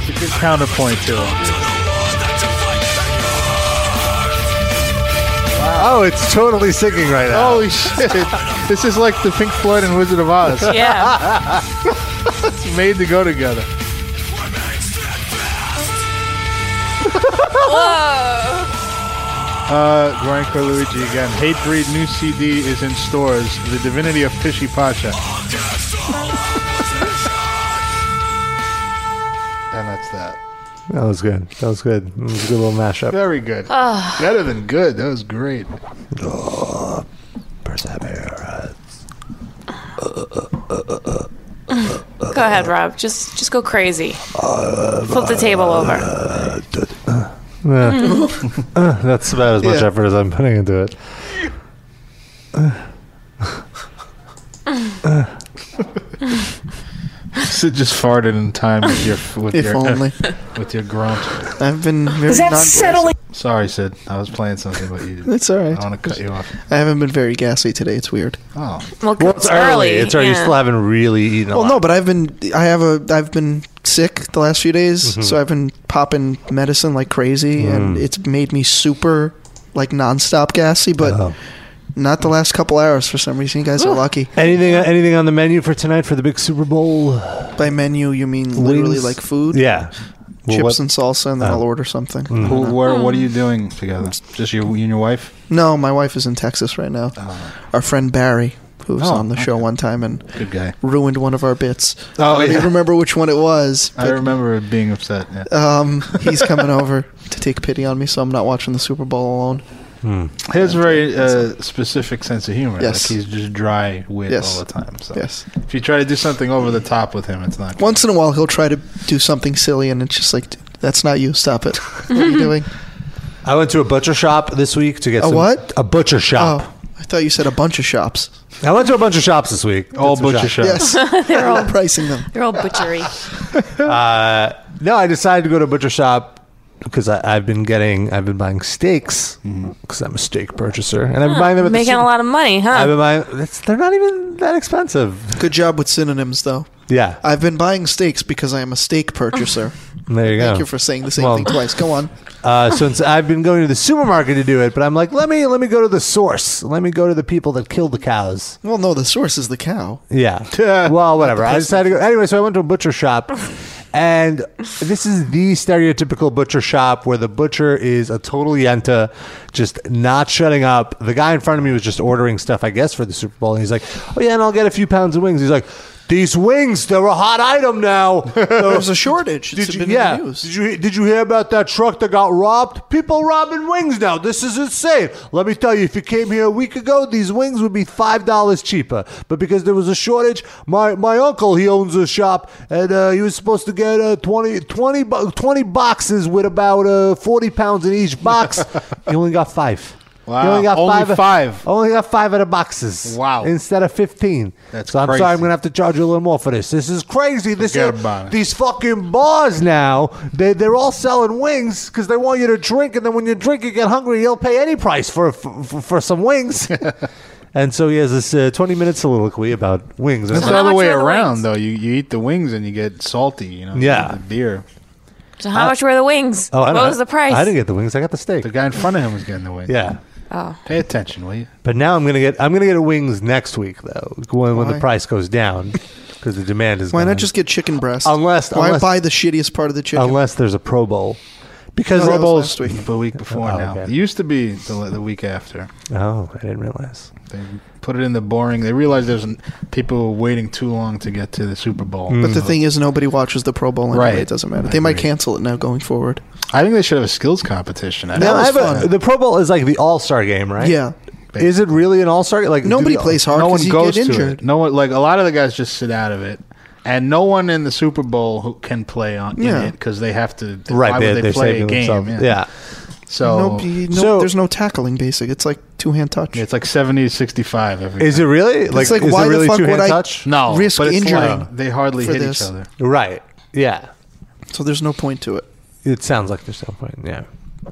It's a good counterpoint to it. Oh, it's totally singing right now. Holy shit! this is like the Pink Floyd and Wizard of Oz. Yeah. it's made to go together. Whoa. Uh, Brian Carlucci again. Hate Breed new CD is in stores. The Divinity of Pishy Pacha. and that's that. That was good. That was good. It was a good little mashup. Very good. Ah. Better than good. That was great. Go ahead, Rob. Just just go crazy. Flip the table over. Yeah. Uh, that's about as much Yeah. effort as I'm putting into it. Sid just farted in time with your with If your only. with your grunt. I've been very Is that non- settling? Sorry, Sid. I was playing something, but you. It's all right. I want to cut you off. I haven't been very gassy today. It's weird. Oh. Well, it's early. It's early. You still haven't really eaten a Well, lot. no, but I've been I have a I've been sick the last few days, Mhm. so I've been popping medicine like crazy, Mm. and it's made me super like nonstop gassy, but Uh-huh. not the last couple hours for some reason. You guys are lucky. Anything? Anything on the menu for tonight for the big Super Bowl? By menu, you mean literally Wings? like food, Yeah. chips Well, what- and salsa, and then Oh. I'll order something. I Who, don't know. where, what are you doing together? Just you, you and your wife? Uh-huh. No, my wife is in Texas right now. Our friend Barry, who was Oh, on the show one time and Good guy. ruined one of our bits. Oh, I don't yeah. even remember which one it was. I remember being upset. Yeah. Um, he's coming over to take pity on me, so I'm not watching the Super Bowl alone. Hmm. He has a very uh, specific sense of humor. Yes. Like he's just dry wit Yes. all the time. So Yes. if you try to do something over the top with him, it's not. Once in a while, he'll try to do something silly, and it's just like, "Dude, that's not you. Stop it. What are you doing? I went to a butcher shop this week to get A some- what? Oh, A butcher shop. I thought you said a bunch of shops. I went to a bunch of shops this week. All butcher Oh, Yes, They're all- pricing them. They're all butchery. Uh-huh. uh, no, I decided to go to a butcher shop because I've been getting, I've been buying steaks Mm-hmm. because I'm a steak purchaser, and I've been Huh, buying them at making the a lot of money, huh? I've been buying. It's, they're not even that expensive. Good job with synonyms, though. Yeah, I've been buying steaks because I am a steak purchaser. there you go. Thank you for saying the same Well, thing twice. Go on. Uh, since I've been going to the supermarket to do it, but I'm like, let me let me go to the source. Let me go to the people that killed the cows. Well, no, the source is the cow. Yeah. well, whatever. I decided to go anyway. So I went to a butcher shop, And this is the stereotypical butcher shop where the butcher is a total yenta, just not shutting up. The guy in front of me was just ordering stuff, I guess, for the Super Bowl. And he's like, oh, yeah, and I'll get a few pounds of wings. He's like, these wings, they're a hot item now. There's a shortage. It's Did been in you, the yeah. news. Did you did you hear about that truck that got robbed? People robbing wings now. This is insane. Let me tell you, if you came here a week ago, these wings would be five dollars cheaper. But because there was a shortage, my, my uncle he owns a shop and uh, he was supposed to get uh, 20, 20, bo- 20 boxes with about uh, forty pounds in each box. he only got five. He Wow. only got Only five. five. Only got five out of boxes. Wow. Instead of fifteen. That's so. I'm crazy. sorry. I'm gonna have to charge you a little more for this. This is crazy. This Forget is about it. these fucking bars now. They they're all selling wings because they want you to drink, and then when you drink, you get hungry. You'll pay any price for for, for some wings. and so he has this uh, 20 minute soliloquy about wings. That's the other way around, though. You you eat the wings and you get salty. You know. you Yeah. eat The deer. So how much were the wings? Oh, I what don't- was the price? I didn't get the wings. I got the steak. The guy in front of him was getting the wings. Yeah. Oh. Pay attention, will you? But now I'm gonna get I'm gonna get a wings next week though when, when the Why? price goes down because the demand is Why gonna- not just get chicken breast? Unless- why unless- buy the shittiest part of the chicken? unless there's a Pro Bowl because No, that Pro was Bowls last week. The week before Oh, now. okay. It used to be the, the week after. Oh, I didn't realize. They put it in the boring. They realized there's an, people were waiting too long to get to the Super Bowl. Hmm. But the thing is, nobody watches the Pro Bowl. Anyway. Mm. Right. It doesn't matter. I They might agree. cancel it now going forward. I think they should have a skills competition. That was I have a- fun. the Pro Bowl is like the All Star game, right? Yeah. Is it really an All Star? Like do Nobody the- plays hard no 'cause one you goes get to injured. it. No one like a lot of the guys just sit out of it, and no one in the Super Bowl who can play on in Yeah. it because they have to. Right, why they- would they they're play a saving game? themselves. Yeah. So, no, you- no- there's no tackling. Basic. It's like two hand touch. it's like 70 65 every Is it really? It's like, why the fuck would I No, risk but it's injuring? like they hardly for hit this? each other. Right. Yeah. So there's no point to it. It sounds like there's no point. Yeah.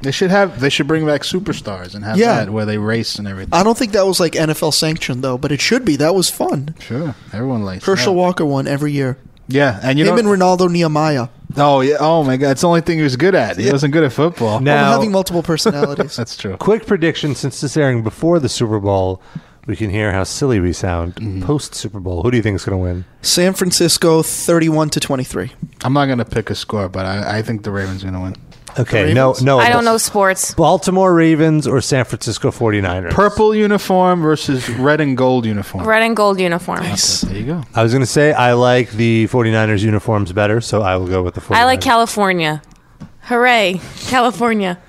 They should have. They should bring back superstars and have Yeah. that where they race and everything. I don't think that was like NFL sanctioned though, but it should be. That was fun. Sure, everyone likes Herschel Walker won every year. Yeah, and you him don't- and Ronaldo Nehemiah. Oh yeah. Oh my God. It's the only thing he was good at. He wasn't good at football. Now- having multiple personalities. That's true. Quick prediction: since this airing before the Super Bowl, we can hear how silly we sound Mm-hmm. post Super Bowl. Who do you think is going to win? San Francisco, thirty-one to twenty-three. I'm not going to pick a score, but I, I think the Ravens are going to win. Okay. No. No. I don't know sports. Baltimore Ravens or San Francisco 49ers? Purple uniform versus red and gold uniform. Red and gold uniform. There you go. I was going to say I like the 49ers uniforms better, so I will go with the 49ers. I like California. Hooray, California!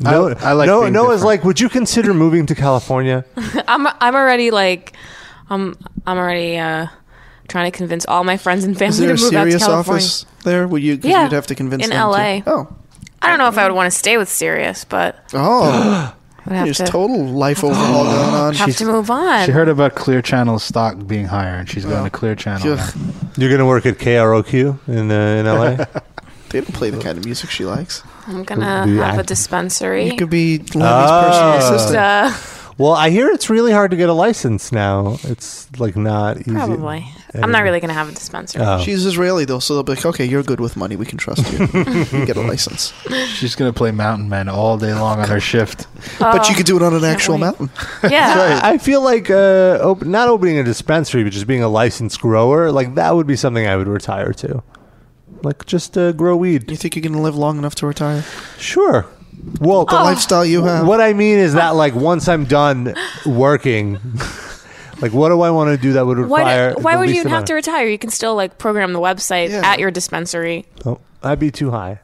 No, I, like no, being Noah's like, would you consider moving to California? I'm I'm already like, um, I'm already uh, trying to convince all my friends and Is family there to a move out to serious California. office there? Would you? 'cause Yeah, you'd have to convince in them to- LA. Oh, I don't know if I would want to stay with Sirius, but oh, I'd have there's to- total life Oh, overhaul going on. have to move on. She heard about Clear Channel's stock being higher, and she's going to Clear Channel. now. You're going to work at KROQ in, uh, in LA? They don't play the kind of music she likes. I'm gonna Do you have a act- dispensary. You could be Lenny's Ah. personal Just, assistant. uh, Well, I hear it's really hard to get a license now. It's like not easy. probably. I'm not really gonna have a dispensary. Oh. She's Israeli though, so they'll be like, "Okay, you're good with money. We can trust you. you can get a license." She's going to play Mountain Men all day long on her shift. but you could do it on an actual mountain. Oh, Yeah. I feel like uh, op- not opening a dispensary, but just being a licensed grower, like that would be something I would retire to. Like just uh, grow weed. You think you're gonna live long enough to retire? Sure. Well, Oh. The lifestyle you have. What I mean is that, like, once I'm done working, like, what do I want to do that would Why, require? do- why the would you least even have amount to retire? You can still like program the website Yeah. at your dispensary. of- oh, I'd be too high.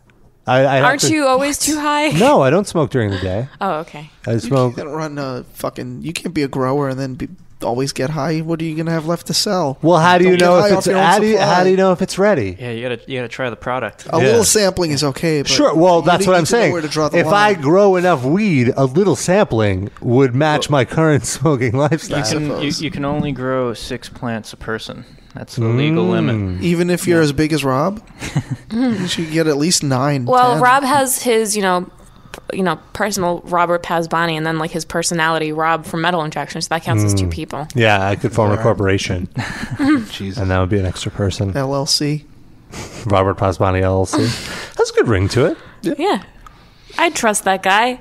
I, I Aren't you always too high? No, I don't smoke during the day. Oh, okay. I You smoke. can't run a fucking. You can't be a grower and then be, always get high. What are you gonna have left to sell? Well, how do Don't you get know high if off it's your own how do you, how supply. do you know if it's ready? Yeah, you gotta you gotta try the product. A little sampling is okay. But Sure. Well, you that's need- what you I'm need to know saying. where to draw the If I line. grow enough weed, a little sampling would match my current smoking You lifestyle. can you, you can only grow six plants a person. That's the Mm. Hmm. legal limit. even if you're as big as Rob, you should get at least nine. Well, 10. Rob has his, you know, p- you know, personal Robert Pasbani, and then like his personality, Rob from Metal Injection. So that counts as two Mm. people. Yeah, I could form a corporation, Jesus. and that would be an extra person. LLC. Robert Pasbani LLC. That's a good ring to it. Yeah. I trust that guy.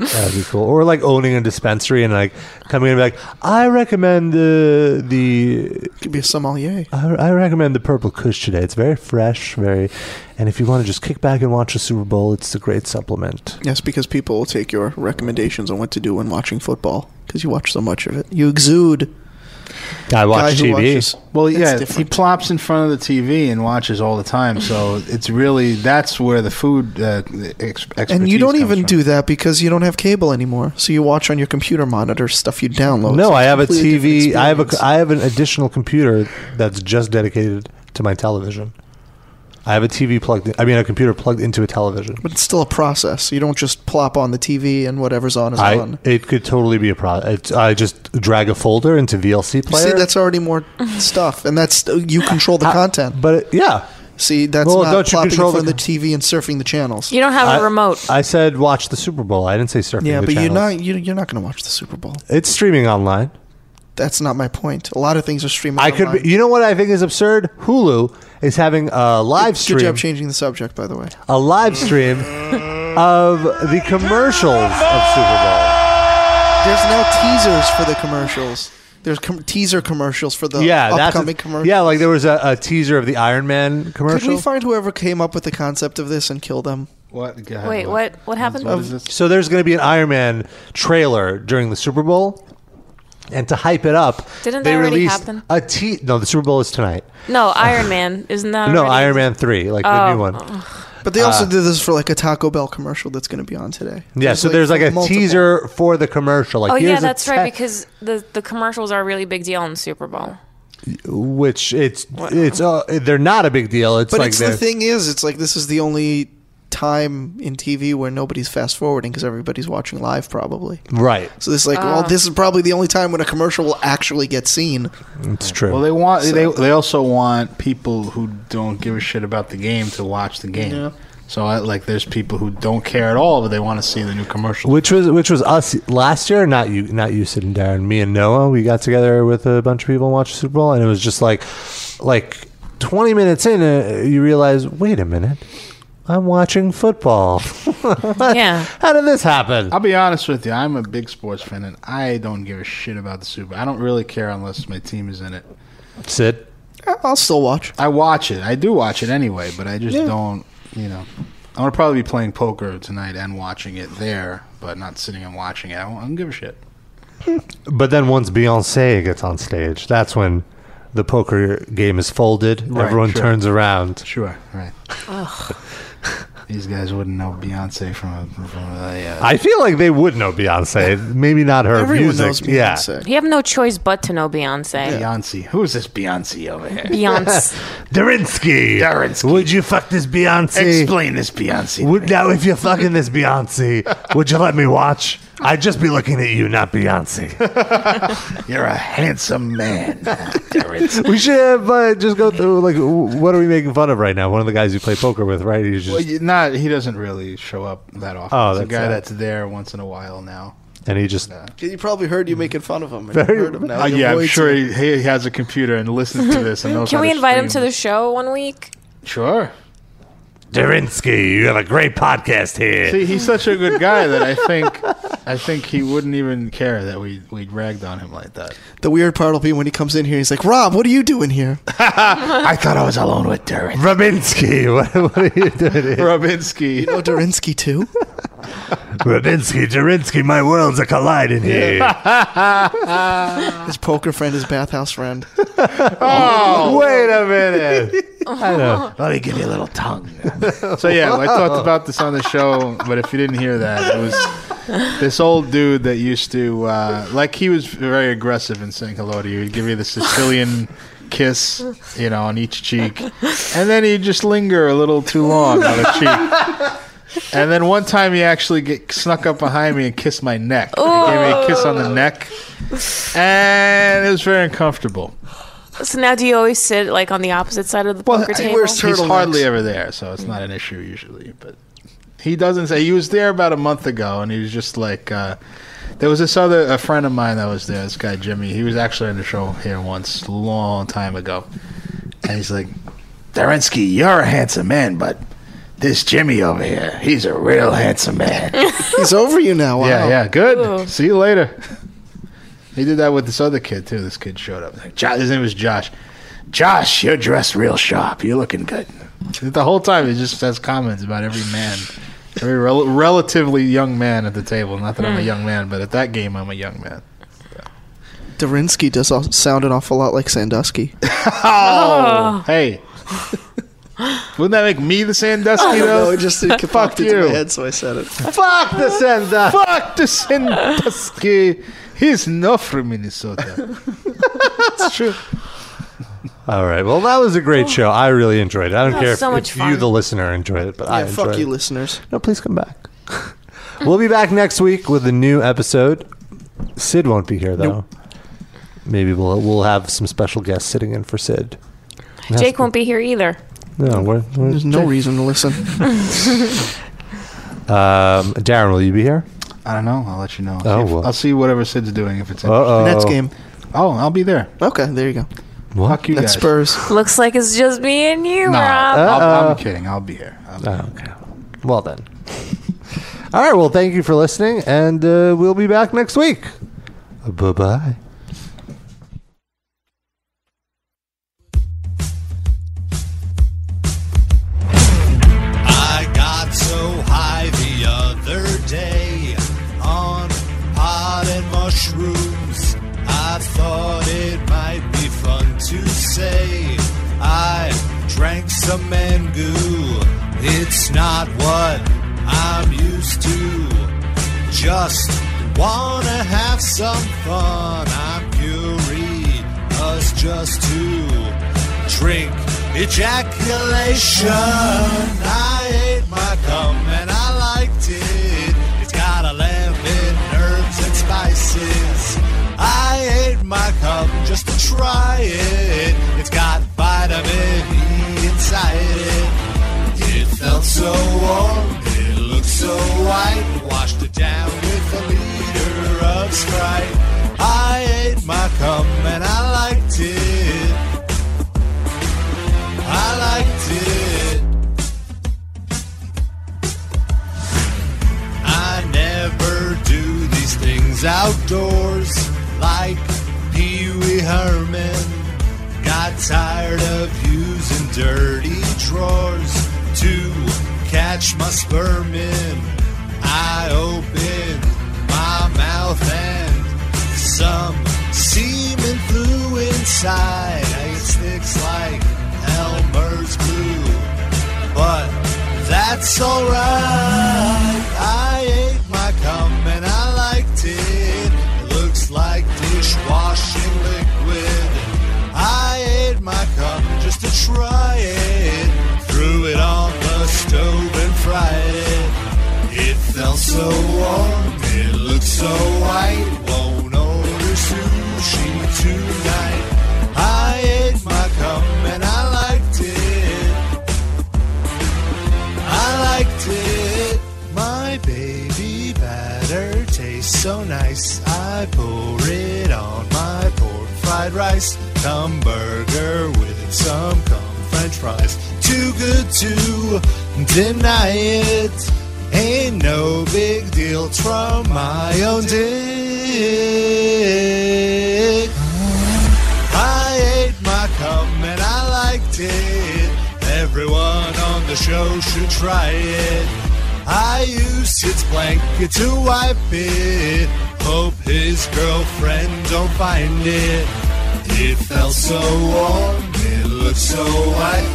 That'd be cool. Or like owning a dispensary and like coming in and be like, I recommend the the could be a sommelier. I, I recommend the purple kush today. It's very fresh, very, and if you want to just kick back and watch the Super Bowl, it's a great supplement. Yes, because people will take your recommendations on what to do when watching football because you watch so much of it. You exude. I watch Guy who TV. watches- Well, It's yeah, he different. plops in front of the TV and watches all the time. So it's really that's where the food uh, ex- expertise And you don't comes even from. do that because you don't have cable anymore. So you watch on your computer monitor stuff you download. No, So I it's have a completely different TV. I have experience. a I have an additional computer that's just dedicated to my television. I have a TV plugged. In, I mean, a computer plugged into a television. But it's still a process. You don't just plop on the TV and whatever's on is on. I, it could totally be a problem. I just drag a folder into VLC player. See, that's already more stuff, and that's you control the content. But yeah, see, that's Well, not don't you plopping in control front of the the TV and surfing the channels. You don't have a I- remote. I said watch the Super Bowl. I didn't say surfing. Yeah, the but you're channels. not you, you're not going to watch the Super Bowl. It's streaming online. That's not my point. A lot of things are streaming. I could. online. Be, you know what I think is absurd? Hulu is having a live Good stream. job changing the subject, by the way. Mm. A live stream of the commercials of Super Bowl. There's now teasers for the commercials. There's com- teaser commercials for the yeah, that's upcoming commercials. Yeah, like there was a, a teaser of the Iron Man Could commercial. we find whoever came up with the concept of this and kill them? What? Wait, what? What happened? So there's going to be an Iron Man trailer during the Super Bowl, and to hype it up, Didn't they that already released happen? a te- No, the Super Bowl is tonight. No, Iron Man. Isn't that no, Oh, already- Iron Man three, like the Oh. new one. But they also Uh, did this for like a Taco Bell commercial that's going to be on today. Yeah, so there's like a teaser for the commercial. Like, oh yeah, here's a that's right te- because the the commercials are a really big deal in Super Bowl. Which it's it's uh, they're not a big deal. It's but like it's the they're- thing is, it's like this is the only time in TV where nobody's fast forwarding because everybody's watching live probably. right. So this is like, Ah. well, this is probably the only time when a commercial will actually get seen. It's true. Well, they want So- they they also want people who don't give a shit about the game to watch the game. Yeah. So I, like, there's people who don't care at all, but they want to see the new commercial. Which was which was us last year, not you, not you sitting down. Me and Noah, we got together with a bunch of people and watched the Super Bowl, and it was just like, like twenty minutes in, uh, you realize, wait a minute, I'm watching football. yeah. How did this happen? I'll be honest with you. I'm a big sports fan, and I don't give a shit about the Super. I don't really care unless my team is in it. Sid, I'll still watch. I watch it. I do watch it anyway, but I just Yeah. don't. You know, I'm gonna probably be playing poker tonight and watching it there, but not sitting and watching it. I don't, I don't give a shit. But then once Beyonce gets on stage, that's when the poker game is folded. Right, Everyone sure. turns around. Sure, right. These guys wouldn't know Beyonce from a. From a uh, I feel like they would know Beyonce. Maybe not her Everyone music. knows Yeah. Beyonce. You have no choice but to know Beyonce. Beyonce. Who is this Beyonce over here? Beyonce. Darinsky. Darinsky. Would you fuck this Beyonce? Explain this Beyonce. Would, now, if you're fucking this Beyonce, would you let me watch? I'd just be looking at you, not Beyonce. You're a handsome man, Terrence. we should have uh, just go through like, w- what are we making fun of right now? One of the guys you play poker with, right? He's just Well, you- not he doesn't really show up that often. Oh, It's that's a guy sad. that's there once in a while now. and he just You probably heard you making fun of him. and Very- you heard him now. Uh, Your yeah, I'm voice- sure he, he has a computer and listens to this and knows. Can how we to invite him to stream. the show one week? Sure. Darinsky, you have a great podcast here. See, he's such a good guy that I think I think he wouldn't even care that we we ragged on him like that. The weird part will be when he comes in here. He's like, Rob, what are you doing here? I thought I was alone with Terrence. Rubinsky, what, what are you doing? Here? Rubinsky. You know Darinsky too? Rubinsky, Darinsky, my worlds are colliding here. His poker friend, his bathhouse friend. Oh, wait a minute. I know. Let me give you a little tongue. So yeah, I talked about this on the show, but if you didn't hear that, it was this old dude that used to uh, like he was very aggressive in saying hello to you. He'd give you the Sicilian kiss, you know, on each cheek, and then he'd just linger a little too long on a cheek. And then one time he actually get, snuck up behind me and kissed my neck. He gave me a kiss on the neck, and it was very uncomfortable. So now, do you always sit like on the opposite side of the poker table? He's hardly ever there, so it's not an issue usually. But he doesn't say he was there about a month ago, and he was just like, uh, there was this other a friend of mine that was there. This guy Jimmy, he was actually on the show here once, long time ago, and he's like, Darinsky, you're a handsome man, but This Jimmy over here, he's a real handsome man. He's over you now. Wow. Yeah, yeah, good. See you later. He did that with this other kid too. This kid showed up. Like, Josh, his name was Josh. Josh, you're dressed real sharp. You're looking good. The whole time he just says comments about every man, every rel- relatively young man at the table. Not that I'm a Hmm. young man, but at that game I'm a young man. Darinsky does al- sound an awful lot like Sandusky. Oh, hey. Wouldn't that make me the Sandusky I don't though? know, it just- it fuck popped into you. my head, so I said it. Fuck the Sandusky. Fuck the Sandusky. He's not from Minnesota. it's true. All right. Well, that was a great show. I really enjoyed it. I don't Oh. That care if, was so much if fun. you, the listener, enjoyed it, but I yeah, enjoyed fuck it. you, listeners. No, please come back. we'll be back next week with a new episode. Sid won't be here though. Maybe we'll we'll have some special guests sitting in for Sid. Yes. Jake won't be here either. No, we're, we're- There's no reason to listen. Um, Darren, will you be here? I don't know. I'll let you know. Oh, I'll see, well. I'll see whatever Sid's doing if it's Uh-oh. interesting. Nets game. Oh, I'll be there. Okay, there you go. Fuck you Nets guys. Spurs. Looks like it's just me and you, No, Rob. I'll, I'm kidding. I'll be here. Oh, okay. Well then. All right. Well, thank you for listening, and uh, we'll be back next week. Bye bye. I got so high the other day on pot and mushrooms. I thought it might be fun to say. I drank some mangoo. It's not what I'm used to. Just wanna have some fun. I'm curious just to drink ejaculation. I ate my cum and I liked it. It's got a lemon, herbs, and spices. I ate my cum just to try it. It's got vitamin E inside it. It felt so warm, it looked so white. Washed it down with a liter of Sprite. I ate my cum and I liked it. I liked it. I never do these things outdoors like Pee Wee Herman. Got tired of using dirty drawers to catch my sperm in. I opened my mouth and some semen flew inside. I get sticks like Elmer's glue but that's alright. I ate my cum and I liked it. It looks like dishwashing liquid. I ate my cum just to try it. Threw it on the stove and fried it. It felt so warm, it looked so white. Won't order sushi tonight. I ate my cum and I liked it. I liked it. My baby batter tastes so nice. I pour it on my pork fried rice. Cum burger with some cum french fries. Too good to deny it. Ain't no big deal. It's from my own dick. I ate my cum and I liked it. Everyone on the show should try it. I used its blanket to wipe it. Hope his girlfriend don't find it. It felt so warm, it looked so white.